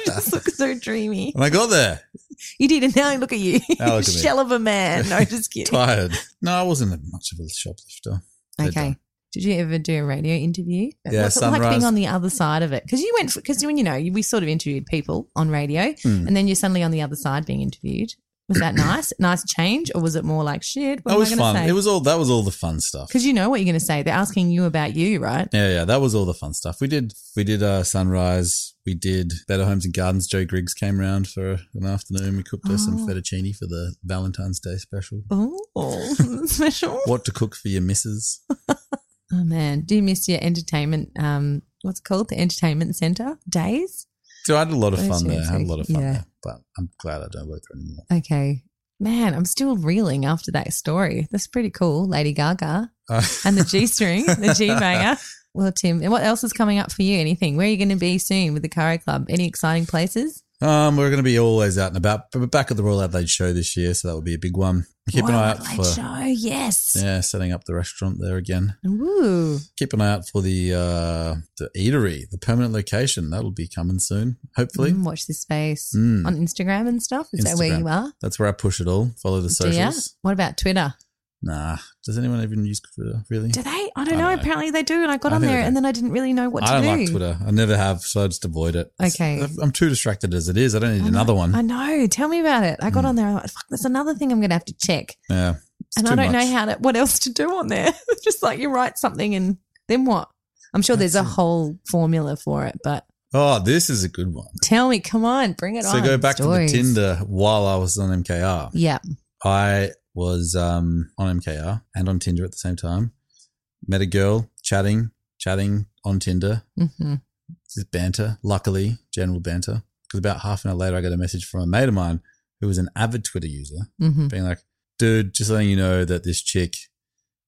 [SPEAKER 2] just
[SPEAKER 6] and
[SPEAKER 2] look so dreamy.
[SPEAKER 6] I got there
[SPEAKER 2] You did, and now look at you,
[SPEAKER 6] Now look at me.
[SPEAKER 2] shell of a man. No, just kidding.
[SPEAKER 6] tired. No, I wasn't that much of a shoplifter. They're
[SPEAKER 2] Okay.
[SPEAKER 6] done.
[SPEAKER 2] Did you ever do a radio interview?
[SPEAKER 6] Yeah,
[SPEAKER 2] What's it like
[SPEAKER 6] Sunrise.
[SPEAKER 2] being on the other side of it? Because you went because when you know we sort of interviewed people on radio,
[SPEAKER 6] Hmm.
[SPEAKER 2] and then you're suddenly on the other side being interviewed. Was that nice? Nice change, or was it more like shit? What
[SPEAKER 6] That
[SPEAKER 2] am
[SPEAKER 6] was
[SPEAKER 2] I going
[SPEAKER 6] fun.
[SPEAKER 2] to say?
[SPEAKER 6] It was all that was all the fun stuff.
[SPEAKER 2] because you know what you're going to say. They're asking you about you, right?
[SPEAKER 6] Yeah, yeah, that was all the fun stuff. We did, we did uh, Sunrise. We did Better Homes and Gardens. Joe Griggs came round for an afternoon. We cooked us some
[SPEAKER 2] Oh.
[SPEAKER 6] fettuccine for the Valentine's Day special.
[SPEAKER 2] Oh, special.
[SPEAKER 6] What to cook for your missus?
[SPEAKER 2] Oh man, do you miss your entertainment? Um, what's it called the entertainment center days?
[SPEAKER 6] So I had a lot of
[SPEAKER 2] Those
[SPEAKER 6] fun there. I had a
[SPEAKER 2] days,
[SPEAKER 6] lot of fun
[SPEAKER 2] yeah.
[SPEAKER 6] there, but I'm glad I don't work there anymore.
[SPEAKER 2] Okay, man, I'm still reeling after that story. That's pretty cool, Lady Gaga.
[SPEAKER 6] Uh,
[SPEAKER 2] and the G string, the G banger. Well, Tim, and what else is coming up for you? Anything? Where are you going to be soon with the Cairo Club? Any exciting places?
[SPEAKER 6] um, we're going to be always out and about. But we're back at the Royal Adelaide show this year, so that will be a big one. Keep an
[SPEAKER 2] Royal
[SPEAKER 6] eye out
[SPEAKER 2] Adelaide
[SPEAKER 6] for
[SPEAKER 2] show. Yes.
[SPEAKER 6] yeah, setting up the restaurant there again.
[SPEAKER 2] Ooh.
[SPEAKER 6] Keep an eye out for the uh, the eatery, the permanent location. That'll be coming soon, hopefully.
[SPEAKER 2] Mm, watch this space
[SPEAKER 6] Mm.
[SPEAKER 2] on Instagram and stuff. Is that where
[SPEAKER 6] Instagram.
[SPEAKER 2] you are?
[SPEAKER 6] That's where I push it all. Follow the
[SPEAKER 2] Do ya?
[SPEAKER 6] socials.
[SPEAKER 2] What about Twitter?
[SPEAKER 6] Nah. Does anyone even use Twitter really?
[SPEAKER 2] Do they? I don't
[SPEAKER 6] I
[SPEAKER 2] know.
[SPEAKER 6] don't know.
[SPEAKER 2] Apparently they do, and I got
[SPEAKER 6] I
[SPEAKER 2] on
[SPEAKER 6] think they
[SPEAKER 2] there,
[SPEAKER 6] do.
[SPEAKER 2] and then I didn't really know what
[SPEAKER 6] I
[SPEAKER 2] to
[SPEAKER 6] don't
[SPEAKER 2] do.
[SPEAKER 6] like Twitter. I never have, so I just avoid it. It's-
[SPEAKER 2] Okay.
[SPEAKER 6] I'm too distracted as it is. I don't need
[SPEAKER 2] I know.
[SPEAKER 6] another one.
[SPEAKER 2] I know. Tell me about it. I got
[SPEAKER 6] Mm.
[SPEAKER 2] on there. I'm like, fuck, that's another thing I'm going to have to check,
[SPEAKER 6] yeah. It's
[SPEAKER 2] and I
[SPEAKER 6] too
[SPEAKER 2] don't
[SPEAKER 6] much.
[SPEAKER 2] know how to what else to do on there. Just like you write something, and then what? I'm sure there's a
[SPEAKER 6] That's it.
[SPEAKER 2] whole formula for it, but
[SPEAKER 6] Oh, this is a good one.
[SPEAKER 2] Tell me, come on, bring it on.
[SPEAKER 6] So go back
[SPEAKER 2] Stories.
[SPEAKER 6] to the Tinder while I was on MKR.
[SPEAKER 2] Yeah.
[SPEAKER 6] I was um, on MKR and on Tinder at the same time. Met a girl, chatting, chatting on Tinder,
[SPEAKER 2] hmm
[SPEAKER 6] just banter. Luckily, general banter. Because about half an hour later, I got a message from a mate of mine who was an avid Twitter user.
[SPEAKER 2] hmm
[SPEAKER 6] being like, dude, just letting you know that this chick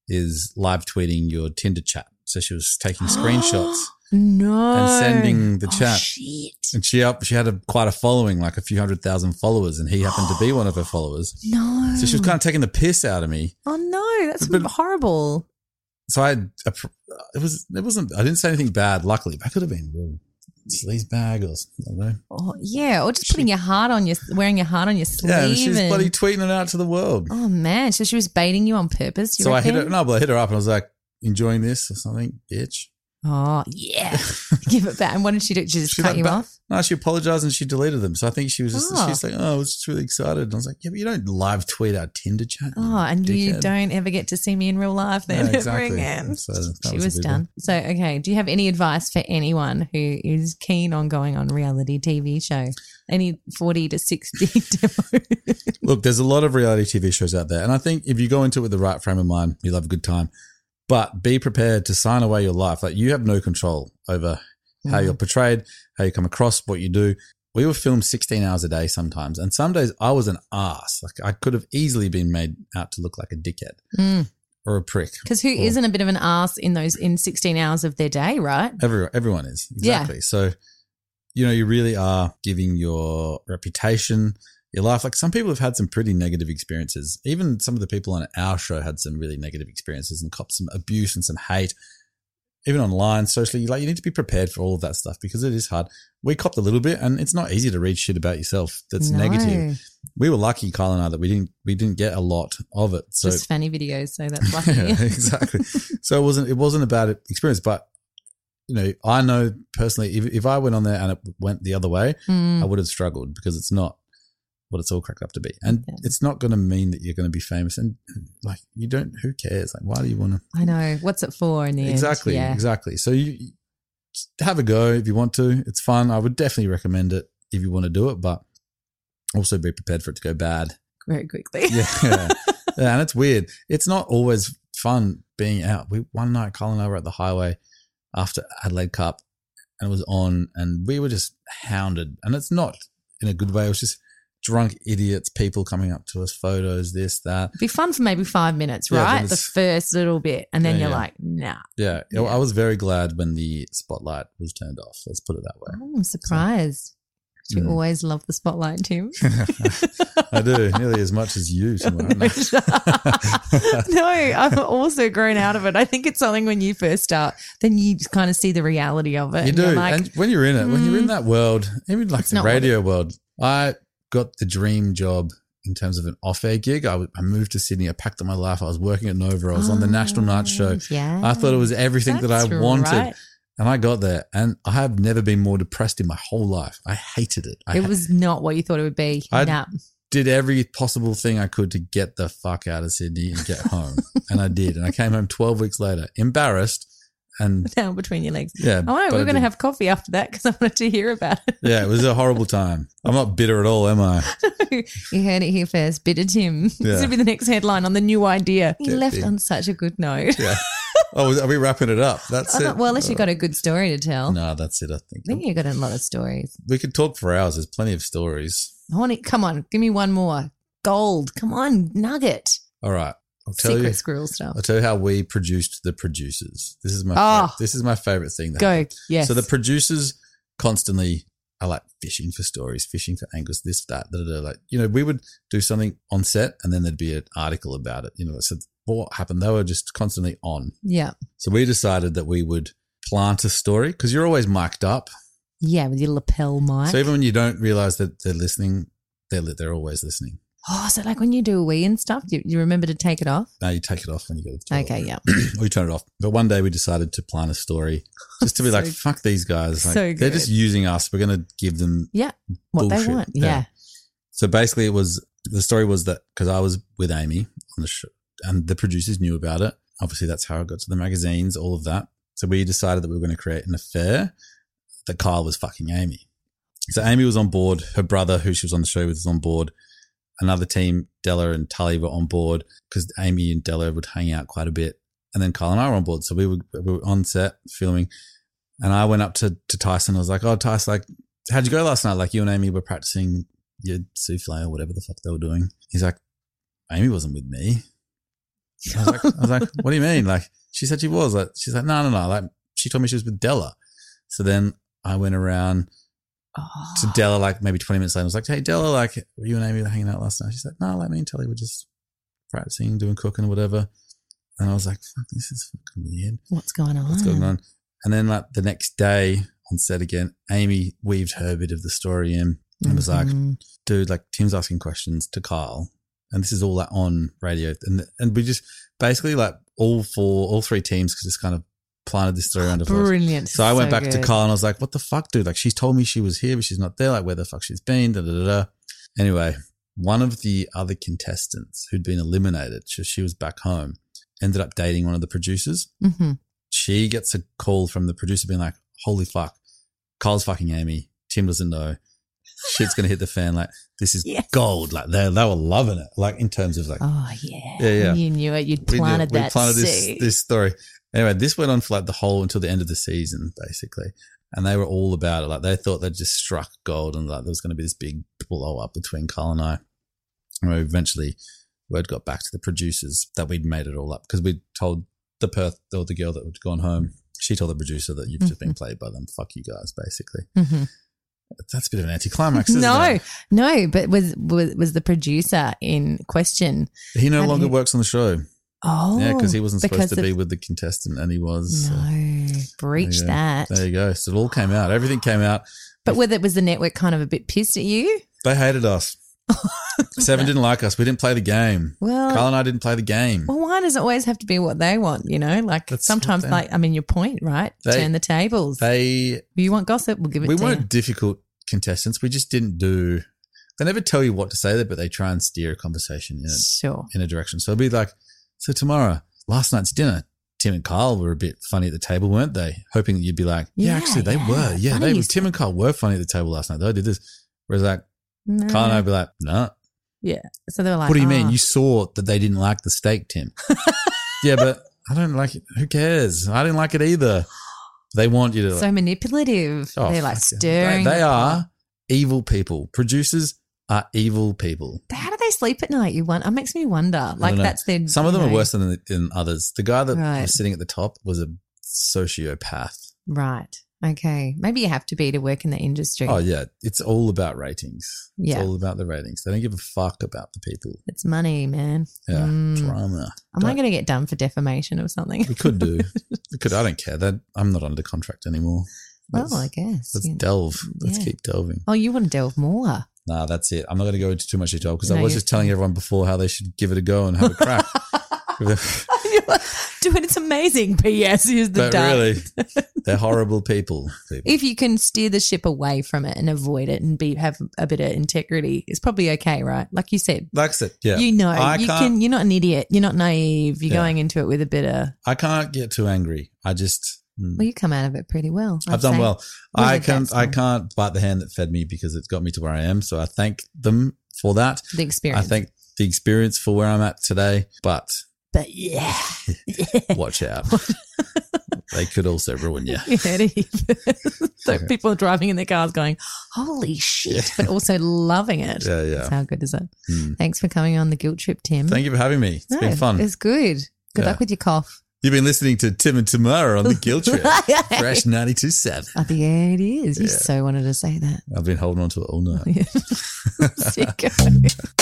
[SPEAKER 6] is live tweeting your Tinder chat. So she was taking screenshots
[SPEAKER 2] No.
[SPEAKER 6] and sending the
[SPEAKER 2] Oh,
[SPEAKER 6] chat.
[SPEAKER 2] shit.
[SPEAKER 6] and she up, she had a, quite a following, like a few hundred thousand followers, and he happened to be one of her followers.
[SPEAKER 2] No.
[SPEAKER 6] So she was kind of taking the piss out of me.
[SPEAKER 2] Oh no, that's
[SPEAKER 6] But-
[SPEAKER 2] horrible.
[SPEAKER 6] So I, uh, it was, it wasn't. I didn't say anything bad. Luckily, but I could have been real sleaze bag or I don't know.
[SPEAKER 2] Oh, yeah, or just putting your heart on your wearing your heart on your sleeve.
[SPEAKER 6] Yeah, and she's
[SPEAKER 2] and-
[SPEAKER 6] bloody tweeting it out to the world.
[SPEAKER 2] oh man, so she was baiting you on purpose. do You
[SPEAKER 6] so I hit her.
[SPEAKER 2] reckon?
[SPEAKER 6] No, but I hit her up and I was like, enjoying this or something, bitch.
[SPEAKER 2] Oh, yeah. Give it back. And what did she do? She just
[SPEAKER 6] She
[SPEAKER 2] cut
[SPEAKER 6] went
[SPEAKER 2] you
[SPEAKER 6] back-
[SPEAKER 2] off?
[SPEAKER 6] No, she apologized and she deleted them. So I think she was just
[SPEAKER 2] Oh.
[SPEAKER 6] she's like, oh, I was just really excited. And I was like, yeah, but you don't live tweet our Tinder chat. you
[SPEAKER 2] Oh, and you
[SPEAKER 6] dickhead."
[SPEAKER 2] don't ever get to see me in real life
[SPEAKER 6] Yeah,
[SPEAKER 2] then.
[SPEAKER 6] exactly.
[SPEAKER 2] Bring it.
[SPEAKER 6] So that
[SPEAKER 2] she
[SPEAKER 6] was a
[SPEAKER 2] was
[SPEAKER 6] big
[SPEAKER 2] done.
[SPEAKER 6] one.
[SPEAKER 2] So, okay. Do you have any advice for anyone who is keen on going on reality TV show? Any 40 to 60 demo?
[SPEAKER 6] Look, there's a lot of reality TV shows out there, and I think if you go into it with the right frame of mind, you'll have a good time. But be prepared to sign away your life. Like you have no control over how
[SPEAKER 2] Mm-hmm.
[SPEAKER 6] you're portrayed, how you come across, what you do. We were filmed 16 hours a day sometimes, and some days I was an ass. Like I could have easily been made out to look like a dickhead
[SPEAKER 2] Mm.
[SPEAKER 6] or a prick.
[SPEAKER 2] Because who
[SPEAKER 6] Or-
[SPEAKER 2] not a bit of an ass in those in 16 hours of their day, right?
[SPEAKER 6] Everyone, everyone is
[SPEAKER 2] Yeah.
[SPEAKER 6] exactly. So, you know, you really are giving your reputation, your life. Like some people have had some pretty negative experiences. Even some of the people on our show had some really negative experiences and copped some abuse and some hate. Even online, socially, like you need to be prepared for all of that stuff because it is hard. We copped a little bit, and it's not easy to read shit about yourself that's
[SPEAKER 2] No.
[SPEAKER 6] negative. We were lucky, Kyle and I, that we didn't we didn't get a lot of it. So
[SPEAKER 2] Just funny videos. So that's lucky.
[SPEAKER 6] yeah, exactly. so it wasn't it wasn't a bad experience, but you know, I know personally, if, if I went on there and it went the other way,
[SPEAKER 2] Mm.
[SPEAKER 6] I would have struggled because it's not what it's all cracked up to be, and
[SPEAKER 2] Yeah.
[SPEAKER 6] it's not going to mean that you're going to be famous. And like, you don't. Who cares? Like, why do you want to?
[SPEAKER 2] I know. What's it for in the end?
[SPEAKER 6] Exactly,
[SPEAKER 2] Yeah.
[SPEAKER 6] exactly. So you you have a go if you want to. It's fun. I would definitely recommend it if you want to do it, but also be prepared for it to go bad.
[SPEAKER 2] Very quickly.
[SPEAKER 6] Yeah. yeah, and it's weird. It's not always fun being out. We one night, Colin and I were at the highway after Adelaide Cup, and it was on, and we were just hounded. And it's not in a good way. It was just drunk idiots, people coming up to us, photos, this, that.
[SPEAKER 2] Be fun for maybe five minutes,
[SPEAKER 6] Yeah, then
[SPEAKER 2] right? The
[SPEAKER 6] it's-
[SPEAKER 2] first little bit. And then
[SPEAKER 6] Yeah,
[SPEAKER 2] you're
[SPEAKER 6] yeah.
[SPEAKER 2] like, nah.
[SPEAKER 6] Yeah,
[SPEAKER 2] Yeah.
[SPEAKER 6] I was very glad when the spotlight was turned off. Let's put it that way.
[SPEAKER 2] Oh, I'm surprised. You
[SPEAKER 6] Mm.
[SPEAKER 2] always love the spotlight, Tim.
[SPEAKER 6] I do nearly as much as you. Tomorrow.
[SPEAKER 2] no, I've also grown out of it. I think it's something when you first start, then you kind of see the reality of it.
[SPEAKER 6] You
[SPEAKER 2] and
[SPEAKER 6] do.
[SPEAKER 2] you're like, "Hmm."
[SPEAKER 6] and when you're in it, when you're in that world, even like
[SPEAKER 2] It's
[SPEAKER 6] the
[SPEAKER 2] not what
[SPEAKER 6] radio world, I got the dream job in terms of an off air gig. I, w- I moved to Sydney. I packed up my life. I was working at Nova. I was on the National Night Show.
[SPEAKER 2] Yeah.
[SPEAKER 6] I thought it was everything
[SPEAKER 2] Oh, That's
[SPEAKER 6] that I wanted.
[SPEAKER 2] right.
[SPEAKER 6] And I got there. And I have never been more depressed in my whole life. I hated it. I
[SPEAKER 2] It was not what you thought it would be.
[SPEAKER 6] I-
[SPEAKER 2] Nah.
[SPEAKER 6] did every possible thing I could to get the fuck out of Sydney and get home. and I did. And I came home 12 weeks later, embarrassed. And
[SPEAKER 2] down between your legs.
[SPEAKER 6] yeah.
[SPEAKER 2] Oh,
[SPEAKER 6] but
[SPEAKER 2] we
[SPEAKER 6] I
[SPEAKER 2] we're going to
[SPEAKER 6] did.
[SPEAKER 2] have coffee after that because I wanted to hear about it.
[SPEAKER 6] Yeah, it was a horrible time. I'm not bitter at all, am I?
[SPEAKER 2] you heard it here first. Bitter Tim.
[SPEAKER 6] Yeah.
[SPEAKER 2] This will be the next headline on the new idea. He
[SPEAKER 6] Get
[SPEAKER 2] left
[SPEAKER 6] big.
[SPEAKER 2] on such a good note.
[SPEAKER 6] Yeah. Oh, is- are we wrapping it up? That's
[SPEAKER 2] I
[SPEAKER 6] it.
[SPEAKER 2] thought, well, unless you got a good story to tell.
[SPEAKER 6] No, that's it. I think
[SPEAKER 2] I think you got a lot of stories.
[SPEAKER 6] we could talk for hours. There's plenty of stories.
[SPEAKER 2] I want it. Come on, give me one more. Gold. Come on, nugget.
[SPEAKER 6] All right, I'll tell
[SPEAKER 2] Secret
[SPEAKER 6] you.
[SPEAKER 2] squirrel stuff.
[SPEAKER 6] I'll tell you how we produced the producers. This is my
[SPEAKER 2] Ah.
[SPEAKER 6] fa- this is my favorite thing. That
[SPEAKER 2] Go.
[SPEAKER 6] happened.
[SPEAKER 2] Yes.
[SPEAKER 6] So the producers constantly are like fishing for stories, fishing for angles, this, that, da, da, da. like you know, we would do something on set, and then there'd be an article about it. You know, so what happened? They were just constantly on.
[SPEAKER 2] yeah.
[SPEAKER 6] So we decided that we would plant a story because you're always mic'd up.
[SPEAKER 2] Yeah, with your lapel mic.
[SPEAKER 6] So even when you don't realize that they're listening, they're li- they're always listening.
[SPEAKER 2] oh, so like when you do a wee and stuff, you, you remember to take it off?
[SPEAKER 6] Now you take it off when you go to the toilet.
[SPEAKER 2] Okay, yeah.
[SPEAKER 6] or you turn it off. But one day we decided to plan a story just to be
[SPEAKER 2] So-
[SPEAKER 6] like, fuck these guys. Like,
[SPEAKER 2] so
[SPEAKER 6] They're
[SPEAKER 2] good.
[SPEAKER 6] just using us. We're going to give them.
[SPEAKER 2] What
[SPEAKER 6] Bullshit.
[SPEAKER 2] they want.
[SPEAKER 6] Yeah.
[SPEAKER 2] Yeah.
[SPEAKER 6] So basically, it was the story was that because I was with Amy on the show and the producers knew about it. Obviously, that's how it got to the magazines, all of that. So we decided that we were going to create an affair that Kyle was fucking Amy. So Amy was on board. Her brother, who she was on the show with, was on board. Another team, Della and Tully, were on board because Amy and Della would hang out quite a bit. And then Kyle and I were on board. So we were, we were on set filming. And I went up to, to Tyson. I was like, oh, Tyson, like, how'd you go last night? Like, you and Amy were practicing your souffle or whatever the fuck they were doing. He's like, Amy wasn't with me. I was like, I was like what do you mean? Like, she said she was. Like, she's like, no, no, no. Like, she told me she was with Della. So then I went around
[SPEAKER 2] Oh,
[SPEAKER 6] to Della like maybe 20 minutes later. I was like, hey, Della, like, were you and Amy hanging out last night? She's like, no, like me and Telly were just practicing, doing cooking, whatever. And I was like, fuck, this is fucking weird.
[SPEAKER 2] what's going on?
[SPEAKER 6] What's going on? And then like the next day on set again, Amy weaved her bit of the story in and was like,
[SPEAKER 2] Mhm.
[SPEAKER 6] dude, like Tim's asking questions to Kyle, and this is all like on radio, and and we just basically like all four, all three teams could just kind of planted this story around her voice.
[SPEAKER 2] Brilliant.
[SPEAKER 6] So I went back to
[SPEAKER 2] good.
[SPEAKER 6] Carl and I was like, what the fuck, dude? Like, she's told me she was here, but she's not there. Like, where the fuck she's been? Da, da, da, da. Anyway, one of the other contestants who'd been eliminated, so she was back home, ended up dating one of the producers.
[SPEAKER 2] Mhm.
[SPEAKER 6] She gets a call from the producer being like, holy fuck, Carl's fucking Amy. Tim doesn't know. Shit's going to hit the fan. Like, this is
[SPEAKER 2] Yes.
[SPEAKER 6] gold. Like, they, they were loving it. Like, in terms of like,
[SPEAKER 2] Oh, yeah.
[SPEAKER 6] Yeah, yeah.
[SPEAKER 2] You knew it. You'd
[SPEAKER 6] we did-
[SPEAKER 2] planted
[SPEAKER 6] we
[SPEAKER 2] that
[SPEAKER 6] planted
[SPEAKER 2] seed.
[SPEAKER 6] this, this story. Anyway, this went on for like the whole until the end of the season, basically. And they were all about it. Like they thought they'd just struck gold and like there was going to be this big blow up between Carl and I. And we eventually word got back to the producers that we'd made it all up because we'd told the Perth or the girl that had gone home. She told the producer that you've just been
[SPEAKER 2] Mm-hmm.
[SPEAKER 6] played by them. Fuck you guys, basically.
[SPEAKER 2] Mhm.
[SPEAKER 6] That's a bit of an anticlimax, isn't
[SPEAKER 2] No,
[SPEAKER 6] it?
[SPEAKER 2] no, but was, was was the producer in question?
[SPEAKER 6] He no
[SPEAKER 2] And
[SPEAKER 6] longer
[SPEAKER 2] he-
[SPEAKER 6] works on the show.
[SPEAKER 2] Oh,
[SPEAKER 6] yeah, because he wasn't supposed
[SPEAKER 2] because
[SPEAKER 6] to
[SPEAKER 2] of-
[SPEAKER 6] be with the contestant and he was. so-
[SPEAKER 2] No, breach
[SPEAKER 6] Yeah.
[SPEAKER 2] that.
[SPEAKER 6] There you go. So it all came out. Everything came out.
[SPEAKER 2] But whether it was the network kind of a bit pissed at you?
[SPEAKER 6] They hated us. Seven didn't like us. We didn't play the game.
[SPEAKER 2] Well,
[SPEAKER 6] Carl and I didn't play the game.
[SPEAKER 2] well, why does it always have to be what they want? You know, like
[SPEAKER 6] That's
[SPEAKER 2] sometimes,
[SPEAKER 6] what they-
[SPEAKER 2] like I mean, your point, right?
[SPEAKER 6] They-
[SPEAKER 2] Turn the tables.
[SPEAKER 6] They
[SPEAKER 2] you want gossip? We'll give it
[SPEAKER 6] we
[SPEAKER 2] to you.
[SPEAKER 6] weren't difficult contestants. We just didn't do. They never tell you what to say, but they try and steer a conversation in a,
[SPEAKER 2] Sure.
[SPEAKER 6] in a direction. So it'd be like, so tomorrow, last night's dinner, Tim and Carl were a bit funny at the table, weren't they? Hoping that you'd be like, yeah,
[SPEAKER 2] Yeah,
[SPEAKER 6] actually they
[SPEAKER 2] yeah,
[SPEAKER 6] were. Yeah,
[SPEAKER 2] funny
[SPEAKER 6] they
[SPEAKER 2] you
[SPEAKER 6] were.
[SPEAKER 2] said
[SPEAKER 6] Tim and Carl were funny at the table last night. They did this. Whereas like
[SPEAKER 2] No.
[SPEAKER 6] Carl and I'd be like, no, nah,
[SPEAKER 2] So they were like,
[SPEAKER 6] what do you mean?
[SPEAKER 2] "Oh,
[SPEAKER 6] You saw that they didn't like the steak, Tim. yeah, but I don't like it. Who cares? I didn't like it either. They want you to.
[SPEAKER 2] so manipulative?"
[SPEAKER 6] Oh,
[SPEAKER 2] They're like
[SPEAKER 6] fuck yeah.
[SPEAKER 2] stirring.
[SPEAKER 6] They, they
[SPEAKER 2] the pot.
[SPEAKER 6] are evil people. Producers are evil people.
[SPEAKER 2] How do they sleep at night? You want? It makes me wonder. Like
[SPEAKER 6] know.
[SPEAKER 2] that's their.
[SPEAKER 6] Some of
[SPEAKER 2] you
[SPEAKER 6] them are
[SPEAKER 2] Mm, know-
[SPEAKER 6] worse than, than others. The guy that
[SPEAKER 2] Right.
[SPEAKER 6] was sitting at the top was a sociopath.
[SPEAKER 2] Right. Okay. Maybe you have to be to work in the industry.
[SPEAKER 6] Oh yeah, it's all about ratings.
[SPEAKER 2] Yeah.
[SPEAKER 6] It's all about the ratings. They don't give a fuck about the people.
[SPEAKER 2] It's money, man.
[SPEAKER 6] Yeah,
[SPEAKER 2] Mm.
[SPEAKER 6] drama.
[SPEAKER 2] Am I
[SPEAKER 6] Don't-
[SPEAKER 2] going to get done for defamation or something?
[SPEAKER 6] We could do. we could. I don't care. That I'm not under contract anymore.
[SPEAKER 2] well, Oh, I guess.
[SPEAKER 6] Let's
[SPEAKER 2] you know.
[SPEAKER 6] delve. Let's
[SPEAKER 2] Yeah.
[SPEAKER 6] keep delving.
[SPEAKER 2] oh, you want to delve more?
[SPEAKER 6] Nah, that's it. I'm not going to go into too much detail because
[SPEAKER 2] No,
[SPEAKER 6] I was
[SPEAKER 2] you-
[SPEAKER 6] just telling everyone before how they should give it a go and have a crack.
[SPEAKER 2] Dude, it's amazing. P.S. is the
[SPEAKER 6] but
[SPEAKER 2] dark.
[SPEAKER 6] really, they're horrible people. people.
[SPEAKER 2] If you can steer the ship away from it and avoid it and be have a bit of integrity, it's probably okay, right? Like you said,
[SPEAKER 6] That's it. Yeah,
[SPEAKER 2] you know,
[SPEAKER 6] I
[SPEAKER 2] you
[SPEAKER 6] can't.
[SPEAKER 2] can. You're not an idiot. You're not naive. You're
[SPEAKER 6] Yeah.
[SPEAKER 2] going into it with a bit of.
[SPEAKER 6] I can't get too angry. I just. mm,
[SPEAKER 2] Well, you come out of it pretty well.
[SPEAKER 6] I've
[SPEAKER 2] I'd
[SPEAKER 6] done
[SPEAKER 2] say.
[SPEAKER 6] well.
[SPEAKER 2] Well,
[SPEAKER 6] I
[SPEAKER 2] that's
[SPEAKER 6] can't. I
[SPEAKER 2] fine.
[SPEAKER 6] can't bite the hand that fed me because it's got me to where I am. So I thank them for that.
[SPEAKER 2] The experience.
[SPEAKER 6] I thank the experience for where I'm at today. But
[SPEAKER 2] But yeah.
[SPEAKER 6] watch out. they could also ruin you.
[SPEAKER 2] You heard it. so
[SPEAKER 6] Okay.
[SPEAKER 2] people are driving in their cars going, holy shit, but also loving it.
[SPEAKER 6] Yeah, yeah.
[SPEAKER 2] How good is it?
[SPEAKER 6] Mm.
[SPEAKER 2] Thanks for coming on the guilt trip, Tim.
[SPEAKER 6] Thank you for having me. It's
[SPEAKER 2] No,
[SPEAKER 6] been fun.
[SPEAKER 2] It's good. Good
[SPEAKER 6] Yeah.
[SPEAKER 2] luck with your cough.
[SPEAKER 6] You've been listening to Tim and Tamara on the Guilt Trip. Fresh 927.
[SPEAKER 2] I think it is. You
[SPEAKER 6] Yeah.
[SPEAKER 2] so wanted to say that.
[SPEAKER 6] I've been holding on to it all night.
[SPEAKER 2] Sicko.